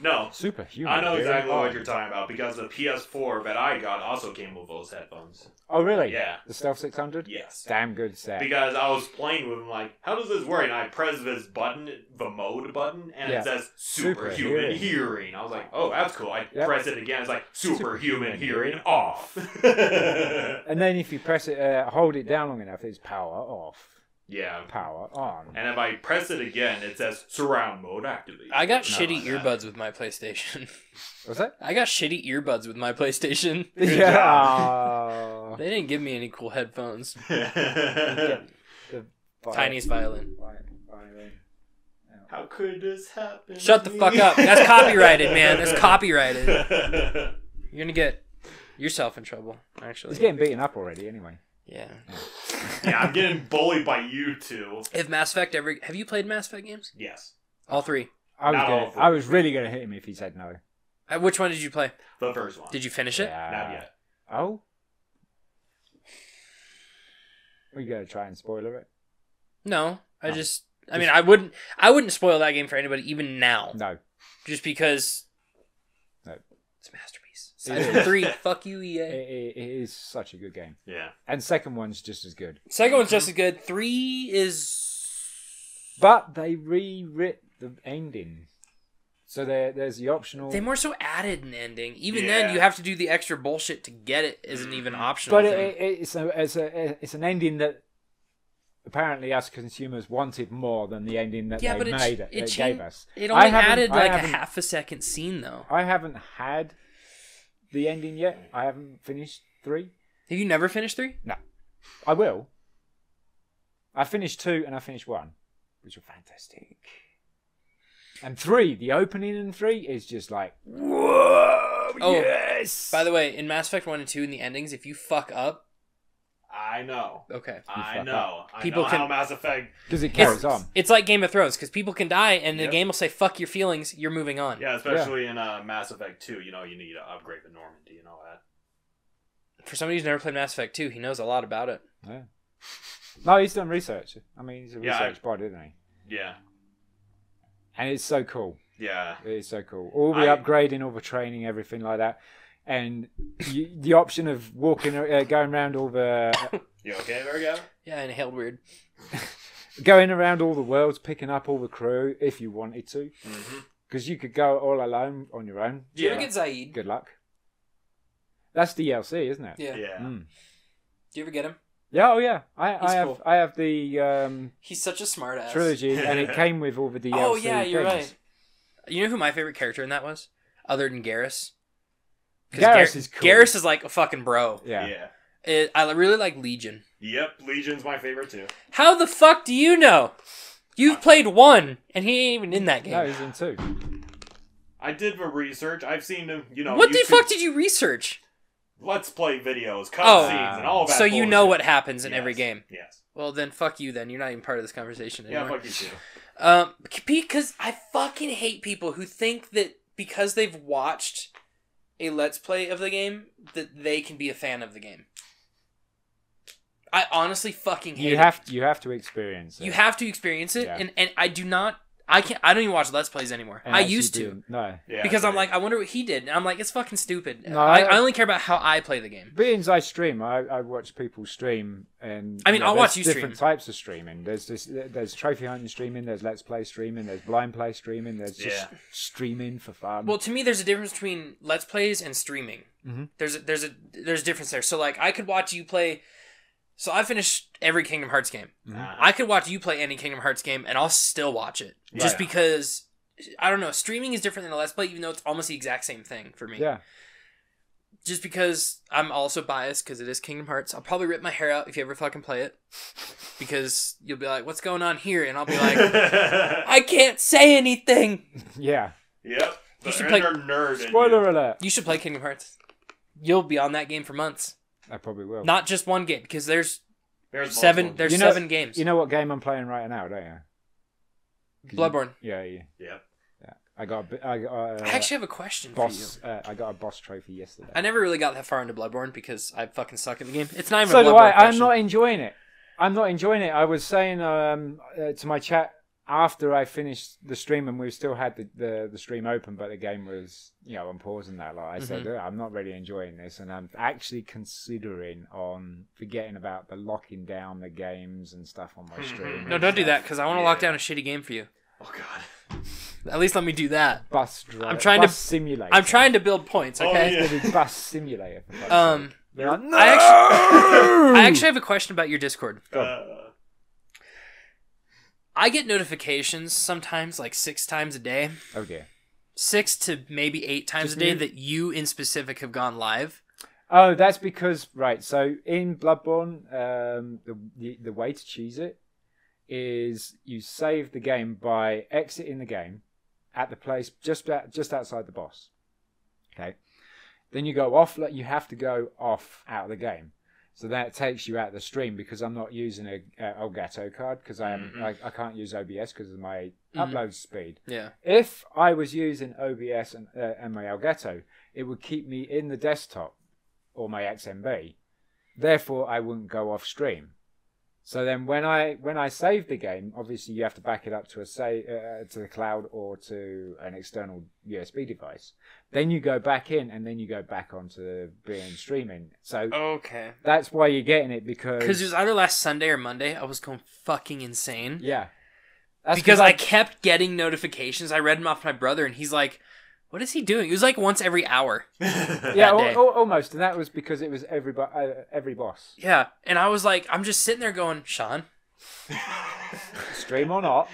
B: no.
A: Superhuman.
B: I know
A: hearing.
B: exactly
C: Oh.
B: what you're talking about because the PS4 that I got also came with those headphones.
A: Oh really?
B: Yeah.
A: The Stealth 600.
B: Yes.
A: Damn good set.
B: Because I was playing with them, like, how does this work? And I press this button, the mode button, and
A: Yeah.
B: it says
A: Super
B: superhuman
A: hearing.
B: hearing. I was like, oh, that's cool. I
A: Yep.
B: press it again. It's like superhuman
A: Superhuman
B: hearing off. yeah.
A: And then if you press it, uh, hold it down long enough, it's power off, power on.
B: And if I press it again, it says surround mode activated.
C: I got
B: No,
C: shitty
B: that-
C: earbuds with my PlayStation.
A: Was that?
C: I got shitty earbuds with my PlayStation.
B: Good
A: yeah.
C: They didn't give me any cool headphones.
A: Fire-
C: Tiniest violin.
A: fire- firing.
B: How could this happen?
C: Shut the
B: to
C: fuck
B: me?
C: up. That's copyrighted, man. That's copyrighted. You're gonna get yourself in trouble,
A: He's
C: actually.
A: getting beaten up already, anyway.
C: Yeah.
B: yeah, I'm getting bullied by you two.
C: If Mass Effect ever have you played Mass Effect games?
B: Yes.
C: All three.
A: I was,
B: Not all
A: gonna,
B: of them.
A: I was really going to hit him if he said no.
C: Uh, Which one did you play?
B: The first one.
C: Did you finish it?
A: Yeah.
B: Not yet.
A: Oh? We going to try and spoiler it?
C: No, I
A: No.
C: just. I
A: Just-
C: mean, I wouldn't. I wouldn't spoil that game for anybody, even now,
A: No.
C: just because.
A: No.
C: It's a masterpiece.
A: It is.
C: Cyberpunk Three. Fuck you, E
A: It,
C: EA.
A: it, it is such a good game.
B: Yeah.
A: And second one's just as good.
C: Second one's just as good. Three is.
A: But they rewrit the ending. So there, there's the optional.
C: They more so added an ending. Even
B: Yeah.
C: then, you have to do the extra bullshit to get it. Isn't even optional.
A: Mm-hmm. but
C: thing.
A: it, it, it's a, it's a, it's an ending that apparently us consumers wanted more than the ending that
C: Yeah,
A: they
C: but it ch-
A: made.
C: it
A: they
C: chan-
A: gave us.
C: It
A: I
C: only
A: haven't-
C: added
A: I
C: like a
A: haven't-
C: half a second scene though.
A: I haven't had the ending yet. I haven't finished three.
C: Have you never finished three?
A: I will. I finished two and I finished one, which were fantastic. And three, the opening in three is just like whoa,
C: Oh,
A: yes.
C: By the way, in Mass Effect one and two, in the endings, if you fuck up,
B: I know.
C: okay,
B: I
A: fuck
B: know. I
C: People
B: know
C: can-
B: how Mass Effect.
A: because it carries on.
C: it's like Game of Thrones because people can die and the
B: Yep.
C: game will say fuck your feelings, you're moving on.
B: Yeah, especially in uh, Mass Effect 2, you know, you need to upgrade the Normandy and all that.
C: For somebody who's never played Mass Effect two, he knows a lot about it.
A: Yeah. No, he's done research. I mean, he's a
B: Yeah, I-
A: research bot, isn't he?
B: Yeah.
A: And it's so cool.
B: Yeah.
A: It's so cool. All the
B: I-
A: upgrading, all the training, everything like that, and you, the option of walking, uh, going around all the,
B: You okay there, Gavin?
C: Yeah, and inhaled weird.
A: going around all the worlds, picking up all the crew if you wanted to,
B: Mm-hmm.
A: because you could go all alone on your own.
C: Did you
B: Yeah.
C: ever get Zaid?
A: Good luck. That's DLC, isn't it?
C: Yeah.
B: Yeah.
C: Do
A: Mm.
C: you ever get him?
A: Yeah. Oh yeah. I,
C: He's
A: I have
C: cool.
A: I have the um,
C: He's such a smartass.
A: trilogy, and it came with all the DLC.
C: Oh yeah, you're
A: things.
C: right. You know who my favorite character in that was, other than Garrus. 'Cause
A: Garrus
C: Gar-
A: is cool.
C: Garrus is like a fucking bro.
A: Yeah.
C: It, I really like Legion.
B: Yep. Legion's my favorite too.
C: How the fuck do you know? You've played one, and he ain't even in that game.
A: No, he's in two.
B: I did the research. I've seen them, you know.
C: what the
B: YouTube-
C: fuck did you research?
B: Let's play videos, cutscenes,
C: Oh.
B: and all that.
C: So you know
B: bullshit.
C: what happens in every
B: Yes.
C: game.
B: Yes.
C: Well, then fuck you. Then you're not even part of this conversation
B: Yeah,
C: anymore.
B: fuck you too.
C: Um, c- because I fucking hate people who think that because they've watched a let's play of the game that they can be a fan of the game. I honestly fucking hate
A: You
C: it.
A: have to, you have to experience it.
C: You have to experience it,
A: Yeah.
C: and and I do not. I can't. I don't even watch let's plays anymore.
A: And
C: I
A: actually
C: used to.
A: do- No.
B: Yeah.
C: because I'm
B: sorry.
C: like, I wonder what he did. And I'm like, it's fucking stupid.
A: No,
C: I,
A: I-
C: I only care about how I play the game.
A: Being I stream, I, I watch people stream, and
C: I mean, I'll
A: there's
C: watch you
A: different
C: stream.
A: types of streaming. There's this, there's trophy hunting streaming, there's let's play streaming, there's blind play streaming, there's just streaming for fun.
C: Well, to me, there's a difference between let's plays and streaming.
A: Mhm.
C: There's a, there's a there's a difference there. So like, I could watch you play. So I finished every Kingdom Hearts game.
B: Uh-huh.
C: I could watch you play any Kingdom Hearts game, and I'll still watch it just
B: Yeah.
C: because I don't know. Streaming is different than a let's play, even though it's almost the exact same thing for me.
A: yeah,
C: Just because I'm also biased because it is Kingdom Hearts. I'll probably rip my hair out if you ever fucking play it, because you'll be like, "What's going on here?" And I'll be like. I can't say anything.
A: yeah.
B: yep. The
C: should
B: inner
C: play-
B: nerd. in
A: Spoiler
B: you.
A: alert!
C: You should play Kingdom Hearts. You'll be on that game for months.
A: I probably will.
C: Not just one game, because there's
B: Oh. There's
C: seven.
B: multiple-
C: There's
A: You know-
C: seven games.
A: You know what game I'm playing right now, don't you? 'Cause you-
C: Bloodborne.
A: Yeah, yeah.
B: Yep.
A: I got a, bi- I got a
B: Uh,
C: I actually have a question
A: boss.
C: for you.
A: Uh, I got a boss trophy yesterday.
C: I never really got that far into Bloodborne because I fucking suck at the game. It's not even
A: so
C: a
A: do
C: Bloodborne
A: I. I'm
C: question.
A: not enjoying it. I'm not enjoying it. I was saying um, uh, to my chat after I finished the stream, and we still had the, the, the stream open, but the game was you know on pause and that. Like I
C: Mm-hmm.
A: said, "Look, I'm not really enjoying this, and I'm actually considering on forgetting about the locking down the games and stuff on my stream.
C: Mm-hmm. No, don't do that because I want to lock
B: Yeah.
C: down a shitty game for you.
B: Oh god.
C: At least let me do that.
A: Bus driver.
C: I'm trying to-
A: bus simulator.
C: I'm trying to build points.
B: Oh,
C: Okay.
B: yeah.
A: to bus simulator. for fuck's sake.
C: Um,
A: They're like,
C: I
A: "No!"
C: I actually have a question about your Discord.
B: Uh,
C: I get notifications sometimes, like six times a day.
A: Oh dear.
C: six to maybe eight times
A: Just
C: a day
A: mute.
C: that you in specific have gone live.
A: Oh, that's because right. So in Bloodborne, um, the, the the way to cheese it is you save the game by exiting the game at the place just out, just outside the boss. Okay, then you go off. Like you have to go off out of the game. So that takes you out of the stream because I'm not using a, a Elgato card because I am I, I can't use OBS because of my upload speed.
C: Yeah.
A: If I was using OBS and, uh, and my Elgato, it would keep me in the desktop or my XMB. Therefore, I wouldn't go off stream. So then, when I when I save the game, obviously you have to back it up to a say uh, to the cloud or to an external USB device. Then you go back in, and then you go back onto being streaming. So
C: Oh. Okay.
A: that's why you're getting it because
C: Because it was either last Sunday or Monday. I was going fucking insane
A: yeah, That's
C: because I kept getting notifications. I read them off my brother, and he's like, "What is he doing?" It was like once every hour.
B: yeah.
A: yeah, al-
C: day.
A: al- almost, and that was because it was every bo- uh, every boss
C: Yeah, and I was like, I'm just sitting there going, Sean,
A: stream or not.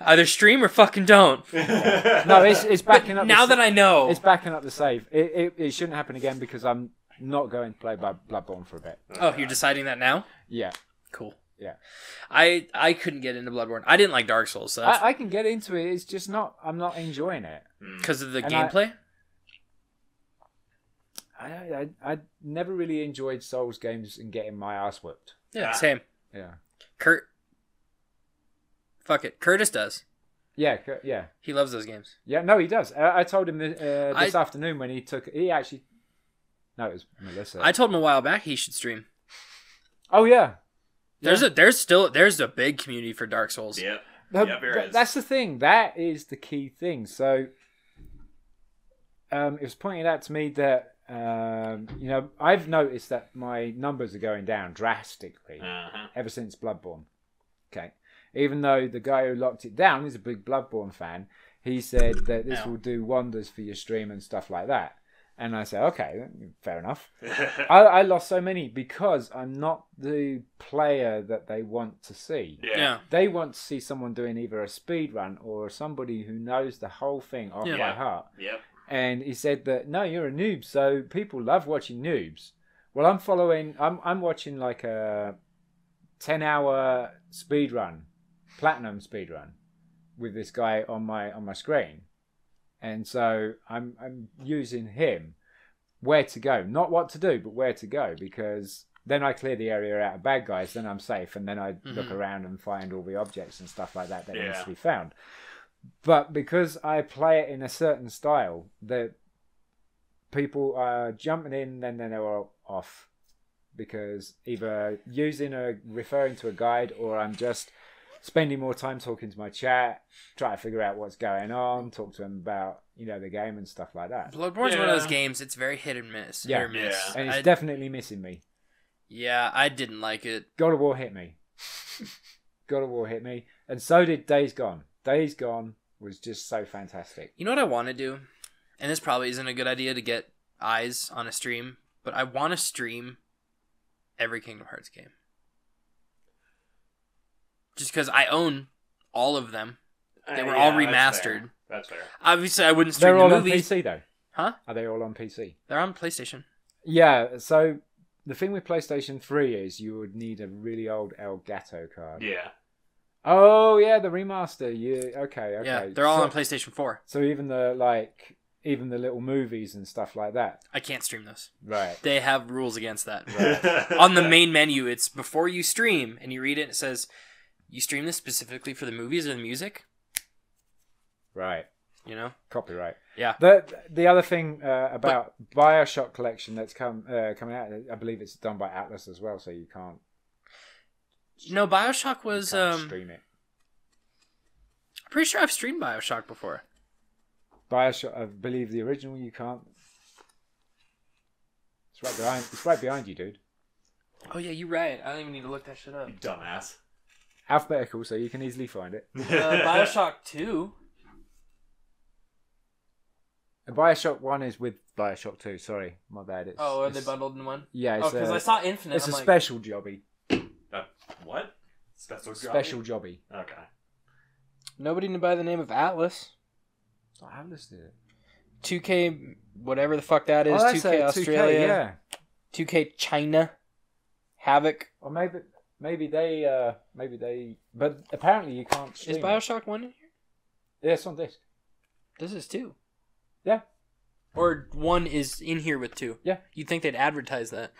C: either stream or fucking don't.
A: No, it's it's backing
C: But
A: up.
C: now
A: the,
C: that I know,
A: it's backing up the save, it, it it shouldn't happen again because I'm not going to play Blood- Bloodborne for a bit.
C: oh, you're deciding that now.
A: Yeah,
C: Cool.
A: Yeah.
C: I I couldn't get into Bloodborne. I didn't like Dark Souls, so
A: I, I can get into it. It's just not. I'm not enjoying it.
B: Mm.
C: because of the
A: and I-
C: gameplay.
A: I I, I never really enjoyed Souls games and getting my ass whipped.
C: yeah,
B: Ah.
C: same.
A: Yeah,
C: Kurt. Fuck it, Curtis does.
A: yeah, c- yeah.
C: He loves those games.
A: Yeah, no, he does. I, I told him th- uh, this
C: I-
A: afternoon when he took. He actually. No, it was Melissa.
C: I told him a while back he should stream.
A: oh yeah,
C: There's a there's still there's a big community for Dark Souls.
B: Yep.
A: No,
B: Yeah, there
A: tha-
B: is.
A: That's the thing. That is the key thing. So, um, it was pointed out to me that um, you know I've noticed that my numbers are going down drastically
B: Uh-huh.
A: ever since Bloodborne. Okay, even though the guy who locked it down is a big Bloodborne fan, he said that this
C: Ow.
A: will do wonders for your stream and stuff like that. And I said, okay, fair enough. I, I lost so many because I'm not the player that they want to see
C: Yeah.
B: yeah.
A: they want to see someone doing either a speed run or somebody who knows the whole thing off
C: Yeah.
A: by
B: Yeah.
A: heart.
B: Yep.
A: And he said that no, you're a noob, so people love watching noobs. Well, I'm following. I'm I'm watching like a ten hour speed run, platinum speed run, with this guy on my on my screen, and so I'm I'm using him where to go, not what to do, but where to go because then I clear the area out of bad guys, then I'm safe, and then I look
C: Mhm.
A: around and find all the objects and stuff like that that needs
B: Yeah.
A: to be found. But because I play it in a certain style, that people are jumping in, then then they're off because either using a referring to a guide or I'm just spending more time talking to my chat, trying to figure out what's going on, talk to them about you know the game and stuff like that.
C: Bloodborne's one of those
B: Yeah.
C: games. It's very hit and miss.
A: Yeah.
C: hit or miss.
B: Yeah.
A: And it's
C: I-
A: definitely missing me.
C: yeah, I didn't like it.
A: God of War hit me. God of War hit me, and so did Days Gone. Days Gone was just so fantastic.
C: You know what I want to do? And this probably isn't a good idea to get eyes on a stream, but I want to stream every Kingdom Hearts game. Just because I own all of them. They were
B: Uh,
C: all
B: yeah, that's fair.
C: remastered.
B: That's fair.
C: Obviously, I wouldn't stream
A: They're all
C: the
A: on
C: movies.
A: PC though.
C: Huh?
A: Are they all on PC?
C: They're on PlayStation.
A: Yeah. So the thing with PlayStation Three is you would need a really old Elgato card.
B: Yeah.
A: Oh yeah, the remaster. You okay? Okay.
C: Yeah, they're all
A: so,
C: on PlayStation 4.
A: So even the like, even the little movies and stuff like that.
C: I can't stream those.
A: Right.
C: They have rules against that. on the main menu, it's before you stream, and you read it, and it says, you stream this specifically for the movies or the music,
A: Right.
C: you know?
A: Copyright.
C: Yeah.
A: The the other thing uh, about Bioshock collection that's come uh, coming out, I believe it's done by Atlas as well, so you can't,
C: No, Bioshock
A: you
C: was.
A: can't
C: um,
A: stream it.
C: I'm pretty sure I've streamed Bioshock before.
A: Bioshock, I believe the original, you can't. It's right behind. It's right behind you, dude.
C: Oh yeah, you're right. I don't even need to look that shit up.
B: You dumbass.
A: Alphabetical, so you can easily find it.
C: Uh, Two.
A: And Bioshock One is with Bioshock Two. Sorry, my bad. It's, it's-
C: Oh, bundled in one? Oh,
A: Yeah, it's a,
C: saw Infinite.
A: it's a special jobby.
B: Uh, what? Special. copy?
A: Special jobby.
B: Okay.
C: Nobody knew by the name of Atlas.
A: I have listed it.
C: 2K, whatever the fuck that is.
A: oh, that's
C: 2K
A: a
C: Australia.
A: 2K, yeah.
C: 2K China. Havoc.
A: Or maybe maybe they uh maybe they but apparently you can't stream.
C: Is
A: it.
C: Bioshock one in here?
A: Yeah, it's on disc.
C: This is two.
A: Yeah.
C: Or one is in here with two.
A: Yeah.
C: You'd think they'd advertise that.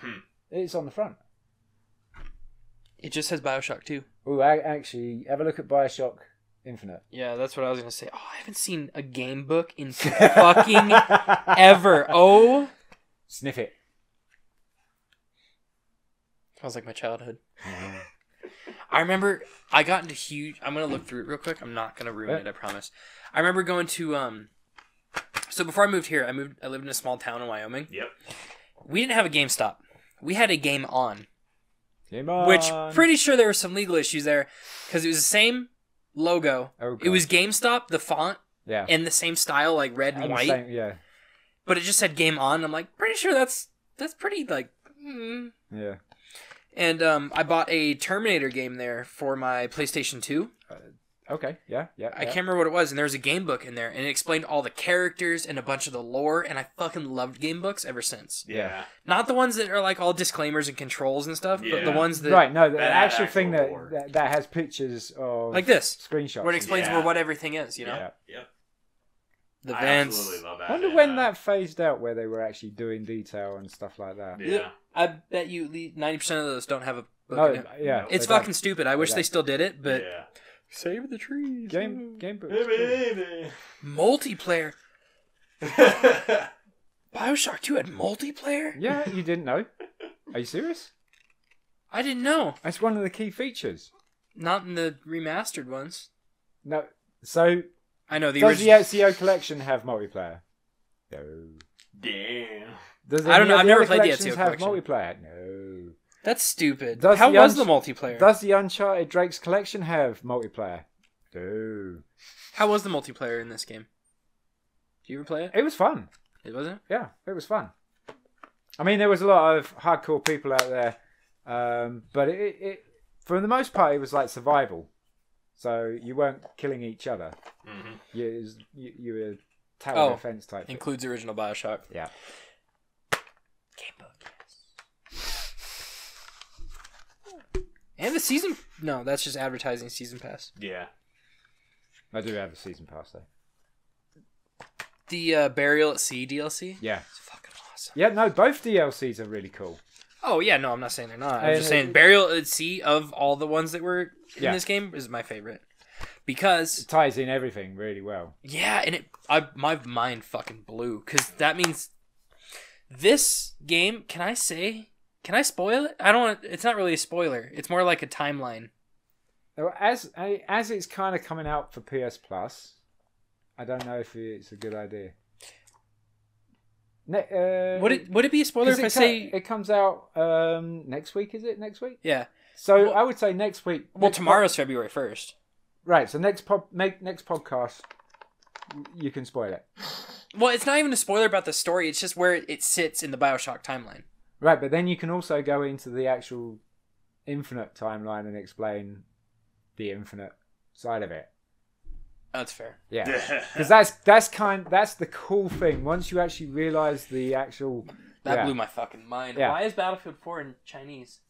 A: It's on the front.
C: It just says Bioshock two.
A: Oh, I actually have a look at Bioshock Infinite.
C: Yeah, that's what I was gonna say. Oh, I haven't seen a game book in fucking ever. Oh.
A: Sniff it.
C: Sounds like my childhood. I remember I got into huge. I'm gonna look through it real quick. I'm not gonna ruin
A: Yeah.
C: it. I promise. I remember going to um. So before I moved here, I moved. I lived in a small town in Wyoming.
B: Yep.
C: We didn't have a GameStop. We had a Game On,
A: Game on.
C: which pretty sure there were some legal issues there because it was the same logo.
A: Oh,
C: It
A: God.
C: was GameStop, the font,
A: yeah.
C: and the same style, like red and,
A: And
C: white.
A: same- yeah,
C: But it just said Game On. and I'm like, pretty sure that's that's pretty like. Mm.
A: yeah.
C: And um, I bought a Terminator game there for my PlayStation Two.
A: Okay, yeah, yeah.
C: I
A: yeah.
C: can't remember what it was, and there was a game book in there, and it explained all the characters and a bunch of the lore, and I fucking loved game books ever since.
B: Yeah.
C: Not the ones that are like all disclaimers and controls and stuff, but the
B: Yeah.
C: ones that
A: right, no, the
B: that
A: actual,
B: actual
A: thing that,
B: board.
A: that that has pictures of
C: like this,
A: screenshots.
C: where it explains
B: Yeah.
C: where what everything is. You know,
A: yeah.
C: the
B: I
C: vents.
B: absolutely love that.
A: I wonder
B: in
A: when that phased out, where they were actually doing detail and stuff like that.
B: Yeah.
C: I bet you ninety percent of those don't have a book.
A: No,
C: in it.
A: yeah,
C: It's
A: they don't.
C: fucking stupid. I wish
A: They
C: they
A: don't.
C: still did it, but
B: yeah.
C: save the trees.
A: game game books.
B: Hey, baby.
C: Multiplayer. Bioshock Two had multiplayer.
A: Yeah, you didn't know. Are you serious?
C: I didn't know.
A: That's one of the key features.
C: Not in the remastered ones.
A: No, so
C: I know the
A: does
C: original.
A: the Ezio collection have multiplayer? No.
B: Damn.
A: Does
C: I
A: any
C: don't know,
A: of
C: I've never
A: other
C: played the
A: collections
C: Ezio
A: have
C: collection.
A: multiplayer? No.
C: That's stupid.
A: Does
C: How
A: the
C: was
A: uns-
C: the multiplayer?
A: Does the Uncharted Drake's collection have multiplayer? No.
C: How was the multiplayer in this game? Do you ever play it?
A: It was fun.
C: It wasn't.
A: Yeah, it was fun. I mean, there was a lot of hardcore people out there, um, but it, it, for the most part, it was like survival. So you weren't killing each other.
B: hmm
A: You, it was- you, you were tower
C: Oh,
A: defense type. thing.
C: Includes original Bioshock.
A: Yeah.
C: Game book. And the season? No, that's just advertising season pass.
B: Yeah.
A: I do have a season pass though.
C: The uh, Burial at Sea DLC.
A: Yeah.
C: It's fucking awesome.
A: Yeah, no, both DLCs are really cool.
C: Oh yeah, no, I'm not saying they're not. I'm
A: And
C: just
A: it-
C: saying Burial at Sea of all the ones that were in
A: Yeah.
C: this game is my favorite because
A: It ties in everything really well.
C: Yeah, and it I my mind fucking blew because that means this game. Can I say? Can I spoil it? I don't. want It's not really a spoiler. It's more like a timeline.
A: Now, As as it's kind of coming out for PS Plus, I don't know if it's a good idea. Ne- uh,
C: Would it Would it be a spoiler
A: 'cause
C: if I
A: it co-
C: say?
A: it comes out um, next week? Is it next week?
C: yeah.
A: So
C: Well-
A: I would say next week.
C: Well,
A: next
C: tomorrow's February first.
A: pod- right. So next pod, make next podcast, you can spoil it.
C: Well, it's not even a spoiler about the story. It's just where it, it sits in the Bioshock timeline.
A: Right, but then you can also go into the actual infinite timeline and explain the infinite side of it.
C: That's fair.
A: Yeah. because that's that's kind that's the cool thing once you actually realize the actual
C: That
A: Yeah.
C: blew my fucking mind.
A: Yeah.
C: Why is Battlefield Four in Chinese?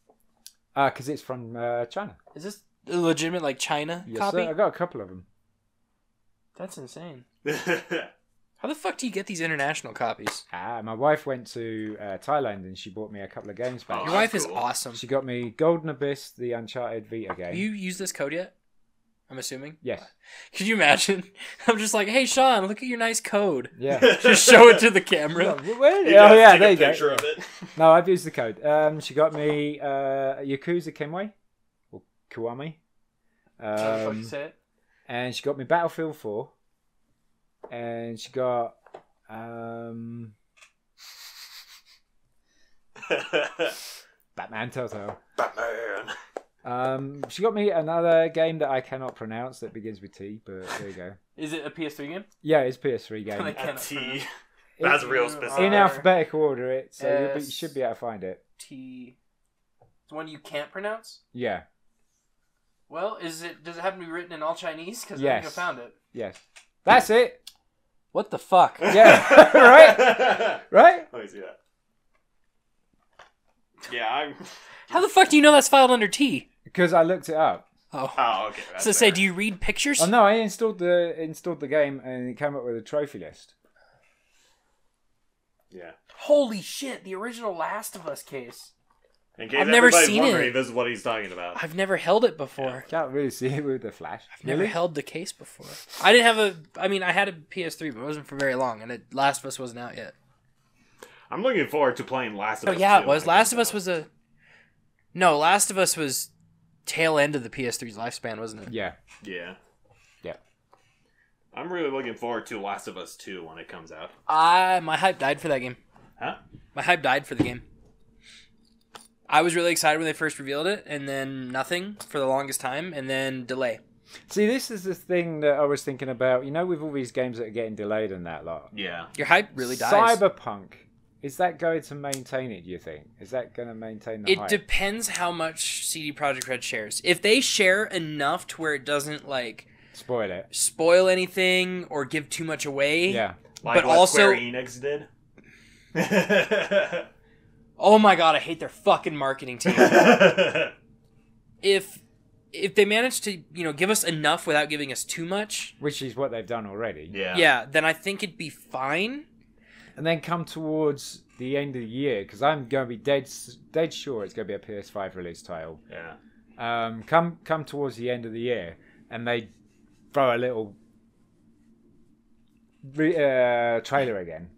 A: because it's from uh, China.
C: Is this a legitimate like China
A: Yes,
C: copy?
A: sir. I got a couple of them.
C: That's insane. How the fuck do you get these international copies?
A: Ah, my wife went to uh, Thailand and she bought me a couple of games back.
B: Oh,
C: Your
B: that's
C: wife is
B: cool.
C: awesome.
A: She got me Golden Abyss, the Uncharted Vita game.
C: Have you used this code yet? I'm assuming.
A: Yes.
C: Could you imagine? I'm just like, hey, Sean, look at your nice code.
A: Yeah.
C: Just show it to the
A: No,
C: camera.
A: where-
B: You gotta
A: oh yeah,
B: take
A: there
B: a
A: you go.
B: picture of it.
A: No, I've used the code. Um, she got me uh, Yakuza Kenway or Kiwami, um, and she got me Battlefield Four, and she got um, Batman Telltale.
B: Batman.
A: Um, she got me another game that I cannot pronounce that begins with T, but there you go.
C: Is it a PS3 game?
A: Yeah, it's a PS3 game.
C: Like- uh,
B: A T.
A: It-
B: That's real
A: in
B: specific.
C: our-
A: alphabetical order, it so you'll be, you
C: S-
A: should be able to find it.
C: T. It's one you can't pronounce.
A: Yeah.
C: Well, is it? Does it have to be written in all Chinese?
A: I
C: Because
A: think I Yes. found
C: it.
A: Yes. That's it.
C: What the fuck?
A: Yeah. right. Right.
B: Let me see that. Yeah, I'm.
C: How the fuck do you know that's filed under T?
A: Because I looked it up.
C: Oh.
B: Oh, okay. that's
C: so say,
B: better.
C: do you read pictures?
A: Oh no, I installed the installed the game and it came up with a trophy list.
B: Yeah.
C: Holy shit! The original Last of Us case.
B: In case
C: I've never
B: everybody's
C: seen
B: wondering,
C: it.
B: This is what he's talking about.
C: I've never held it before.
A: Can't really see it with the flash.
C: Never held the case before. I didn't have a. I mean, I had a PS3, but it wasn't for very long, and it, Last of Us wasn't out yet.
B: I'm looking forward to playing Last of
C: Oh
B: Us.
C: yeah,
B: 2
C: it was.
B: when
C: Last of
B: comes
C: Us was a. No, Last of Us was tail end of the PS3's lifespan, wasn't it?
A: Yeah.
B: out. Yeah.
A: Yeah.
B: I'm really looking forward to Last of Us 2 when it comes out.
C: I my hype died for that game.
B: Huh?
C: My hype died for the game. I was really excited when they first revealed it, and then nothing for the longest time, and then delay.
A: See, this is the thing that I was thinking about. You know, with all these games that are getting delayed and that lot.
B: Yeah.
C: Your hype really dies.
A: Cyberpunk. Is that going to maintain it? Do you think? Is that going to maintain the
C: it
A: hype?
C: depends how much CD Projekt Red shares. If they share enough to where it doesn't like
A: Spoil it.
C: spoil anything or give too much away.
A: Yeah.
B: Like
C: But
B: what
C: also-
B: Square Enix did.
C: Oh my god, I hate their fucking marketing team. if if they manage to, you know, give us enough without giving us too much,
A: Which is what they've done already.
B: yeah.
C: yeah, then I think it'd be fine.
A: And then come towards the end of the year, because I'm going to be dead s- dead sure it's going to be a PS5 release title.
B: Yeah.
A: Um, come come towards the end of the year, and they throw a little re- uh, trailer again.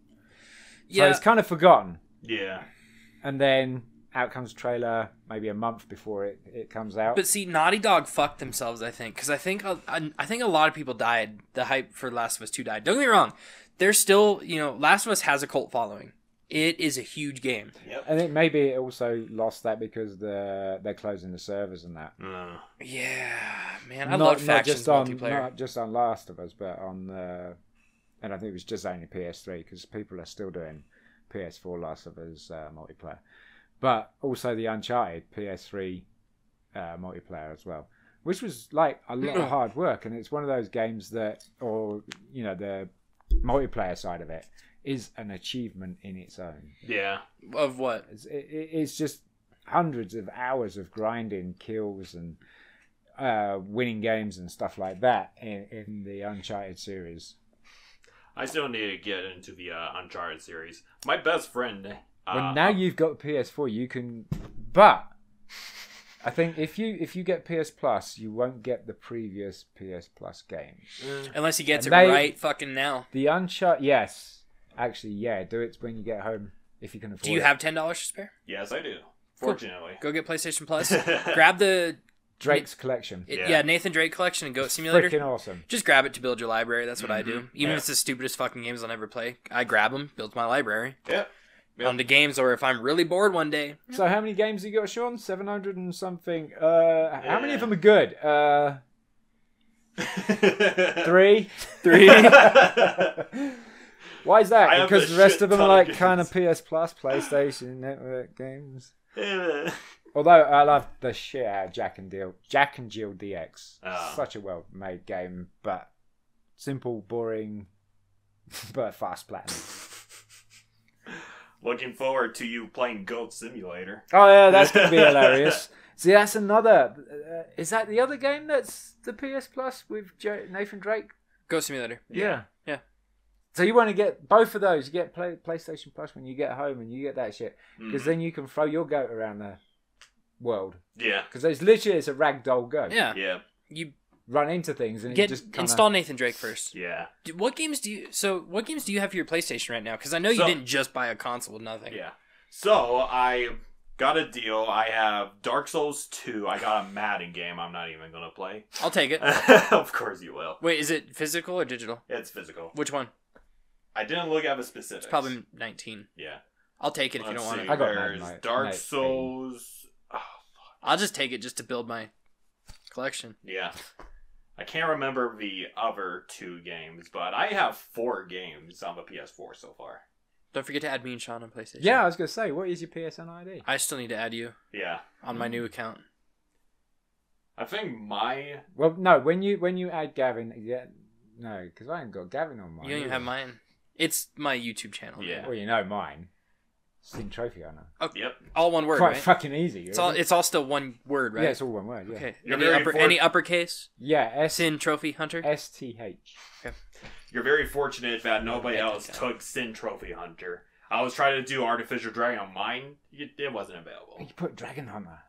A: So
C: Yeah.
A: it's kind of forgotten.
B: Yeah.
A: and then out comes trailer maybe a month before it, it comes out.
C: But see, Naughty Dog fucked themselves. I think because I think a- I, I think a lot of people died. The hype for Last of Us Two died. Don't get me wrong. There's still, you know, Last of Us has a cult following. It is a huge game.
B: Yep.
A: and it maybe it also lost that because the they're closing the servers and that.
B: Mm.
C: Yeah, man, I love factions
A: just um, on
C: multiplayer.
A: not just on Last of Us, but on the and I think it was just only PS3 because people are still doing PS4 Last of Us uh, multiplayer, but also the Uncharted PS3 uh, multiplayer as well, which was like a lot of hard work, and it's one of those games that, or you know, the multiplayer side of it is an achievement in its own.
B: Yeah.
C: Of what?
A: It's, it, it- it's just hundreds of hours of grinding, kills, and uh, winning games and stuff like that in, in the Uncharted series.
B: I still need to get into the uh, Uncharted series. My best friend. Uh,
A: well, now you've got PS4, you can. But I think if you if you get PS Plus, you won't get the previous PS Plus games.
B: Mm,
C: Unless he gets
A: And
C: it
A: they-
C: right fucking now.
A: The Uncharted, yes, actually, yeah, do it when you get home if you can afford.
C: Do you
A: it.
C: have ten dollars to spare?
B: Yes, I do.
C: Cool.
B: Fortunately.
C: Go get PlayStation Plus. grab the
A: Drake's collection?
C: it, yeah.
B: Yeah.
C: Nathan Drake collection and Goat Simulator.
A: Freaking awesome.
C: Just grab it to build your library. That's what I do. Even
B: Yeah.
C: if it's the stupidest fucking games I'll ever play, I grab them, build my library
B: Yep. Yep.
C: onto games. Or if I'm really bored one day,
A: So how many games you got, Sean? Seven hundred and something. Uh, how many
B: Yeah.
A: of them are good? Uh, three.
C: three.
A: Why is
B: I
A: that?
B: have
A: Because
B: a
A: the rest
B: shit
A: of them
B: ton
A: are
B: of
A: like
B: games.
A: kind of PS Plus, PlayStation Network games. Although I love the shit out of Jack and Jill. Jack and Jill DX.
B: Ah.
A: Such a well made game, but simple, boring, but fast platinum.
B: Looking forward to you playing Goat Simulator.
A: oh yeah, that's gonna be hilarious. See, that's another. Uh, is that the other game that's the PS Plus with jo- Nathan Drake?
C: Goat Simulator.
A: Yeah.
C: Yeah.
A: So you want to get both of those. You get play, PlayStation Plus when you get home, and you get that shit because
B: Mm.
A: then you can throw your goat around the world.
B: Yeah.
A: Because there's literally it's a ragdoll goat.
C: Yeah,
B: Yeah.
C: you
A: Run into things and it
C: get
A: just kinda...
C: install Nathan Drake first.
B: Yeah.
C: Do- What games do you? So what games do you have for your PlayStation right now? Because I know you
B: So-
C: didn't just buy a console with nothing.
B: Yeah. So I got a deal. I have Dark Souls 2. I got a Madden game I'm not even going to play.
C: I'll take
B: Uh,
C: it.
B: of course you will.
C: Wait, is it physical or digital?
B: It's physical.
C: Which one?
B: I didn't look at the specifics.
C: It's probably nineteen.
B: Yeah.
C: I'll take it if you
B: Let's
C: don't want
B: see,
C: it.
A: I got Madden,
B: there's
A: like,
B: Dark
A: 19.
B: Souls.
C: I'll just take it just to build my collection.
B: Yeah. I can't remember the other two games, but I have four games on the PS4 so far.
C: Don't forget to add me and Sean on PlayStation.
A: Yeah, I was gonna say, what is your PSN ID?
C: I still need to add you
B: Yeah.
C: on my
B: Mm.
C: new account.
B: I think my.
A: Well, no, when you when you add Gavin, yeah, no, because I ain't got Gavin on mine.
C: You don't even
A: either.
C: have mine. It's my YouTube channel.
B: Yeah.
A: Well, you know mine. Sin Trophy Hunter.
B: Yep.
C: All one word,
A: Quite
C: right?
A: fucking easy.
C: It's all.
A: isn't it?
C: It's all still one word, right?
A: Yeah, it's all one word. Yeah.
C: Okay.
B: You're
C: any,
B: very
C: upper,
B: for-
C: any uppercase?
A: Yeah. S
C: Sin Trophy Hunter.
A: S T H.
B: You're very fortunate that nobody
C: Yeah,
B: else
C: yeah.
B: took Sin Trophy Hunter. I was trying to do Artificial Dragon on mine. It, it wasn't
A: You
B: available.
A: put Dragon Hunter.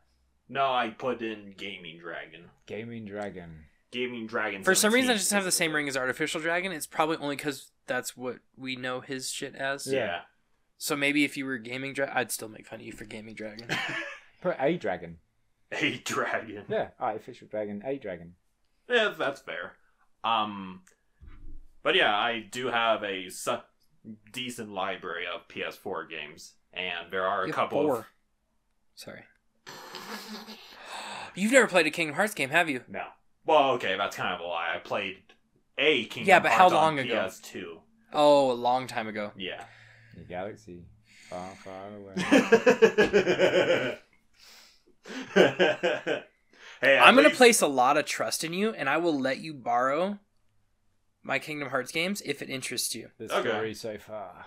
B: No, I put in Gaming Dragon.
A: Gaming Dragon.
B: Gaming Dragon.
C: For some reason, I
B: 17
C: just have the same
B: specifically.
C: ring as Artificial Dragon. It's probably only because that's what we know his shit as.
A: Yeah.
C: So maybe if you were Gaming Dragon, I'd still make fun of you for Gaming Dragon.
A: Put a dragon.
B: Yeah. A dragon.
A: Yeah, artificial dragon. A dragon.
B: Yeah, Eh, that's fair. Um, but yeah, I do have a su- decent library of PS4 games, and there are a
C: You have
B: couple.
C: four.
B: Of,
C: Sorry. You've never played a Kingdom Hearts game, have you?
B: no, Well, okay, that's kind of a lie. I played a Kingdom
C: Yeah, but how
B: Hearts
C: long
B: on
C: ago?
B: PS2.
C: Oh, a long time ago.
B: Yeah.
A: The galaxy far, far away.
B: hey, at
C: I'm going to
B: least-
C: place a lot of trust in you, and I will let you borrow my Kingdom Hearts games if it interests you.
A: The
B: Okay.
A: story so far.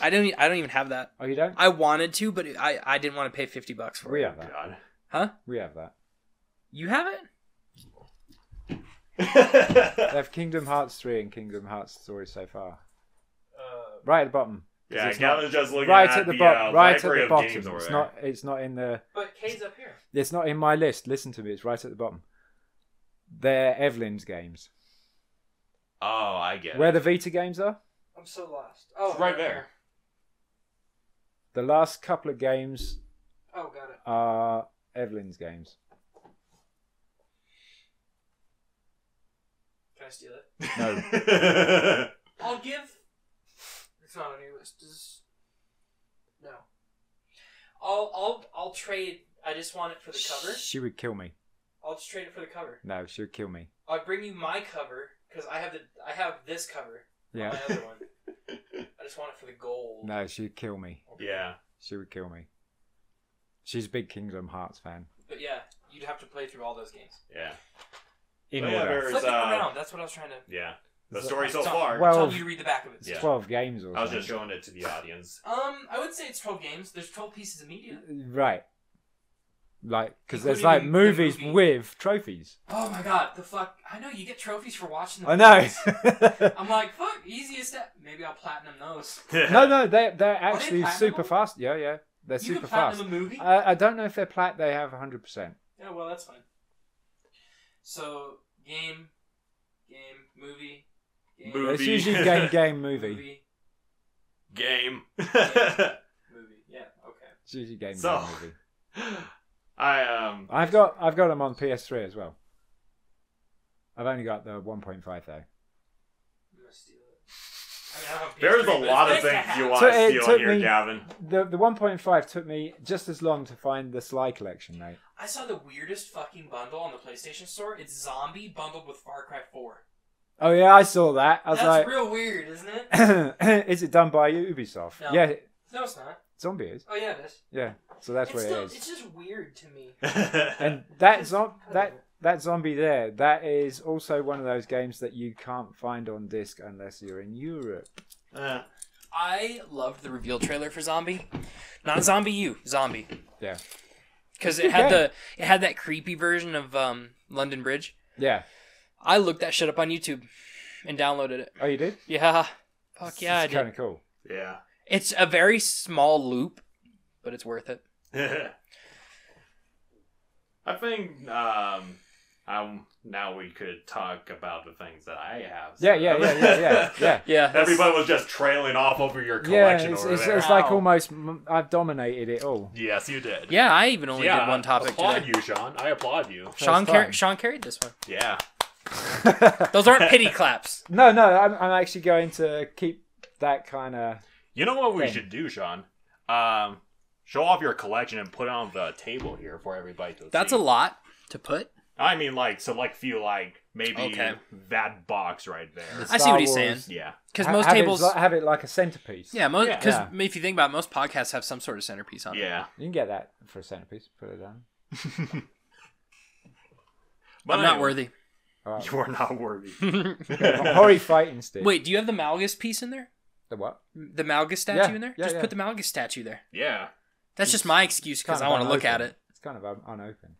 C: I don't. e- I don't even have that.
A: Oh, you don't?
C: I wanted to, but I I didn't want to pay fifty bucks for
A: We
C: it.
A: have that.
B: Oh, God.
A: We have that.
C: You have it?
A: They
B: yeah,
A: have Kingdom Hearts 3 and Kingdom Hearts story so far.
H: Uh,
A: Right at the bottom. it's not-
B: Gavin's just looking
A: Right
B: at,
A: at the
B: the
A: bottom.
B: uh,
A: right at
B: library
A: the
B: of games
A: bottom.
B: over
A: It's
B: there.
A: not. It's not in the.
H: But K's up here.
A: It's not in my list. Listen to me. It's right at the bottom. They're Evelyn's games.
B: Oh, I get
A: Where
B: it.
A: the Vita games are.
H: I'm so lost. Oh,
B: It's right there.
A: The last couple of games
H: Oh, got it.
A: are Evelyn's games.
H: Can I steal it?
B: No.
H: I'll give. It's not on your list. Is no. I'll I'll I'll trade. I just want it for the cover.
A: She would kill me.
H: I'll just trade it for the cover.
A: No, she would kill me.
H: I'll bring you my cover because I have the I have this cover.
A: Yeah.
H: Not My other one. I just want it for the gold.
A: No, she'd kill me.
B: yeah.
A: She would kill me. She's a big Kingdom Hearts fan.
H: But yeah, you'd have to play through all those games.
B: Yeah.
A: In
B: But Oh, yeah,
A: order.
B: there's,
H: Flip it
B: uh,
H: around. That's what I was trying to.
B: yeah. The
A: Is it-
B: story so
H: it's on-
B: far.
A: Well-
H: it's on
A: 12.
H: you to read the back of it.
A: It's
B: Yeah.
A: twelve games or
B: I was
A: something.
B: just showing it to the audience.
H: Um, I would say it's twelve games. There's twelve pieces of media.
A: Right. Like, because there's like
H: Including the
A: movies
H: movie.
A: with trophies.
H: Oh my god, the fuck! I know you get trophies for watching. The
A: I know.
H: movies. I'm like, fuck, easiest step. Maybe I'll platinum those.
A: no, no, they they're
H: Are they
A: actually
H: platinum?
A: super fast. Yeah, yeah, they're
H: you
A: super
H: can
A: fast.
H: platinum a movie.
A: I, I don't know if they're plat. They have hundred percent.
H: yeah, well, that's fine. So game, game, movie, game,
B: Movie.
A: It's usually game, game, movie.
H: movie,
B: Game.
H: movie. Yeah, okay.
A: It's usually game,
B: So-
A: game, movie.
B: I, um.
A: I've got I've got them on PS3 as well. I've only got the 1.5 though.
H: I'm gonna steal it. I mean, I don't have
B: There's
H: PS3,
B: a
H: but
B: lot of
H: it's nice
B: things
H: to have.
B: you want
A: So
B: to
A: it
B: steal
A: took
B: on here,
A: me-
B: Gavin.
A: The the 1.5 took me just as long to find the Sly collection, mate.
H: I saw the weirdest fucking bundle on the PlayStation Store. It's zombie bundled with Far Cry Four.
A: Oh yeah, I saw that. I was
H: That's real weird, isn't it?
A: like, is it done by Ubisoft?
H: No.
A: Yeah,
H: No, it's not.
A: Zombie is.
H: Oh yeah, it is.
A: Yeah, so that's
H: it's
A: where
H: still,
A: it is.
H: It's just weird to me.
A: And that
H: It's
A: zom- that
H: incredible.
A: that zombie there, that is also one of those games that you can't find on disc unless you're in Europe.
B: Uh,
C: I loved the reveal trailer for Zombie, not Zombie U, Zombie,
A: Yeah,
C: because
A: Good
C: it
A: game.
C: had the it had that creepy version of um, London Bridge.
A: yeah.
C: I looked that shit up on YouTube and downloaded it.
A: Oh, you did?
C: Yeah, fuck yeah, I
A: it's
C: did.
A: kind of cool.
B: yeah.
C: It's a very small loop, but it's worth it.
B: I think um, um, now we could talk about the things that I have.
A: Yeah, yeah, yeah, yeah, yeah, yeah.
C: Yeah, that's-
B: Everybody was just trailing off over your
A: Yeah,
B: collection
A: it's,
B: over
A: it's,
B: there.
A: it's like
C: Wow.
A: almost m- I've dominated it all.
B: Yes, you did.
C: yeah. I even only did one topic
B: applaud
C: today.
B: you, Sean. I applaud you.
C: Sean,
A: First time.
C: car- Sean carried this one.
B: Yeah.
C: Those aren't pity claps.
A: no, no, I'm, I'm actually going to keep that kind of.
B: You know what we
A: Thing.
B: should do, Sean? Um, show off your collection and put it on the table here for everybody to
C: That's
B: see.
C: a lot to put.
B: I mean, like, select few, like, maybe
C: Okay.
B: that box right there.
C: I see what he's saying.
B: Yeah.
C: Because most
A: have
C: tables,
A: it, li- have it like a centerpiece.
C: yeah, most
B: Yeah.
C: because
A: Yeah.
C: if you think about it, most podcasts have some sort of centerpiece on it.
B: Yeah.
A: you can get that for a centerpiece. Put it down.
B: But
C: I'm not
B: anyway,
C: worthy.
A: All right.
B: You are not worthy.
A: Hori fighting stick.
C: Wait, do you have the Malgus piece in there?
A: the what?
C: The Malgus statue
A: Yeah,
C: in there?
A: yeah,
C: just
A: yeah.
C: put the Malgus statue there.
B: Yeah.
C: That's just my excuse because
A: Kind
C: I
A: of
C: want to look at
A: unopened.
C: it.
A: It's kind of un- unopened.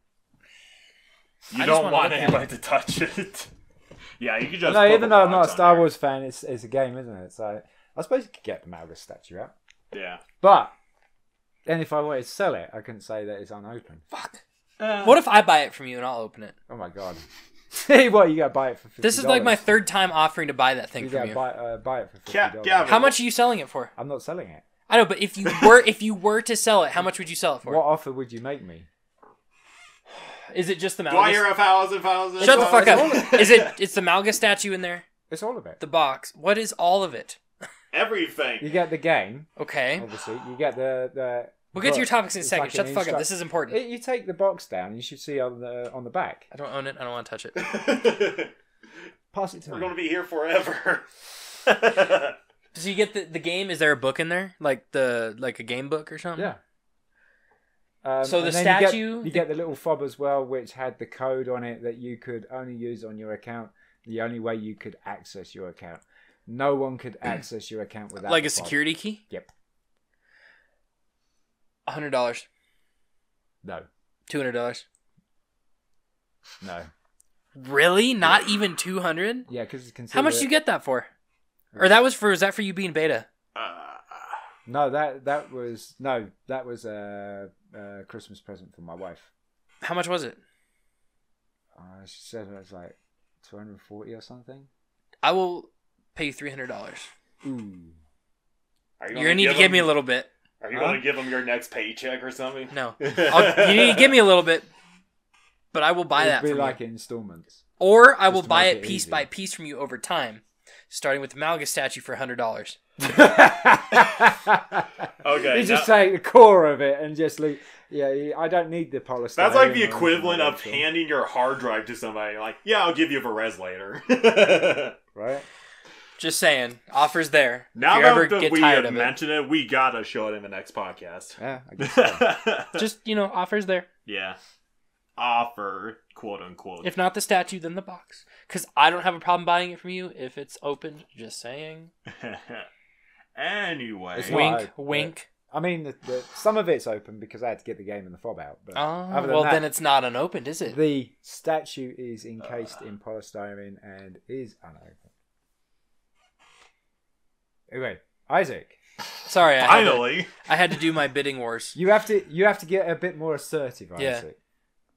B: You
C: I just
B: don't
C: wanna
B: want
C: look at
B: anybody to touch it. yeah, you can just.
A: No,
B: put
A: even
B: the
A: though I'm not
B: box
A: a
B: on
A: Star
B: there.
A: Wars fan, it's it's a game, isn't it? So I suppose you could get the Malgus statue out.
B: Yeah.
A: But then if I wanted to sell it, I couldn't say that it's unopened.
C: Fuck.
B: Uh,
C: What if I buy it from you and I'll open it?
A: Oh my god! hey, what you gotta buy it for? $50.
C: This is like my third time offering to buy that thing
A: You
C: from
A: gotta
C: you.
A: buy, uh, buy it for fifty
B: Ga-
A: dollars.
B: Gavin.
C: How much are you selling it for?
A: I'm not selling it.
C: I know, but if you were if you were to sell it, how much would you sell it
A: What
C: for?
A: offer would you make me?
C: Is it just the
B: Do I hear
C: Malgus?
B: a thousand, thousand?
C: Shut the fuck
B: thousand?
C: up. Is it it's the Malgus statue in there?
A: It's all of it.
C: The box. What is all of it?
B: Everything.
A: You get the game,
C: Okay.
A: obviously. You get the the
C: We'll get to
A: Oh,
C: your
A: Look,
C: topics in a
A: it's
C: second.
A: like
C: Shut the
A: an
C: fuck up.
A: instru-
C: This is important.
A: It, you take the box down. You should see on the on the back.
C: I don't own it. I don't want to touch it.
A: Pass it to
B: We're
A: me.
B: gonna be here forever. Uh,
C: So you get the, the game. Is there a book in there? Like the like a game book or something?
A: Yeah. Um,
C: So the
A: and then you get-
C: statue-
A: you get the little fob as well, which had the code on it that you could only use on your account. The only way you could access your account. No one could access your account without
C: like
A: the
C: a
A: fob.
C: security key?
A: Yep.
C: hundred dollars.
A: No,
C: Two hundred dollars.
A: no.
C: Really? Not even two hundred?
A: Yeah, because it's considered.
C: How much did you get that for? Or that was for was that for you being beta?
B: Uh,
A: No, that that was no, that was a, a Christmas present for my wife.
C: How much was it?
A: Uh, she said it was like two hundred forty or something.
C: I will pay you three hundred dollars.
A: Ooh.
B: are you
C: You're gonna need to give me a
B: him-
C: little bit.
B: Are you
A: Huh?
B: gonna give him your next paycheck or something?
C: No. I'll, you need to give me a little bit. But I will buy
A: It'd
C: that
A: be
C: from
A: like
C: you.
A: installments.
C: Or I
A: just
C: will
A: to
C: buy
A: make
C: it
A: it
C: piece
A: easy.
C: by piece from you over time. Starting with the Malaga statue for hundred dollars.
B: Okay,
A: You just
B: now-
A: take the core of it and just leave. Yeah, I don't need the polystyrene.
B: That's like
A: or
B: the
A: anything
B: equivalent
A: like
B: of
A: that,
B: handing your hard drive to somebody. Like, yeah, I'll give you Varez later.
A: Right?
C: Just saying. Offers there.
B: now
C: if you ever
B: that the,
C: get
B: we
C: tired
B: have
C: of it.
B: mentioned it, we gotta show it in the next podcast.
A: Yeah, I guess so.
C: Just you know, offers there.
B: yeah, offer quote unquote.
C: If not the statue, then the box. Because I don't have a problem buying it from you if it's open. Just saying.
B: anyway,
A: It's
C: wink,
A: not, but-
C: wink.
A: I mean, the, the, some of it's open because I had to get the game and the fob out. But
C: Oh,
A: other than
C: well,
A: that,
C: then it's not unopened, is it?
A: the statue is encased in polystyrene and is unopened. Anyway, Isaac,
C: Sorry, I had, to,
B: finally,
C: I had to do my bidding wars.
A: you have to you have to get a bit more assertive, Isaac.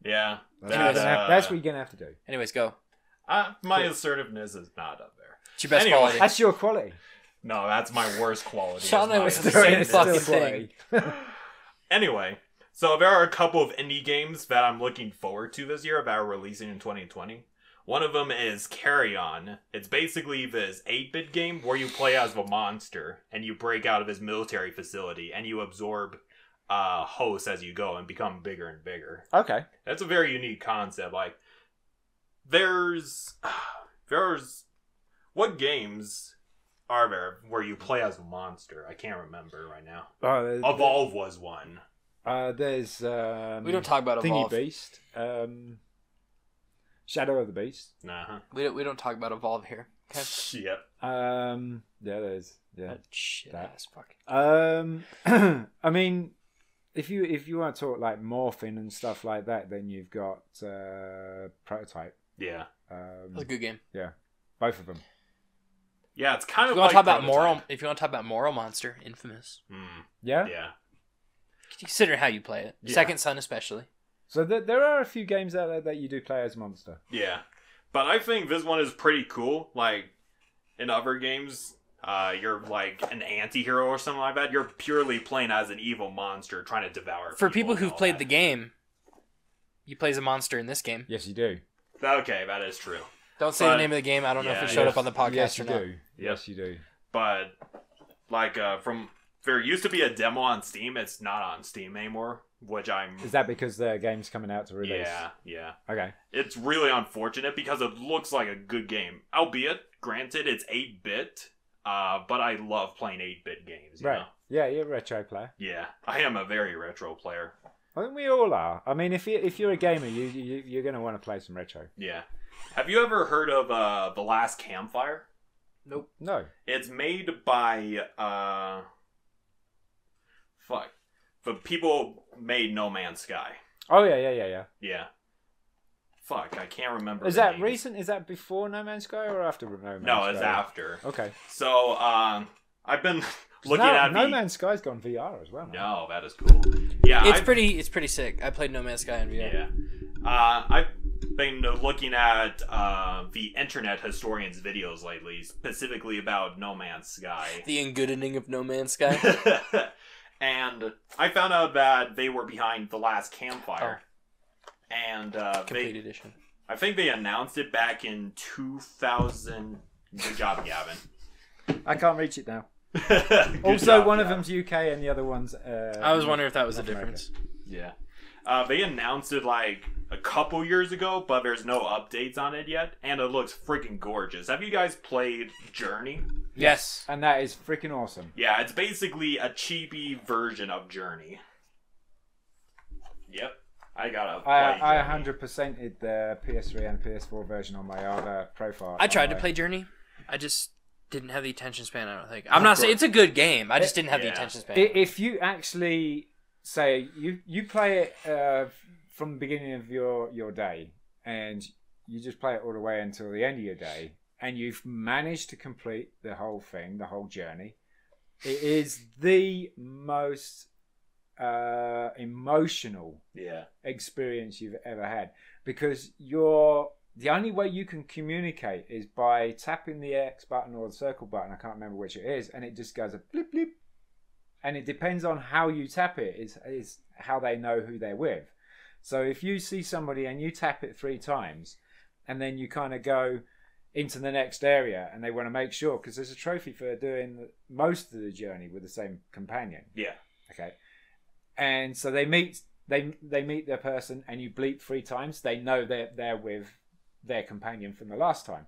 C: Yeah.
B: yeah,
A: That's, what you're
B: that,
A: gonna have-
B: uh,
A: that's what you're gonna have to do.
C: Anyways, go.
B: uh, my assertiveness is not up there.
C: It's your best
B: Anyway.
C: quality.
A: That's your quality.
B: No, that's my worst quality. is
C: Shauna
B: my
C: was the
A: Still-
C: same
A: it's
B: assertiveness.
A: still
C: fucking
A: quality.
B: Anyway, so there are a couple of indie games that I'm looking forward to this year that are releasing in 2020. One of them is Carry On. It's basically this 8 bit game where you play as a monster and you break out of his military facility and you absorb uh, hosts as you go and become bigger and bigger.
A: Okay.
B: That's a very unique concept. Like, there's. There's. What games are there where you play as a monster? I can't remember right now.
A: Oh, there's-
B: Evolve was one.
A: Uh, there's um,
C: We don't talk about
A: Thingy
C: evolve.
A: Beast, um, Shadow of the Beast.
B: Uh-huh.
C: We don't, we don't talk about evolve here. Okay.
B: Yep.
A: Um, yeah, there's yeah.
C: That shit
A: That-
C: ass fuck.
A: Um, I mean, if you if you want to talk like morphing and stuff like that, then you've got uh, prototype.
B: Yeah.
A: Um,
C: That's a good game.
A: both of them.
B: Yeah, it's kind
C: If
B: of
C: you want
B: like
C: to talk about moral,
B: Prototype.
C: if you want to talk about moral monster, infamous.
B: Hmm,
A: Yeah.
B: yeah.
C: Consider how you play it.
B: Yeah.
C: Second Son, especially.
A: So th- there are a few games out there that you do play as a monster.
B: Yeah. But I think this one is pretty cool. Like in other games, uh, you're like an anti-hero or something like that. You're purely playing as an evil monster trying to devour
C: For people
B: and
C: who've
B: all
C: played
B: that.
C: the game, you play as a monster in this game.
A: Yes, you do.
B: Okay, that is true.
C: Don't say the
B: But-
C: name of the game. I don't know if
B: Yeah,
C: it showed
B: yeah.
C: up on the podcast
A: yes,
C: or
A: you
C: not.
A: do. Yes, you do.
B: But like uh from there used to be a demo on Steam, it's not on Steam anymore, which I'm
A: Is that because the game's coming out to release?
B: Yeah, yeah.
A: Okay.
B: it's really unfortunate because it looks like a good game. Albeit, granted, it's 8 bit, uh, but I love playing 8 bit games. You
A: Right.
B: Know?
A: Yeah, you're a retro player.
B: Yeah, I am a very retro player.
A: I think we all are. I mean, if you if you're a gamer, you, you you're going to want to play some retro.
B: Yeah. Have you ever heard of uh, The Last Campfire?
A: No,
B: It's made by. Uh, fuck. The people made No Man's Sky.
A: oh yeah, yeah, yeah, yeah.
B: Yeah. Fuck, I can't remember.
A: Is
B: the
A: that
B: names.
A: recent? Is that before No Man's Sky or after No Man's Sky?
B: No, it's after.
A: Okay.
B: So, um, I've been looking
A: no,
B: at
A: No
B: the-
A: Man's Sky's gone VR as well. now.
B: No, that is cool. Yeah,
C: It's
B: I've-
C: pretty. It's pretty sick. I played No Man's Sky in VR.
B: Yeah. Uh, I've been looking at uh, the internet historians' videos lately, specifically about No Man's Sky.
C: The ingoodening of No Man's Sky.
B: and I found out that they were behind The Last Campfire. And uh,
C: Complete
B: they,
C: edition.
B: I think they announced it back in 2000. Good job, Gavin.
A: I can't reach it now.
B: Good
A: also,
B: job,
A: one of
B: yeah.
A: them's UK and the other one's. Uh,
C: I was wondering if that was the
A: North America.
C: difference.
B: Yeah. Uh, they announced it like a couple years ago, but there's no updates on it yet, and it looks freaking gorgeous. Have you guys played Journey?
C: Yes.
A: And that is freaking awesome.
B: Yeah, it's basically a cheapy version of Journey. Yep. I gotta play
A: I, I
B: Journey.
A: 100%ed the PS3 and PS4 version on my other profile.
C: I tried
A: by
C: to
A: the way.
C: play Journey. I just didn't have the attention span. I don't think. I'm not
B: course.
C: saying it's a good game. I just didn't have
B: Yeah.
C: the attention span.
A: I- If you actually say you you play it uh, from the beginning of your your day, and you just play it all the way until the end of your day, and you've managed to complete the whole thing, the whole journey, it is the most uh, emotional
B: Yeah.
A: experience you've ever had because you're the only way you can communicate is by tapping the X button or the circle button. I can't remember which it is, and it just goes a blip blip. And it depends on how you tap it is is how they know who they're with. So if you see somebody and you tap it three times, and then you kind of go into the next area, and they want to make sure because there's a trophy for doing most of the journey with the same companion.
B: Yeah.
A: Okay. And so they meet they they meet their person and you bleep three times, they know they're they're with their companion from the last time.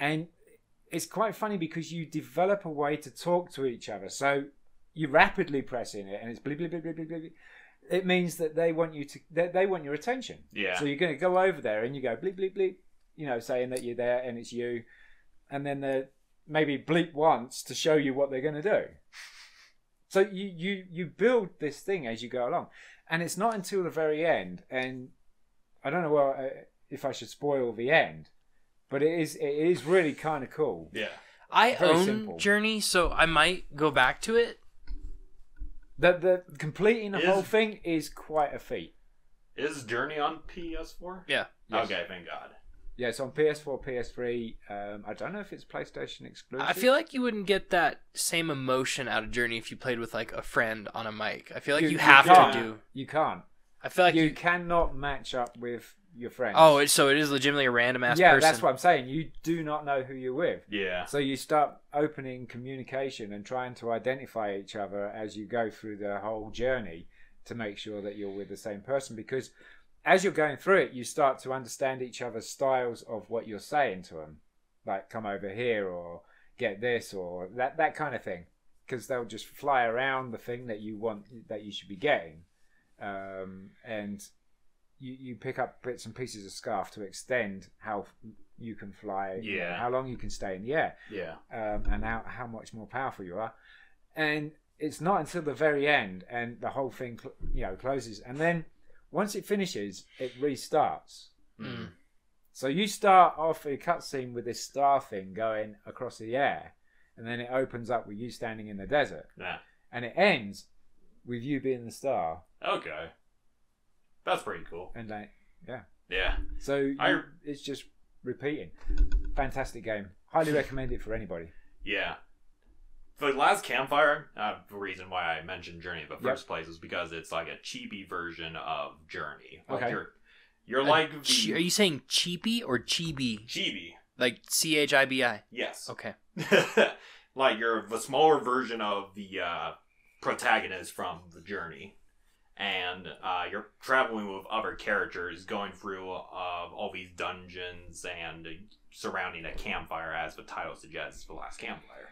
A: And it's quite funny because you develop a way to talk to each other. So you rapidly press in it and it's bleep bleep bleep bleep bleep. bleep. It means that they want you to they, they want your attention.
B: Yeah.
A: So you're going to go over there and you go bleep bleep bleep, you know, saying that you're there and it's you, and then they maybe bleep once to show you what they're going to do. So you you you build this thing as you go along, and it's not until the very end. And I don't know well, uh, if I should spoil the end, but it is it is really kind of cool.
B: Yeah.
C: I
A: very
C: own
A: simple.
C: Journey, so I might go back to it.
A: That the completing the
B: Is-
A: whole thing is quite a feat.
B: Is Journey on PS4?
C: Yeah.
A: Yes.
B: Okay, thank God.
A: Yeah, it's on PS4, PS3. Um, I don't know if it's PlayStation exclusive.
C: I feel like you wouldn't get that same emotion out of Journey if you played with like a friend on a mic. I feel like
A: You-
C: you,
A: you
C: have
B: can't.
C: to do.
A: you can't.
C: I feel like
A: you,
C: you.
A: cannot match up with your friends.
C: oh, it, so it is legitimately a random ass
A: yeah,
C: person.
A: that's what I'm saying. You do not know who you're with,
B: Yeah.
A: so you start opening communication and trying to identify each other as you go through the whole journey to make sure that you're with the same person. Because as you're going through it, you start to understand each other's styles of what you're saying to them, like "come over here" or "get this" or that that kind of thing. Because they'll just fly around the thing that you want that you should be getting, um, and you, you pick up bits and pieces of scarf to extend how f- you can fly, you know,
B: Yeah.
A: how long you can stay in the air,
B: Yeah.
A: um, and how, how much more powerful you are. And it's not until the very end and the whole thing cl- you know closes, and then once it finishes, it restarts.
C: Mm.
A: So you start off a cutscene with this star thing going across the air, and then it opens up with you standing in the desert,
B: Yeah.
A: and it ends with you being the star.
B: Okay. That's pretty cool.
A: And like,
B: Yeah.
A: So you-
B: I-
A: it's just repeating. Fantastic game. Highly recommend it for anybody.
B: Yeah. The last campfire, uh, the reason why I mentioned Journey in the first place is because it's like a cheapy version of Journey. Like
A: Okay.
B: You're, you're
C: A
B: like the
C: chi- are you saying cheapy or chibi?
B: chibi.
C: Like C H I B I.
B: Yes.
C: Okay.
B: like you're the smaller version of the uh, protagonist from the journey and uh, you're traveling with other characters going through uh, all these dungeons and surrounding a campfire as the title suggests the last campfire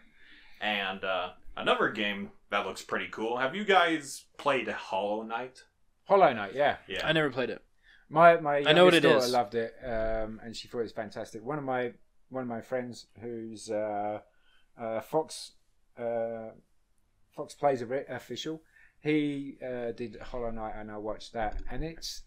B: and uh, another game that looks pretty cool have you guys played hollow knight
A: Hollow Knight, yeah.
B: yeah
C: I never played it.
A: My my
C: I know what
A: youngest
C: it
A: daughter
C: is.
A: loved it, um, and she thought it was fantastic. One of my one of my friends who's uh, uh, Fox uh, Fox Plays a re- official, he uh, did Hollow Knight, and I watched that, and it's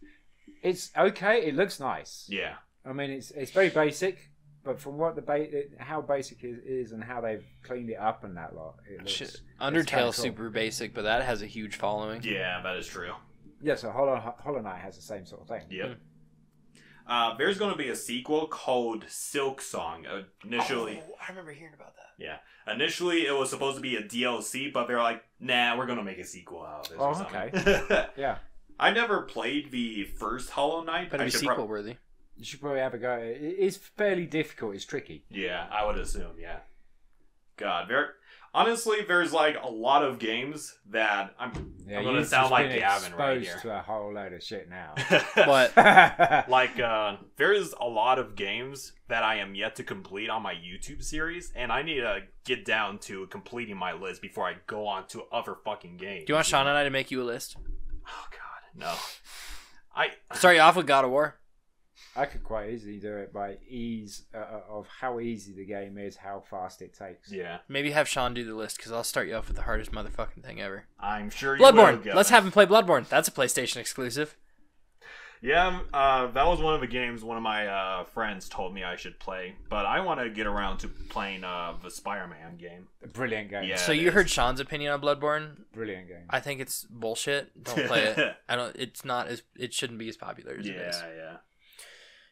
A: it's okay. It looks nice.
B: yeah
A: I mean, it's it's very basic, but from what the ba- it, how basic it is and how they've cleaned it up and that lot, it looks.
C: Shit.
A: it's kinda cool.
C: Undertale's super basic, but that has a huge following.
B: yeah that is true
A: Yeah, so Hollow, Hollow Knight has the same sort of thing.
B: Yep. Uh, there's going to be a sequel called Silk Song. Uh, Initially,
C: Oh, I remember hearing about that.
B: initially it was supposed to be a DLC, but they're like, "Nah, we're going to make a sequel out of this." or
A: Oh,
B: something."
A: Yeah,
B: I never played the first Hollow Knight.
C: Better
B: I
C: be
B: should
C: sequel
B: prob-
C: worthy.
A: you should probably have a go. It- It's fairly difficult. It's tricky.
B: yeah, I would assume. Yeah. God, there. Honestly, there's like a lot of games that I'm
A: Yeah,
B: I'm gonna
A: you've
B: sound
A: just
B: like
A: been
B: Gavin right
A: exposed
B: here.
A: to a whole load of shit now.
C: But
B: like uh, there is a lot of games that I am yet to complete on my YouTube series, and I need to get down to completing my list before I go on to other fucking games.
C: do you want Sean and I to make you a list?
B: Oh God, no. I
C: Start you off with God of War.
A: I could quite easily do it by ease uh, uh, of how easy the game is, how fast it takes.
B: yeah,
C: Maybe have Sean do the list because I'll start you off with the hardest motherfucking thing ever.
B: I'm sure you will,
C: Bloodborne.
B: Gavin.
C: Let's have him play Bloodborne. That's a PlayStation exclusive.
B: Yeah, uh, that was one of the games one of my uh, friends told me I should play, but I want to get around to playing uh, the Spider-Man game.
A: Brilliant game.
B: Yeah.
C: so
B: it
C: you
B: is.
C: heard Sean's opinion on Bloodborne.
A: Brilliant game.
C: I think it's bullshit. Don't play it. I don't. It's not as. It shouldn't be as popular as
B: Yeah,
C: it is.
B: yeah,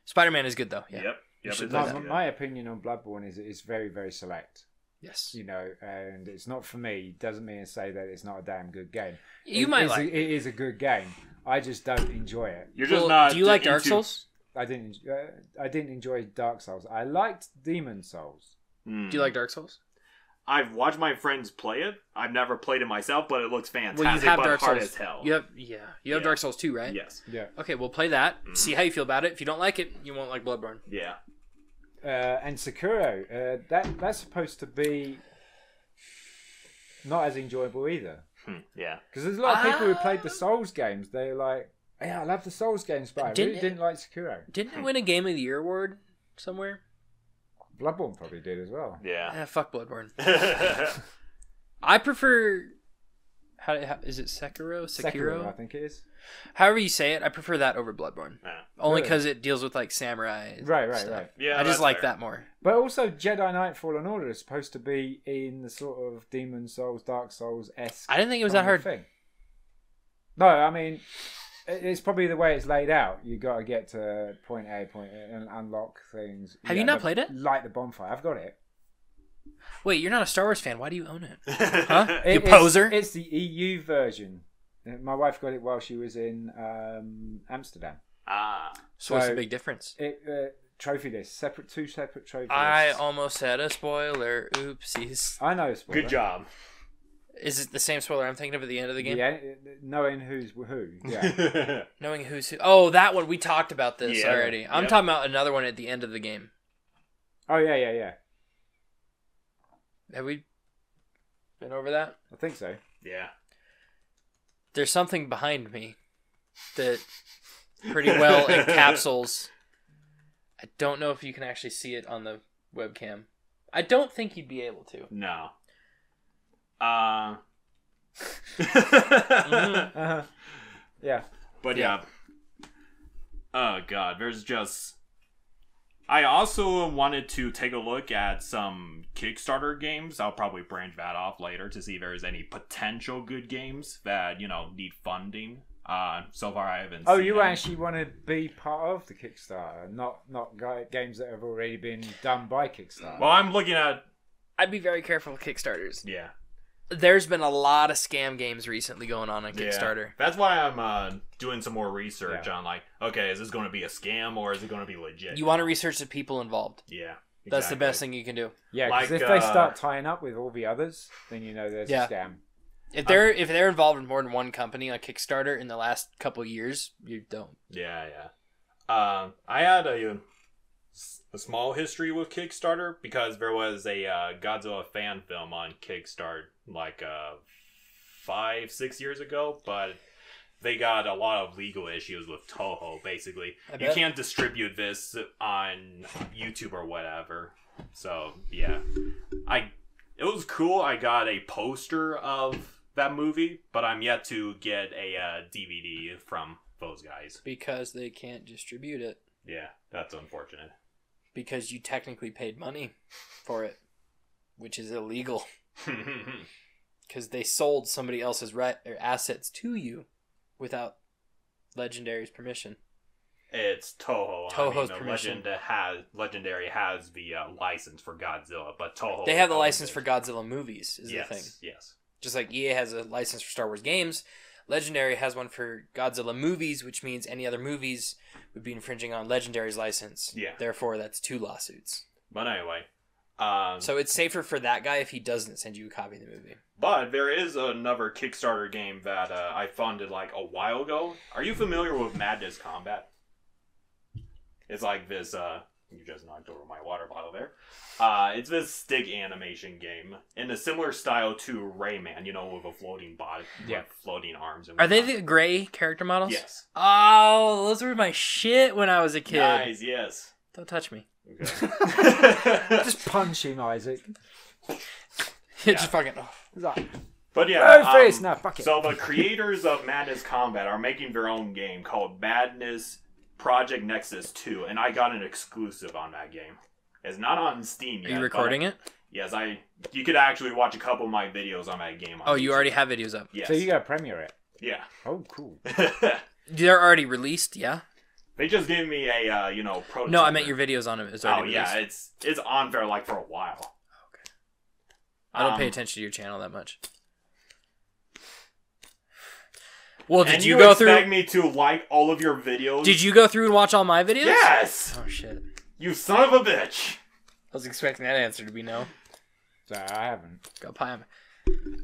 C: Spider Man is good though. Yeah.
B: Yep. Yep.
C: You should
B: it
C: play
B: does
A: my,
C: that.
B: do
A: my opinion on Bloodborne is it's very, very select.
C: Yes.
A: You know, and it's not for me. Doesn't mean to say that it's not a damn good game.
C: You
A: It
C: might
A: is a-
C: like.
A: it is a good game. I just don't enjoy it.
B: You're just
C: Well,
B: not.
C: do you like Dark
B: into-
C: Souls?
A: I didn't. Uh, I didn't enjoy Dark Souls. I liked Demon Souls.
B: Mm.
C: Do you like Dark Souls?
B: I've watched my friends play it. I've never played it myself, but it looks fantastic.
C: well, you have
B: but
C: Dark
B: hard
C: Souls.
B: as hell.
C: You have yeah. You have
B: Yeah.
C: Dark Souls too, right?
B: Yes.
A: Yeah.
C: Okay, well, play that.
A: Mm-hmm.
B: Mhm.
C: See how you feel about it. If you don't like it, you won't like Bloodborne.
B: Yeah.
A: Uh, and Sekiro. Uh, that that's supposed to be not as enjoyable either.
B: Hmm. Yeah.
A: Because there's a lot of people who played the
C: Ah.
A: Souls games. They're like, yeah, I love the Souls games, but I
C: Didn't
A: really
C: it-
A: didn't like Sekiro.
C: Didn't it win a Game of the Year award somewhere?
A: Bloodborne probably did as well.
B: Yeah.
C: Eh, fuck Bloodborne.
B: yeah.
C: I prefer. How, how is it Sekiro? Sekiro?
A: I think it is.
C: However you say it, I prefer that over Bloodborne. Only
A: Really?
C: because it deals with like samurai.
A: Right, right,
C: stuff.
A: right.
B: Yeah.
C: I just
B: that's
C: like
B: fair.
C: that more.
A: But also, Jedi Knight Fallen Order is supposed to be in the sort of Demon Souls, Dark Souls esque.
C: I didn't think it was that hard.
A: Thing. No, I mean, it- it's probably the way it's laid out. You got to get to point A, point A, and unlock things.
C: Have you
A: Yeah,
C: not
A: the-
C: played it?
A: Light the bonfire. I've got it.
C: Wait, you're not a Star Wars fan. Why do you own it?
B: Huh?
C: You
A: It- it's-
C: poser.
A: It's the EU version. My wife got it while she was in um, Amsterdam.
B: Ah.
C: So what's the
A: So-
C: big difference?
A: It uh, trophy list, separate, two separate trophy
C: I
A: lists.
C: almost had a spoiler. Oopsies.
A: I know. Spoiler.
B: Good job.
C: Is it the same spoiler I'm thinking of at the end of the game?
A: Yeah, knowing who's who. Yeah.
C: Knowing who's who. Oh, that one. We talked about this
B: Yeah.
C: already. I'm
B: Yep.
C: talking about another one at the end of the game.
A: oh yeah, yeah, yeah.
C: Have we been over that?
A: I think so.
B: yeah.
C: There's something behind me that pretty well encapsulates. I don't know if you can actually see it on the webcam. I don't think you'd be able to.
B: No. Uh.
A: Uh-huh. Yeah.
B: But yeah. Oh god, there's just I also wanted to take a look at some Kickstarter games. I'll probably branch that off later to see if there's any potential good games that, you know, need funding. Uh so far I haven't
A: Oh,
B: seen
A: you
B: any.
A: actually want to be part of the Kickstarter, not not ga- games that have already been done by Kickstarter.
B: Well, I'm looking at
C: I'd be very careful with Kickstarters.
B: yeah.
C: There's been a lot of scam games recently going on on Kickstarter.
B: Yeah. That's why I'm uh, doing some more research
A: Yeah.
B: on like, okay, is this going to be a scam or is it going to be legit?
C: You want to research the people involved.
B: Yeah.
C: That's the
B: exactly.
C: best thing you can do.
A: yeah, because
B: like,
A: if
B: uh,
A: they start tying up with all the others, then you know there's
C: Yeah.
A: a scam.
B: Um,
C: If they're if they're involved in more than one company on Kickstarter in the last couple of years, you don't.
B: Yeah, yeah. Um, I had a, a small history with Kickstarter because there was a uh, Godzilla fan film on Kickstarter like uh, five, six years ago, but they got a lot of legal issues with Toho. Basically,
C: I
B: you
C: bet.
B: can't distribute this on YouTube or whatever. So yeah, I it was cool. I got a poster of that movie, but I'm yet to get a uh, DVD from those guys.
C: Because they can't distribute it.
B: Yeah, that's unfortunate.
C: Because you technically paid money for it. Which is illegal. Because they sold somebody else's right or assets to you without Legendary's permission.
B: it's Toho.
C: Toho's
B: the
C: permission.
B: Legend has, Legendary has the uh, license for Godzilla, but Toho.
C: They have the
B: owns
C: license
B: it.
C: for Godzilla movies, is
B: Oh, yes,
C: the thing.
B: Yes.
C: Just like EA has a license for Star Wars games, Legendary has one for Godzilla movies, which means any other movies would be infringing on Legendary's license.
B: Yeah.
C: Therefore, that's two lawsuits.
B: But anyway, Um,
H: So it's safer for that guy if he doesn't send you a copy of the movie.
B: but there is another Kickstarter game that uh, I funded like a while ago. Are you familiar with Madness Combat? It's like this. Uh, you just knocked over my water bottle there. Uh, it's this stick animation game in a similar style to Rayman. You know, with a floating body,
I: Yeah.
B: with floating arms. And
C: Are they
B: whatnot.
C: the gray character models?
B: Yes.
C: Oh, those were my shit when I was a kid.
B: Nice. Yes.
C: Don't touch me.
B: Okay.
I: Just punch him, Isaac.
C: Just fucking. Oh.
I: He's like,
B: But yeah,
I: "No face,
B: um,
I: no, fuck it.
B: so the creators of Madness Combat are making their own game called Madness Project Nexus Two, and I got an exclusive on that game. It's not on Steam
C: Are
B: yet.
C: you recording it?
B: Yes, I. You could actually watch a couple of my videos on that game. On
C: Oh, you
B: YouTube.
C: already have videos up.
B: Yes.
A: So you gotta premiere it. Oh, cool.
B: Yeah.
C: They're already released. Yeah.
B: they just gave me a uh, you know prototype.
C: No, I meant your videos on it. Is
B: Oh
C: already
B: yeah,
C: released.
B: it's it's on there like for a while.
C: I don't pay
B: um,
C: attention to your channel that much. Well, did
B: and
C: you, go
B: expect
C: through?
B: me to like all of your videos?
C: Did you go through and watch all my videos?
B: Yes.
C: Oh shit!
B: You son of a bitch.
C: I was expecting that answer to be no.
A: So I haven't.
C: Go pie him.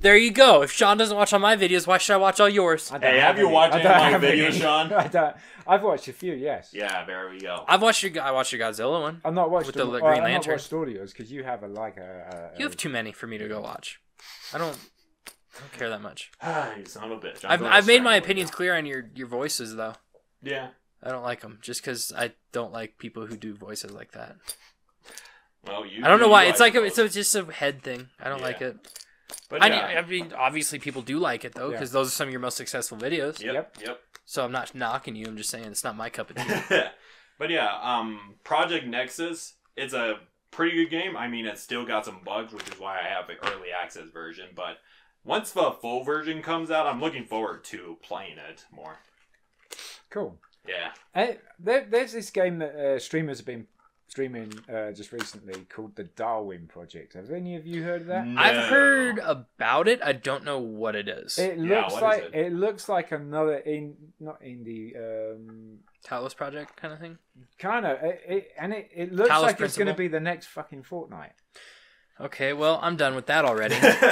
C: There you go. If Sean doesn't watch all my videos, why should I watch all yours?
A: I don't
B: Hey, have you
A: any.
B: watched
A: I
B: any
A: don't
B: of my
A: have
B: videos,
A: any.
B: Sean?
A: I don't. I've watched a few. Yes.
B: Yeah, there we go.
C: I've watched your. I watched your Godzilla one.
A: I've not watched
C: With the
A: all-
C: Green
A: well, I've not
C: Lantern.
A: watched all of yours because you have a like a. a
B: Oh.
C: You have too many for me to go watch. I don't. I don't care that much.
B: you son of a bitch. I'm
C: I've,
B: going
C: I've made my
B: straight
C: opinions clear on your, your voices though.
B: right now. Yeah.
C: I don't like them just because I don't like people who do voices like that.
B: Well, you.
C: I don't know
B: you
C: why. It's like a,
B: it,
C: it's a, just a head thing. I don't like
B: Yeah.
C: it.
B: But
C: I,
B: yeah.
C: I mean, obviously people do like it though
A: Yeah.
C: because those are some of your most successful videos.
B: Yep. Yep.
C: So I'm not knocking you. I'm just saying it's not my cup of tea.
B: but yeah, um, Project Nexus. It's a pretty good game. I mean, it's still got some bugs, which is why I have an early access version. But once the full version comes out, I'm looking forward to playing it more.
A: Cool.
B: Yeah.
A: Uh, there, there's this game that uh, streamers have been streaming uh, just recently called the Darwin Project. Have any of you heard of that?
B: No.
C: I've heard about it. I don't know what it is.
A: It
B: Yeah,
A: looks
B: what is
A: like
B: it?
A: it? looks like another in not indie um,
C: Talos Project kind of thing.
A: kind of it, it, and it, it looks
C: Talos
A: like it's going to
C: Principle.
A: be the next fucking Fortnite.
C: Okay, well I'm done with that already.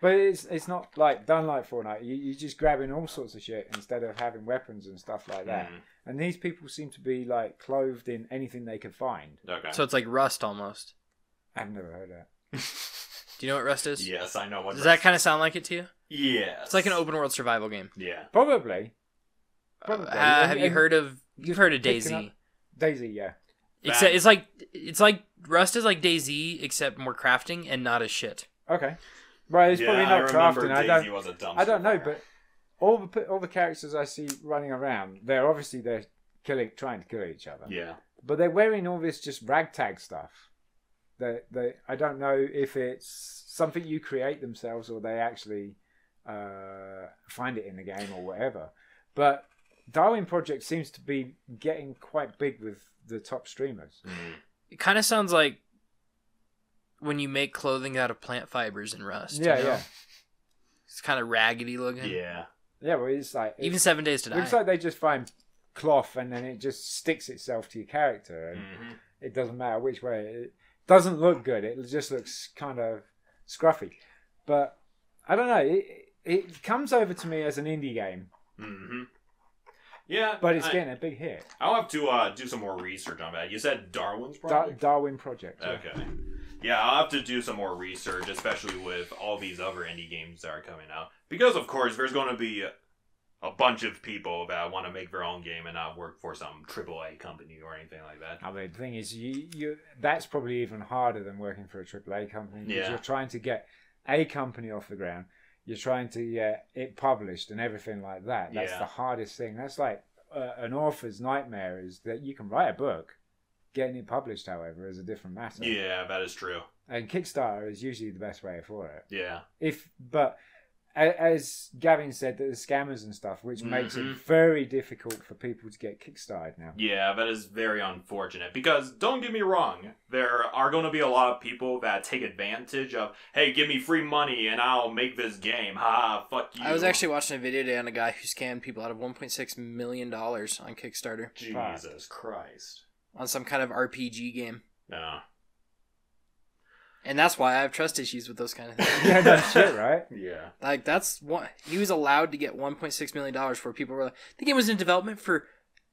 A: But it's it's not like done like Fortnite. You, you're just grabbing all sorts of shit instead of having weapons and stuff like that.
B: Mm,
A: And these people seem to be like clothed in anything they could find.
B: okay.
C: so it's like Rust almost.
A: I've never heard of that.
C: Do you know what Rust is?
B: yes, I know what.
C: Does that kind of sound like it to you?
B: Yes.
C: It's like an open world survival game.
B: Yeah.
A: Probably
C: Uh,
A: Probably.
C: have you
A: And-
C: heard of you've heard of
A: picking
C: Daisy?
A: up- Daisy, yeah.
C: Except it's like it's like Rust is like Daisy except more crafting and not as shit.
A: Okay. Well, it's
B: yeah,
A: probably
B: I
A: not
B: remember
A: crafting. I
B: Daisy
A: don't.
B: was a dumpster
A: I don't know,
B: fire.
A: but all the pe- all the characters I see running around, they're obviously they're killing, trying to kill each other.
B: yeah.
A: But they're wearing all this just ragtag stuff. That they, I don't know if it's something you create themselves or they actually uh, find it in the game or whatever. But Darwin Project seems to be getting quite big with the top streamers.
B: Mm.
C: It kind of sounds like when you make clothing out of plant fibers in Rust. you
A: Yeah,
C: know?
A: yeah,
C: It's kind of raggedy looking.
B: Yeah.
A: yeah. Well, it's like
C: Even Seven Days to Die.
A: Looks like they just find cloth and then it just sticks itself to your character, and
B: Mhm.
A: it doesn't matter which way. It doesn't look good. It just looks kind of scruffy. But I don't know. It it comes over to me as an indie game,
B: Mm-hmm. Yeah,
A: but it's
B: I,
A: getting a big hit.
B: I'll have to uh, do some more research on that. You said Darwin's
A: Dar-
B: project.
A: Darwin Project. yeah.
B: okay. Yeah, I'll have to do some more research, especially with all these other indie games that are coming out. Because of course, there's going to be a, a bunch of people that want to make their own game and not work for some AAA company or anything like that.
A: I mean, the thing is, you, you that's probably even harder than working for a AAA company because
B: Yeah.
A: you're trying to get a company off the ground. You're trying to get it published and everything like that. That's
B: Yeah.
A: the hardest thing. That's like uh, an author's nightmare is that you can write a book. Getting it published, however, is a different matter.
B: Yeah, that is true.
A: And Kickstarter is usually the best way for it.
B: Yeah.
A: If but a- as Gavin said, that the scammers and stuff, which makes
B: Mhm.
A: it very difficult for people to get kickstarted now.
B: Yeah, that is very unfortunate because don't get me wrong, there are going to be a lot of people that take advantage of, hey, give me free money and I'll make this game. Ha, fuck you.
C: I was actually watching a video today on a guy who scammed people out of 1.6 million dollars on Kickstarter
B: Jesus Christ.
C: on some kind of RPG game.
B: No.
C: and that's why I have trust issues with those kind of things.
A: yeah, no shit, right?
B: Yeah.
C: Like that's one. He was allowed to get 1.6 million dollars for people were like the game was in development for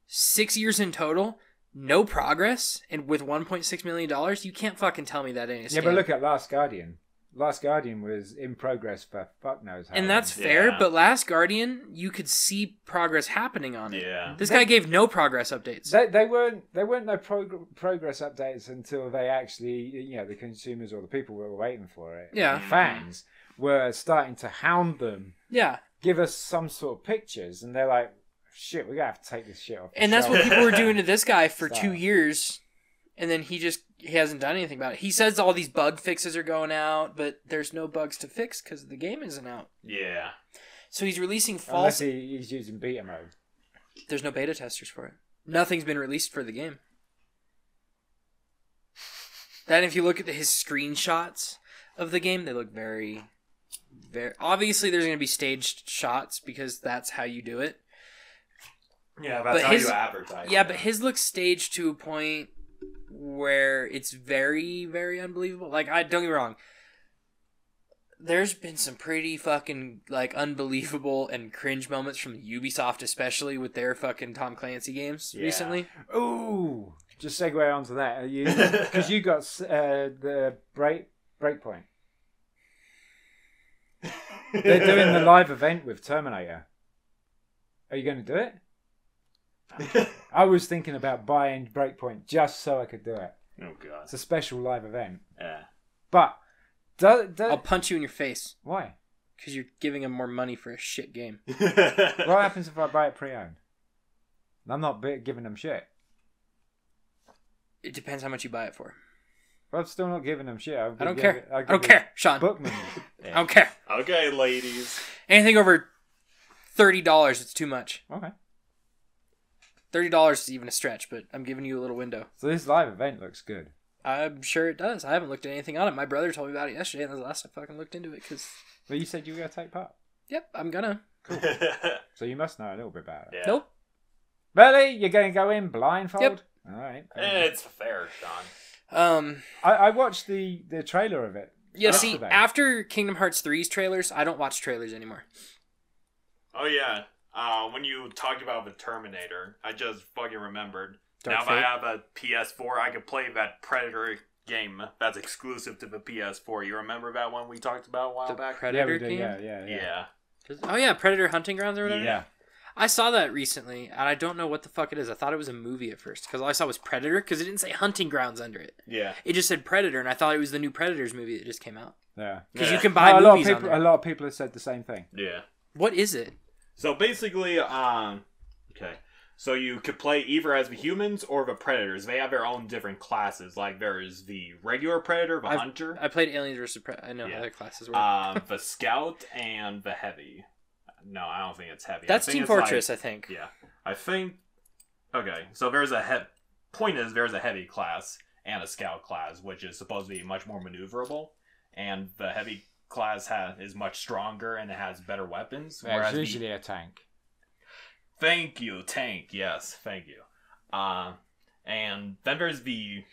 C: six years in total, no progress, and with 1.6 million dollars, you can't fucking tell me that any.
A: Yeah, but look at Last Guardian. Last Guardian was in progress for fuck knows how.
C: and
A: long.
C: that's fair.
B: Yeah.
C: But Last Guardian, you could see progress happening on it.
B: Yeah.
C: This guy gave no progress updates.
A: They, they weren't they weren't no prog- progress updates until they actually you know the consumers or the people were waiting for it.
C: Yeah.
A: The fans were starting to hound them,
C: yeah,
A: give us some sort of pictures, and they're like, "Shit, we gotta have to take this shit off." the
C: and that's
A: shelf."
C: what people were doing to this guy for
A: Stop.
C: two years, and then he just he hasn't done anything about it. He says all these bug fixes are going out, but there's no bugs to fix because the game isn't out.
B: Yeah.
C: So he's releasing
A: Unless
C: false.
A: he, he's using beta mode.
C: There's no beta testers for it. Nothing's been released for the game. Then, if you look at his screenshots of the game, they look very, very. Obviously, there's going to be staged shots because that's how you do it.
B: Yeah, that's
C: But
B: how
C: his-
B: you advertise.
C: Yeah,
B: it.
C: but his looks staged to a point where it's very, very unbelievable. Like, I don't get me wrong. There's been some pretty fucking like unbelievable and cringe moments from Ubisoft, especially with their fucking Tom Clancy games
B: Yeah.
C: recently.
A: Ooh, just segue onto that. Are you because you got uh, the break breakpoint. They're doing the live event with Terminator. Are you going to do it? I was thinking about buying Breakpoint just so I could do it.
B: oh god.
A: It's a special live event.
B: Yeah.
A: But do, do,
C: I'll punch you in your face
A: why?
C: because you're giving them more money for a shit game.
A: What happens if I buy it pre-owned? I'm not bi- giving them shit.
C: It depends how much you buy it for.
A: But I'm still not giving them shit. I'll
C: I don't
A: give
C: care.
A: it- I'll
C: I
A: give
C: don't
A: it
C: care, Sean.
A: Book money.
C: I don't care.
B: okay, ladies.
C: Anything over thirty dollars, it's too much.
A: Okay.
C: Thirty dollars is even a stretch, but I'm giving you a little window.
A: So this live event looks good.
C: I'm sure it does. I haven't looked at anything on it. My brother told me about it yesterday, and that's the last I fucking looked into it. Cause
A: But you said you were going to take part.
C: yep, I'm gonna.
A: So you must know a little bit about it.
B: Yeah.
C: Nope.
A: Really? You're going to go in blindfold?
C: Yep.
A: All right.
B: It's fair, Sean.
C: Um.
A: I, I watched the, the trailer of it.
C: Yeah.
A: After
C: see,
A: that.
C: after Kingdom Hearts 3's trailers, I don't watch trailers anymore.
B: Oh yeah. Uh, when you talked about the Terminator, I just fucking remembered.
C: Dark
B: now if I
C: Fate.
B: have a PS4, I could play that Predator game that's exclusive to the PS4. You remember that one we talked about a while
C: The
B: back?
A: yeah,
C: Predator
A: we do.
C: game.
A: Yeah, yeah, yeah.
B: yeah.
C: Oh yeah, Predator Hunting Grounds or whatever.
B: Yeah.
C: I saw that recently, and I don't know what the fuck it is. I thought it was a movie at first because all I saw was Predator because it didn't say Hunting Grounds under it.
B: Yeah.
C: It just said Predator, and I thought it was the new Predators movie that just came out
A: yeah.
C: because
B: Yeah.
C: you can buy
A: a lot of
C: movies
A: people, a
C: on there.
A: lot of people have said the same thing.
B: Yeah.
C: What is it?
B: So basically, um, okay. So you could play either as the humans or the predators. They have their own different classes. Like there is the regular predator, the
C: I've-
B: hunter,
C: I played Aliens vs. Predator. I know
B: Yeah.
C: how their classes
A: Uh,
C: were.
B: um, the scout, and the heavy. No, I don't think it's heavy. I
C: That's
B: think
C: Team
B: it's like-
C: Fortress, I think.
B: yeah, I think. Okay, so there's a he- point is there's a heavy class and a scout class, which is supposed to be much more maneuverable, and the heavy class ha- is much stronger and it has better weapons. whereas
A: it's
B: the-
A: usually a tank.
B: Thank you, Tank. Yes, thank you. Uh, and then there's the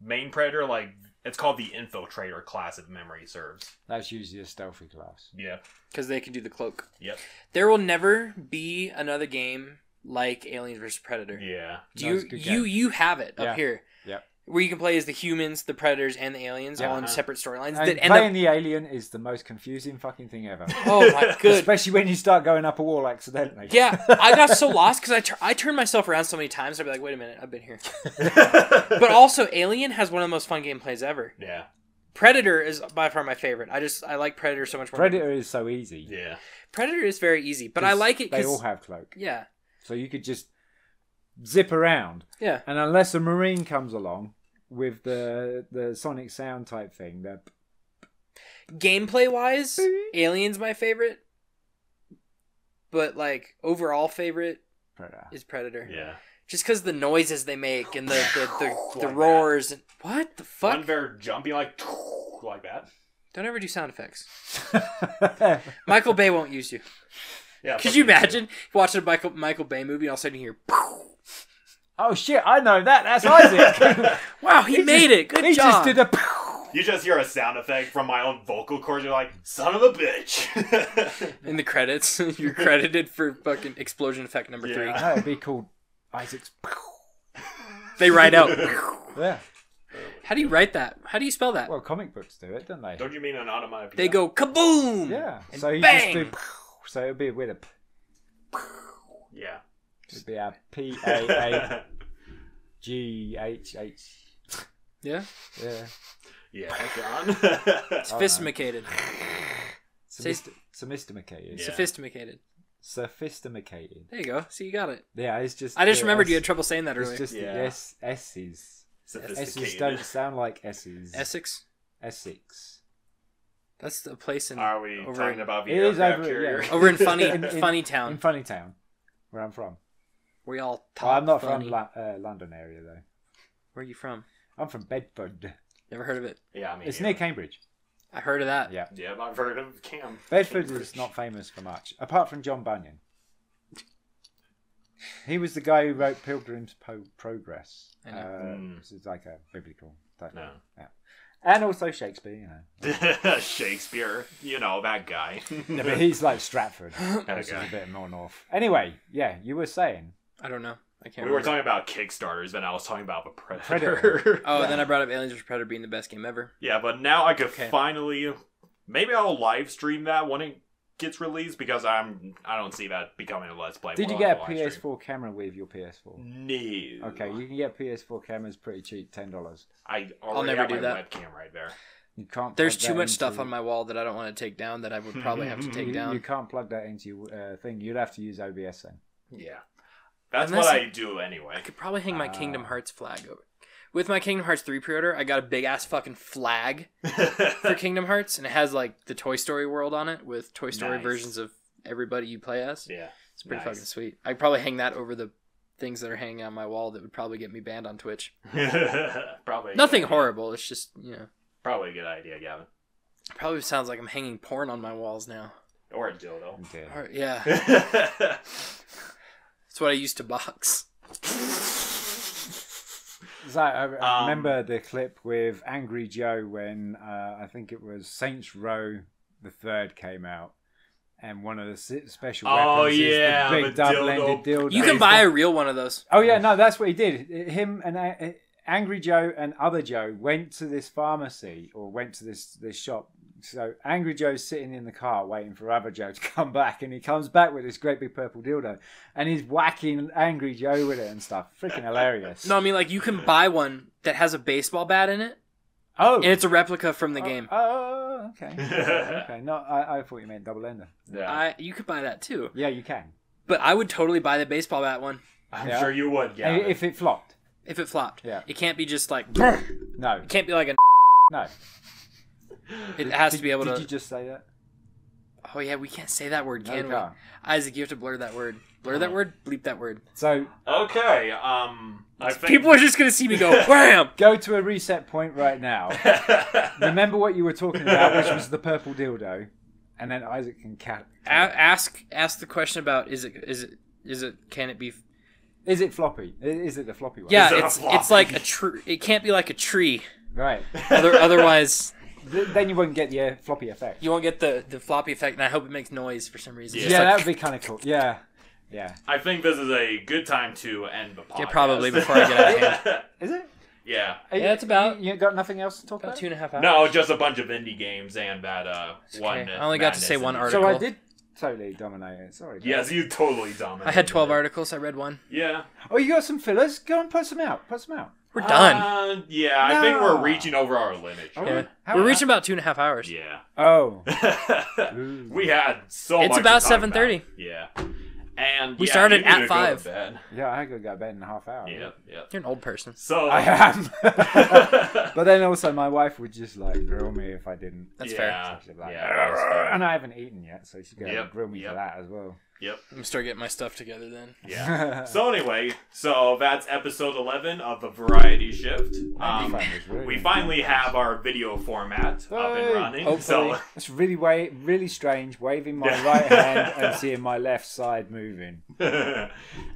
B: main predator, like it's called the infiltrator class, if memory serves.
A: That's usually a stealthy class.
B: Yeah.
C: because they can do the cloak.
B: Yep.
C: There will never be another game like Aliens vs Predator.
B: Yeah.
C: Do
A: No,
C: you
A: it's a good
C: you you have it
A: Yeah.
C: up here.
A: Yep.
C: Where you can play as the humans, the predators, and the aliens all in
B: Uh-huh.
C: separate storylines.
A: And
C: that- And,
A: playing the... alien is the most confusing fucking thing ever.
C: the, oh my good.
A: Especially when you start going up a wall accidentally.
C: Yeah, I got so lost because I tur- I turned myself around so many times. I'd be like, wait a minute, I've been here. But also, Alien has one of the most fun gameplays ever.
B: yeah.
C: Predator is by far my favorite. I just I like Predator so much more.
A: Predator is so easy.
B: Yeah.
C: Predator is very easy, but I
A: 'cause
C: like it
A: They
C: because
A: all have cloak.
C: yeah,
A: So you could just zip around.
C: yeah,
A: And unless a marine comes along with the the sonic sound type thing, the
C: gameplay wise, Alien's my favorite. But like overall favorite
A: Predator.
C: is Predator.
B: Yeah.
C: Just because the noises they make and the the, the, the
B: Like that.
C: roars and what the
B: One
C: fuck?
B: very jumpy, like like that.
C: Don't ever do sound effects. Michael Bay won't use you.
B: Yeah.
C: Could you imagine watching a Michael Michael Bay movie and all of a sudden you hear, "Pow."
A: oh shit! I know that. That's Isaac.
C: wow, he,
A: He
C: made
A: just-
C: it. Good
A: he just
C: job.
A: did a.
B: You just hear a sound effect from my own vocal cords. You're like, son of a bitch.
C: in the credits. You're credited for fucking explosion effect number three.
B: Yeah.
A: No, it'd be called.
I: Isaac's.
C: They write out.
A: Yeah.
C: How do you write that? How do you spell that?
A: Well, comic books do it, don't they?
B: Don't you mean an automatic?
C: they go kaboom.
A: yeah.
C: And
A: So you
C: bang.
A: just do. So it'd be with a. p-
B: Yeah.
A: It'd be a P A A G H H.
C: Yeah.
A: Yeah.
B: yeah, John.
C: Sophisticated. Say-
A: Sophist- Sophisticated.
B: Yeah.
C: Sophisticated.
A: Sophisticated.
C: There you go. See, you got it.
A: Yeah, it's just.
C: I just
A: yeah,
C: remembered you had
A: it's-
C: trouble saying that earlier.
A: It's just the
B: Yeah.
A: S S's. S's
B: Sophisticated.
A: don't sound like S's.
C: Essex.
A: Essex.
C: That's the place in
B: Are we
C: over
B: talking
C: in-
B: about the
A: It is
B: aircraft
A: over-
B: carrier?
A: yeah.
C: over in funny
A: In- in-
C: funny
A: In
C: town.
A: Funnytown, where I'm from.
C: We all
A: Well,
C: talk.
A: I'm not
C: funny.
A: from La- uh, London area though.
C: Where are you from?
A: I'm from Bedford.
C: Never heard of it.
B: Yeah, I mean,
A: It's
B: yeah.
A: near Cambridge.
C: I heard of that.
A: Yeah.
B: Yep, I've heard of Cam.
A: Bedford is not famous for much, apart from John Bunyan. He was the guy who wrote Pilgrim's po- Progress.
C: I know.
A: Uh,
B: Mm.
A: This is like a biblical type.
B: No.
A: Yeah. And also Shakespeare, you know.
B: Shakespeare, you know that guy.
A: Yeah, but he's like Stratford, which is
B: Okay.
A: a bit more north. Anyway, yeah, you were saying
C: I don't know. I can't
B: we were talking
C: remember.
B: about Kickstarters, but I was talking about the Predator.
A: Predator.
C: oh, and then I brought up Aliens vs Predator being the best game ever.
B: yeah, but now I could
C: Okay.
B: finally, maybe I'll live stream that when it gets released because I'm I don't see that becoming a let's play.
A: Did you
B: more
A: get a
B: than live stream.
A: PS4 camera with your PS4?
B: No.
A: Okay, you can get PS4 cameras pretty cheap, ten dollars.
B: I already
C: I'll never
B: have
C: do
B: my
C: that.
B: webcam right there.
A: You can't.
C: There's
A: plug
C: too
A: that
C: much stuff
A: into-
C: on my wall that I don't want to take down that I would probably have to take
A: You, you
C: down.
A: can't plug that into your uh, thing. You'd have to use OBS then.
B: Yeah, that's
C: Unless
B: what
C: it-
B: I do anyway.
C: I could probably hang my
A: Ah.
C: Kingdom Hearts flag over. With my Kingdom Hearts 3 pre-order, I got a big ass fucking flag for Kingdom Hearts and it has like the Toy Story world on it with Toy Story
B: Nice.
C: versions of everybody you play as.
B: yeah,
C: It's pretty
B: Nice.
C: fucking sweet. I could probably hang that over the things that are hanging on my wall that would probably get me banned on Twitch.
B: probably a
C: Nothing
B: good-
C: horrible. It's just, you know,
B: Probably a good idea, Gavin.
C: probably sounds like I'm hanging porn on my walls now.
B: Or a dildo.
A: Indeed.
C: Or- yeah. That's what I used to box.
A: So I, I
B: Um,
A: remember the clip with Angry Joe when uh, I think it was Saints Row the third came out, and one of the s- special
B: Oh,
A: weapons
B: yeah,
A: is the big
B: the
A: double-ended dildo.
C: You can
A: He's
C: buy
A: got-
C: a real one of those.
A: Oh yeah, no, that's what he did. Him and uh, Angry Joe and other Joe went to this pharmacy or went to this this shop. So Angry Joe's sitting in the car waiting for other Joe to come back, and he comes back with this great big purple dildo, and he's whacking Angry Joe with it and stuff. Freaking hilarious!
C: No, I mean like you can buy one that has a baseball bat in it,
A: oh,
C: and it's a replica from the game.
A: Oh, okay. okay. No, I, I thought you meant double ender.
B: yeah.
C: I you could buy that too,
A: Yeah, you can.
C: but I would totally buy the baseball bat one
B: I, am
A: Yeah.
B: sure you would,
A: Yeah.
B: Gavin.
A: If it flopped,
C: if it flopped.
A: Yeah.
C: It can't be just like. it
A: no,
C: can't be like a.
A: no.
C: It has
A: Did-
C: to be able
A: did
C: to.
A: you just say that?
C: Oh yeah, we can't say that word,
A: No, Oh.
C: can
A: you
C: we?
A: can't.
C: Isaac, you have to blur that word. Blur that word. Bleep that word.
A: So
B: okay, um, I think...
C: People are just gonna see me go wham.
A: go to a reset point right now. Remember what you were talking about, which was the purple dildo, and then Isaac can cat.
C: A- ask ask the question about is it is it is it can it be
A: Is it floppy? I- Is it the floppy one?
C: yeah
B: it a
C: it's
B: floppy?
C: it's like a tree it can't be like a tree
A: Right.
C: Other, otherwise
A: Th- then you won't get the uh, floppy effect.
C: you won't get the the floppy effect and i hope it makes noise for some reason
B: Yeah.
C: Just
A: yeah,
C: like-
A: that would be kind of cool. Yeah, yeah.
B: I think this is a good time to end the podcast.
C: Yeah, probably before I get out
B: of hand.
A: Is it?
B: yeah.
C: Yeah, it's about-
A: You, you got nothing else to talk
C: about
A: about.
C: two and a half hours
B: No, just a bunch of indie games and that uh one.
C: okay. I only got to
B: madness
C: say one
B: and-
C: article.
A: so I did totally dominate it. Sorry. guys.
B: Yes, you totally dominated.
C: i had 12
B: it.
C: articles i read one
B: Yeah.
A: Oh, you got some fillers. Go and put some out. Put some out.
C: we're done
B: Uh, yeah, I think we're
A: No.
B: reaching over our limit.
A: Oh,
C: yeah.
B: Sean.
A: how-
C: we're reaching about two and a half hours
B: Yeah.
A: Oh. Ooh.
B: we had so
C: It's
B: much to
C: about
B: talk
C: 7:30.
B: Yeah. And
C: We
B: yeah,
C: started
B: you need
C: at
B: to go to
C: five.
B: bed.
A: Yeah, I could go to bed in a half hour.
B: Yeah, yeah.
C: you're an old person
B: So
A: Oh, I am. but then also, my wife would just like grill me if I didn't.
C: that's fair
B: yeah,
A: She'd be like, "Oh, it's fair."
B: yeah,
A: And I haven't eaten yet, so she's going to
B: Yep,
A: grill me
B: yep.
A: for that as well.
C: i'm gonna start getting my stuff together then
B: yeah. So anyway, so that's episode eleven of the Variety Shift. Um, we finally have our video format up and
A: Hey.
B: running. So
C: Hopefully.
A: It's really way, really strange. Waving my right hand and seeing my left side moving.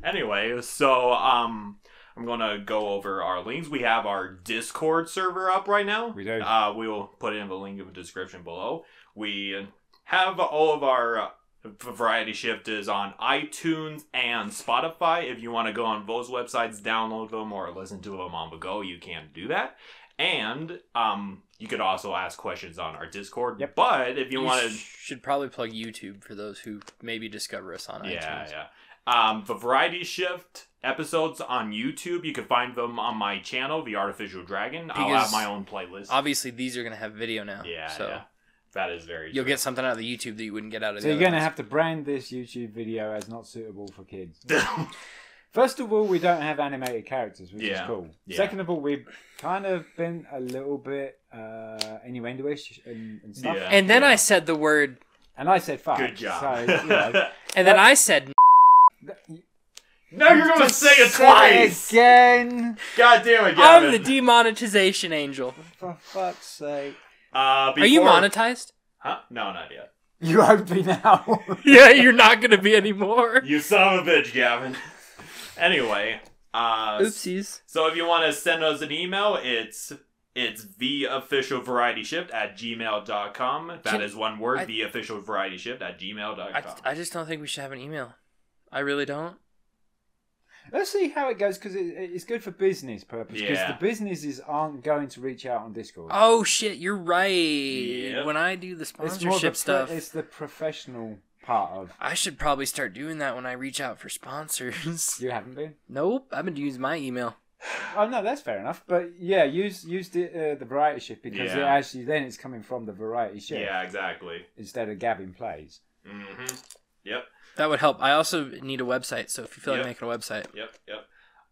B: anyway, so um, I'm gonna go over our links. We have our Discord server up right now.
I: We do.
B: Uh, we will put in the link in the description below. We have all of our uh, Variety Shift is on iTunes and Spotify. If you want to go on those websites, download them or listen to them on the go, you can do that. And um, you could also ask questions on our Discord.
I: Yep.
B: But if you, want to,
C: should probably plug YouTube for those who maybe discover us on
B: yeah,
C: iTunes.
B: yeah. Um, the Variety Shift episodes on YouTube. You can find them on my channel, The Artificial Dragon. I'll
C: Because-
B: have my own playlist.
C: Obviously, these are gonna have video now.
B: yeah,
C: so
B: yeah. That is very.
C: you'll
B: true.
C: get something out of the YouTube that you wouldn't get out of.
A: So
C: the
A: you're
C: other
A: going to
C: ones.
A: have to brand this YouTube video as not suitable for kids. First of all, we don't have animated characters, which
B: Yeah.
A: is cool.
B: Yeah.
A: Second of all, we've kind of been a little bit uh, innuendoish and, and stuff.
B: Yeah.
C: And then
B: Yeah.
C: I said the word,
A: And I said fuck.
B: Good job.
A: So, you know,
C: and then I said,
A: th-
B: now you're gonna
A: Just
B: say it
A: say it
B: twice.
A: again.
B: God damn it,
C: "I'm
B: Gavin.
C: the demonetization angel."
A: For fuck's sake.
B: uh,
C: Are you
B: before-
C: monetized?
B: Huh? No, not yet.
A: You owe me now.
C: yeah, you're not gonna be anymore.
B: You son of a bitch, Gavin. anyway, uh,
C: Oopsies.
B: so if you want to send us an email, it's it's the official variety shift at gmail.com. That is
C: Can-
B: one word,
C: I-
B: the official variety shift at gmail.com.
C: I, I just don't think we should have an email. I really don't.
A: Let's see how it goes because it, it's good for business purpose because
B: Yeah.
A: the businesses aren't going to reach out on Discord.
C: Oh shit, you're right.
B: Yep.
C: When I do the
A: it's more the pro-
C: sponsorship stuff,
A: It's the professional part of.
C: I should probably start doing that when I reach out for sponsors.
A: You haven't been.
C: nope, I've been using my email.
A: Oh no, that's fair enough. But yeah, use use the uh, the variety shift because it
B: Yeah.
A: actually then it's coming from the variety shift
B: yeah, exactly.
A: instead of Gavin plays.
B: Mm-hmm. Yep.
C: That would help. I also need a website, so if you feel like
B: Yep.
C: making a website,
B: Yep, yep.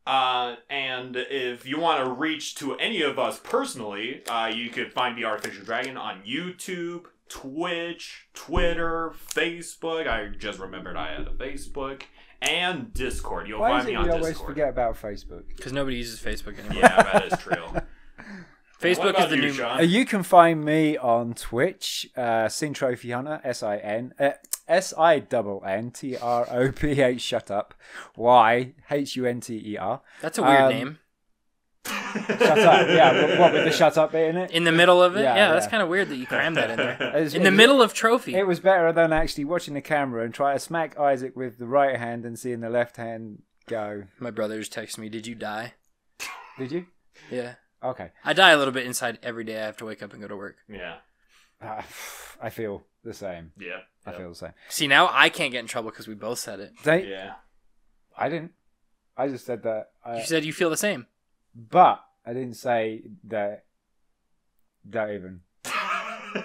B: Uh, and if you want to reach to any of us personally, uh, you could find the Artificial Dragon on YouTube, Twitch, Twitter, Facebook. I just remembered I had a Facebook and Discord. You'll
A: Why is
B: find me
A: it
B: on
A: we
B: Discord.
A: always forget about Facebook?
C: because nobody uses Facebook anymore.
B: Yeah, that is true. What
C: Facebook
B: about
C: is the
B: you,
C: new.
A: Uh,
B: Sean?
A: you can find me on Twitch, uh, Sin Trophy Hunter, S I N. uh, S I double N T R O P H shut up Y H U N T E R.
C: That's a weird
A: Um,
C: name.
A: Shut up. Yeah, what, what with the shut up bit in it?
C: In the middle of it, yeah,
A: Yeah,
C: that's
A: yeah.
C: kind of weird that you crammed that in there.
A: It's-
C: In the
A: it-
C: middle of trophy.
A: It was better than actually watching the camera and try to smack Isaac with the right hand and seeing the left hand go.
C: My brothers text me, "Did you die?"
A: Did you?
C: Yeah,
A: Okay.
C: I die a little bit inside every day. I have to wake up and go to work.
B: yeah,
A: Ah, I feel the same.
B: yeah,
A: I feel the same.
C: See, now I can't get in trouble because we both said it.
A: They,
B: yeah.
A: I didn't. I just said that.
C: You
A: I,
C: said you feel the same.
A: but I didn't say that. Don't even.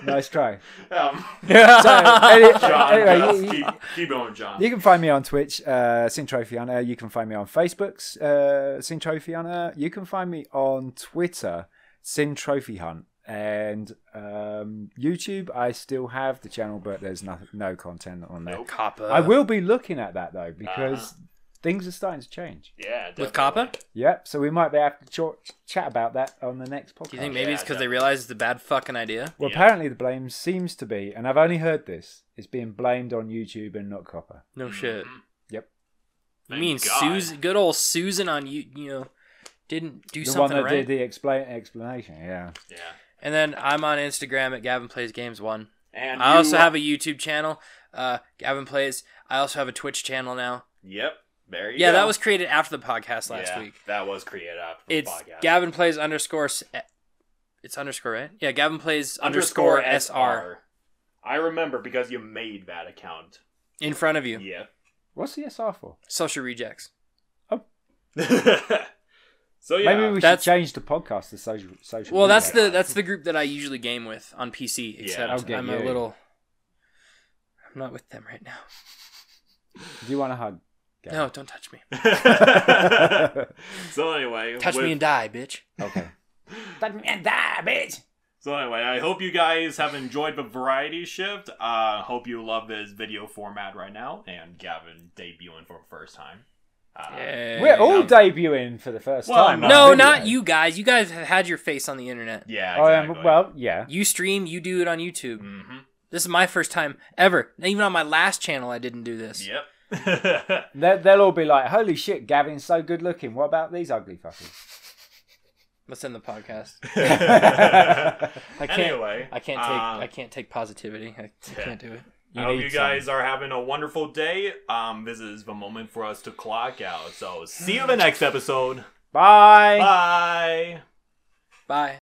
A: Nice try.
B: um,
A: So, any-
B: John,
A: anyway,
B: just
A: you-
B: keep, keep going, John.
A: You can find me on Twitch, uh, Syntrophiana. You can find me on Facebook, uh, Syntrophiana. You can find me on Twitter, Syntrophy Hunt. And um, YouTube, I still have the channel, but there's no, no content on there.
B: Nope.
C: Copper.
A: I will be looking at that, though, because
C: Ah.
A: things are starting to change.
B: Yeah,
C: with
B: definitely. Mm-hmm.
C: Copper.
A: Yep, so we might be able to ch- chat about that on the next podcast.
C: Do you think maybe
B: Oh, Yeah,
C: it's because they
B: definitely.
C: realize it's a bad fucking idea?
A: well,
B: Yeah.
A: apparently the blame seems to be, and I've only heard this, is being blamed on YouTube and not Copper.
C: No Oh, shit.
A: Yep.
C: I
B: Mm-hmm. Thank
C: mean,
B: God.
C: Susan, good old Susan on you, you know, didn't do
A: the one
C: something
A: that
C: right.
A: did the explain explanation, yeah.
B: Yeah.
C: And then I'm on Instagram at Gavin Plays Games One.
B: And
C: I
B: you-
C: also have a YouTube channel, uh, Gavin Plays. I also have a Twitch channel now.
B: Yep. There you
C: Yeah,
B: go.
C: that was created after the podcast last
B: Yeah,
C: week.
B: That was created after the
C: It's
B: podcast.
C: Gavin Plays underscore. s- eh, It's underscore right? Yeah, Gavin Plays underscore, SR
B: I remember because you made that account.
C: in front of you.
B: Yeah.
A: What's the SR for?
C: Social rejects.
B: so yeah.
A: Maybe we
C: that's-
A: should change the podcast to social social.
C: Well, that's
A: media.
C: the that's the group that I usually game with on PC.
B: Yeah.
C: Except
A: I'll get
C: I'm a
A: you.
C: little. I'm not with them right now.
A: Do you want a hug?
C: No, don't touch me.
B: so anyway,
C: Touch
B: with-
C: me and die, bitch.
A: Okay.
B: So anyway, I hope you guys have enjoyed the variety shift. Uh, hope you love this video format right now and Gavin debuting for the first time. Uh,
C: Yay.
A: We're all
B: um,
A: debuting for the first
B: Well,
A: time.
B: no,
A: on
C: No,
A: video.
C: not you guys. You guys have had your face on the internet.
B: Yeah.
A: I am.
B: Exactly.
A: Well, yeah.
C: You stream, you do it on YouTube.
B: hmm
C: This is my first time ever. Even on my last channel, I didn't do this.
B: Yep.
A: They- They'll all be like, "Holy shit, Gavin's so good looking. What about these ugly fuckers?"
C: Let's end the podcast.
B: I
C: I can't.
B: anyway,
C: I can't take.
B: um,
C: I can't take positivity. I, I
B: yeah.
C: can't do it.
B: I hope
A: need
B: you guys are having a wonderful day. Um, this is the moment for us to clock out. So see you in the next episode.
A: Bye.
B: Bye.
C: Bye.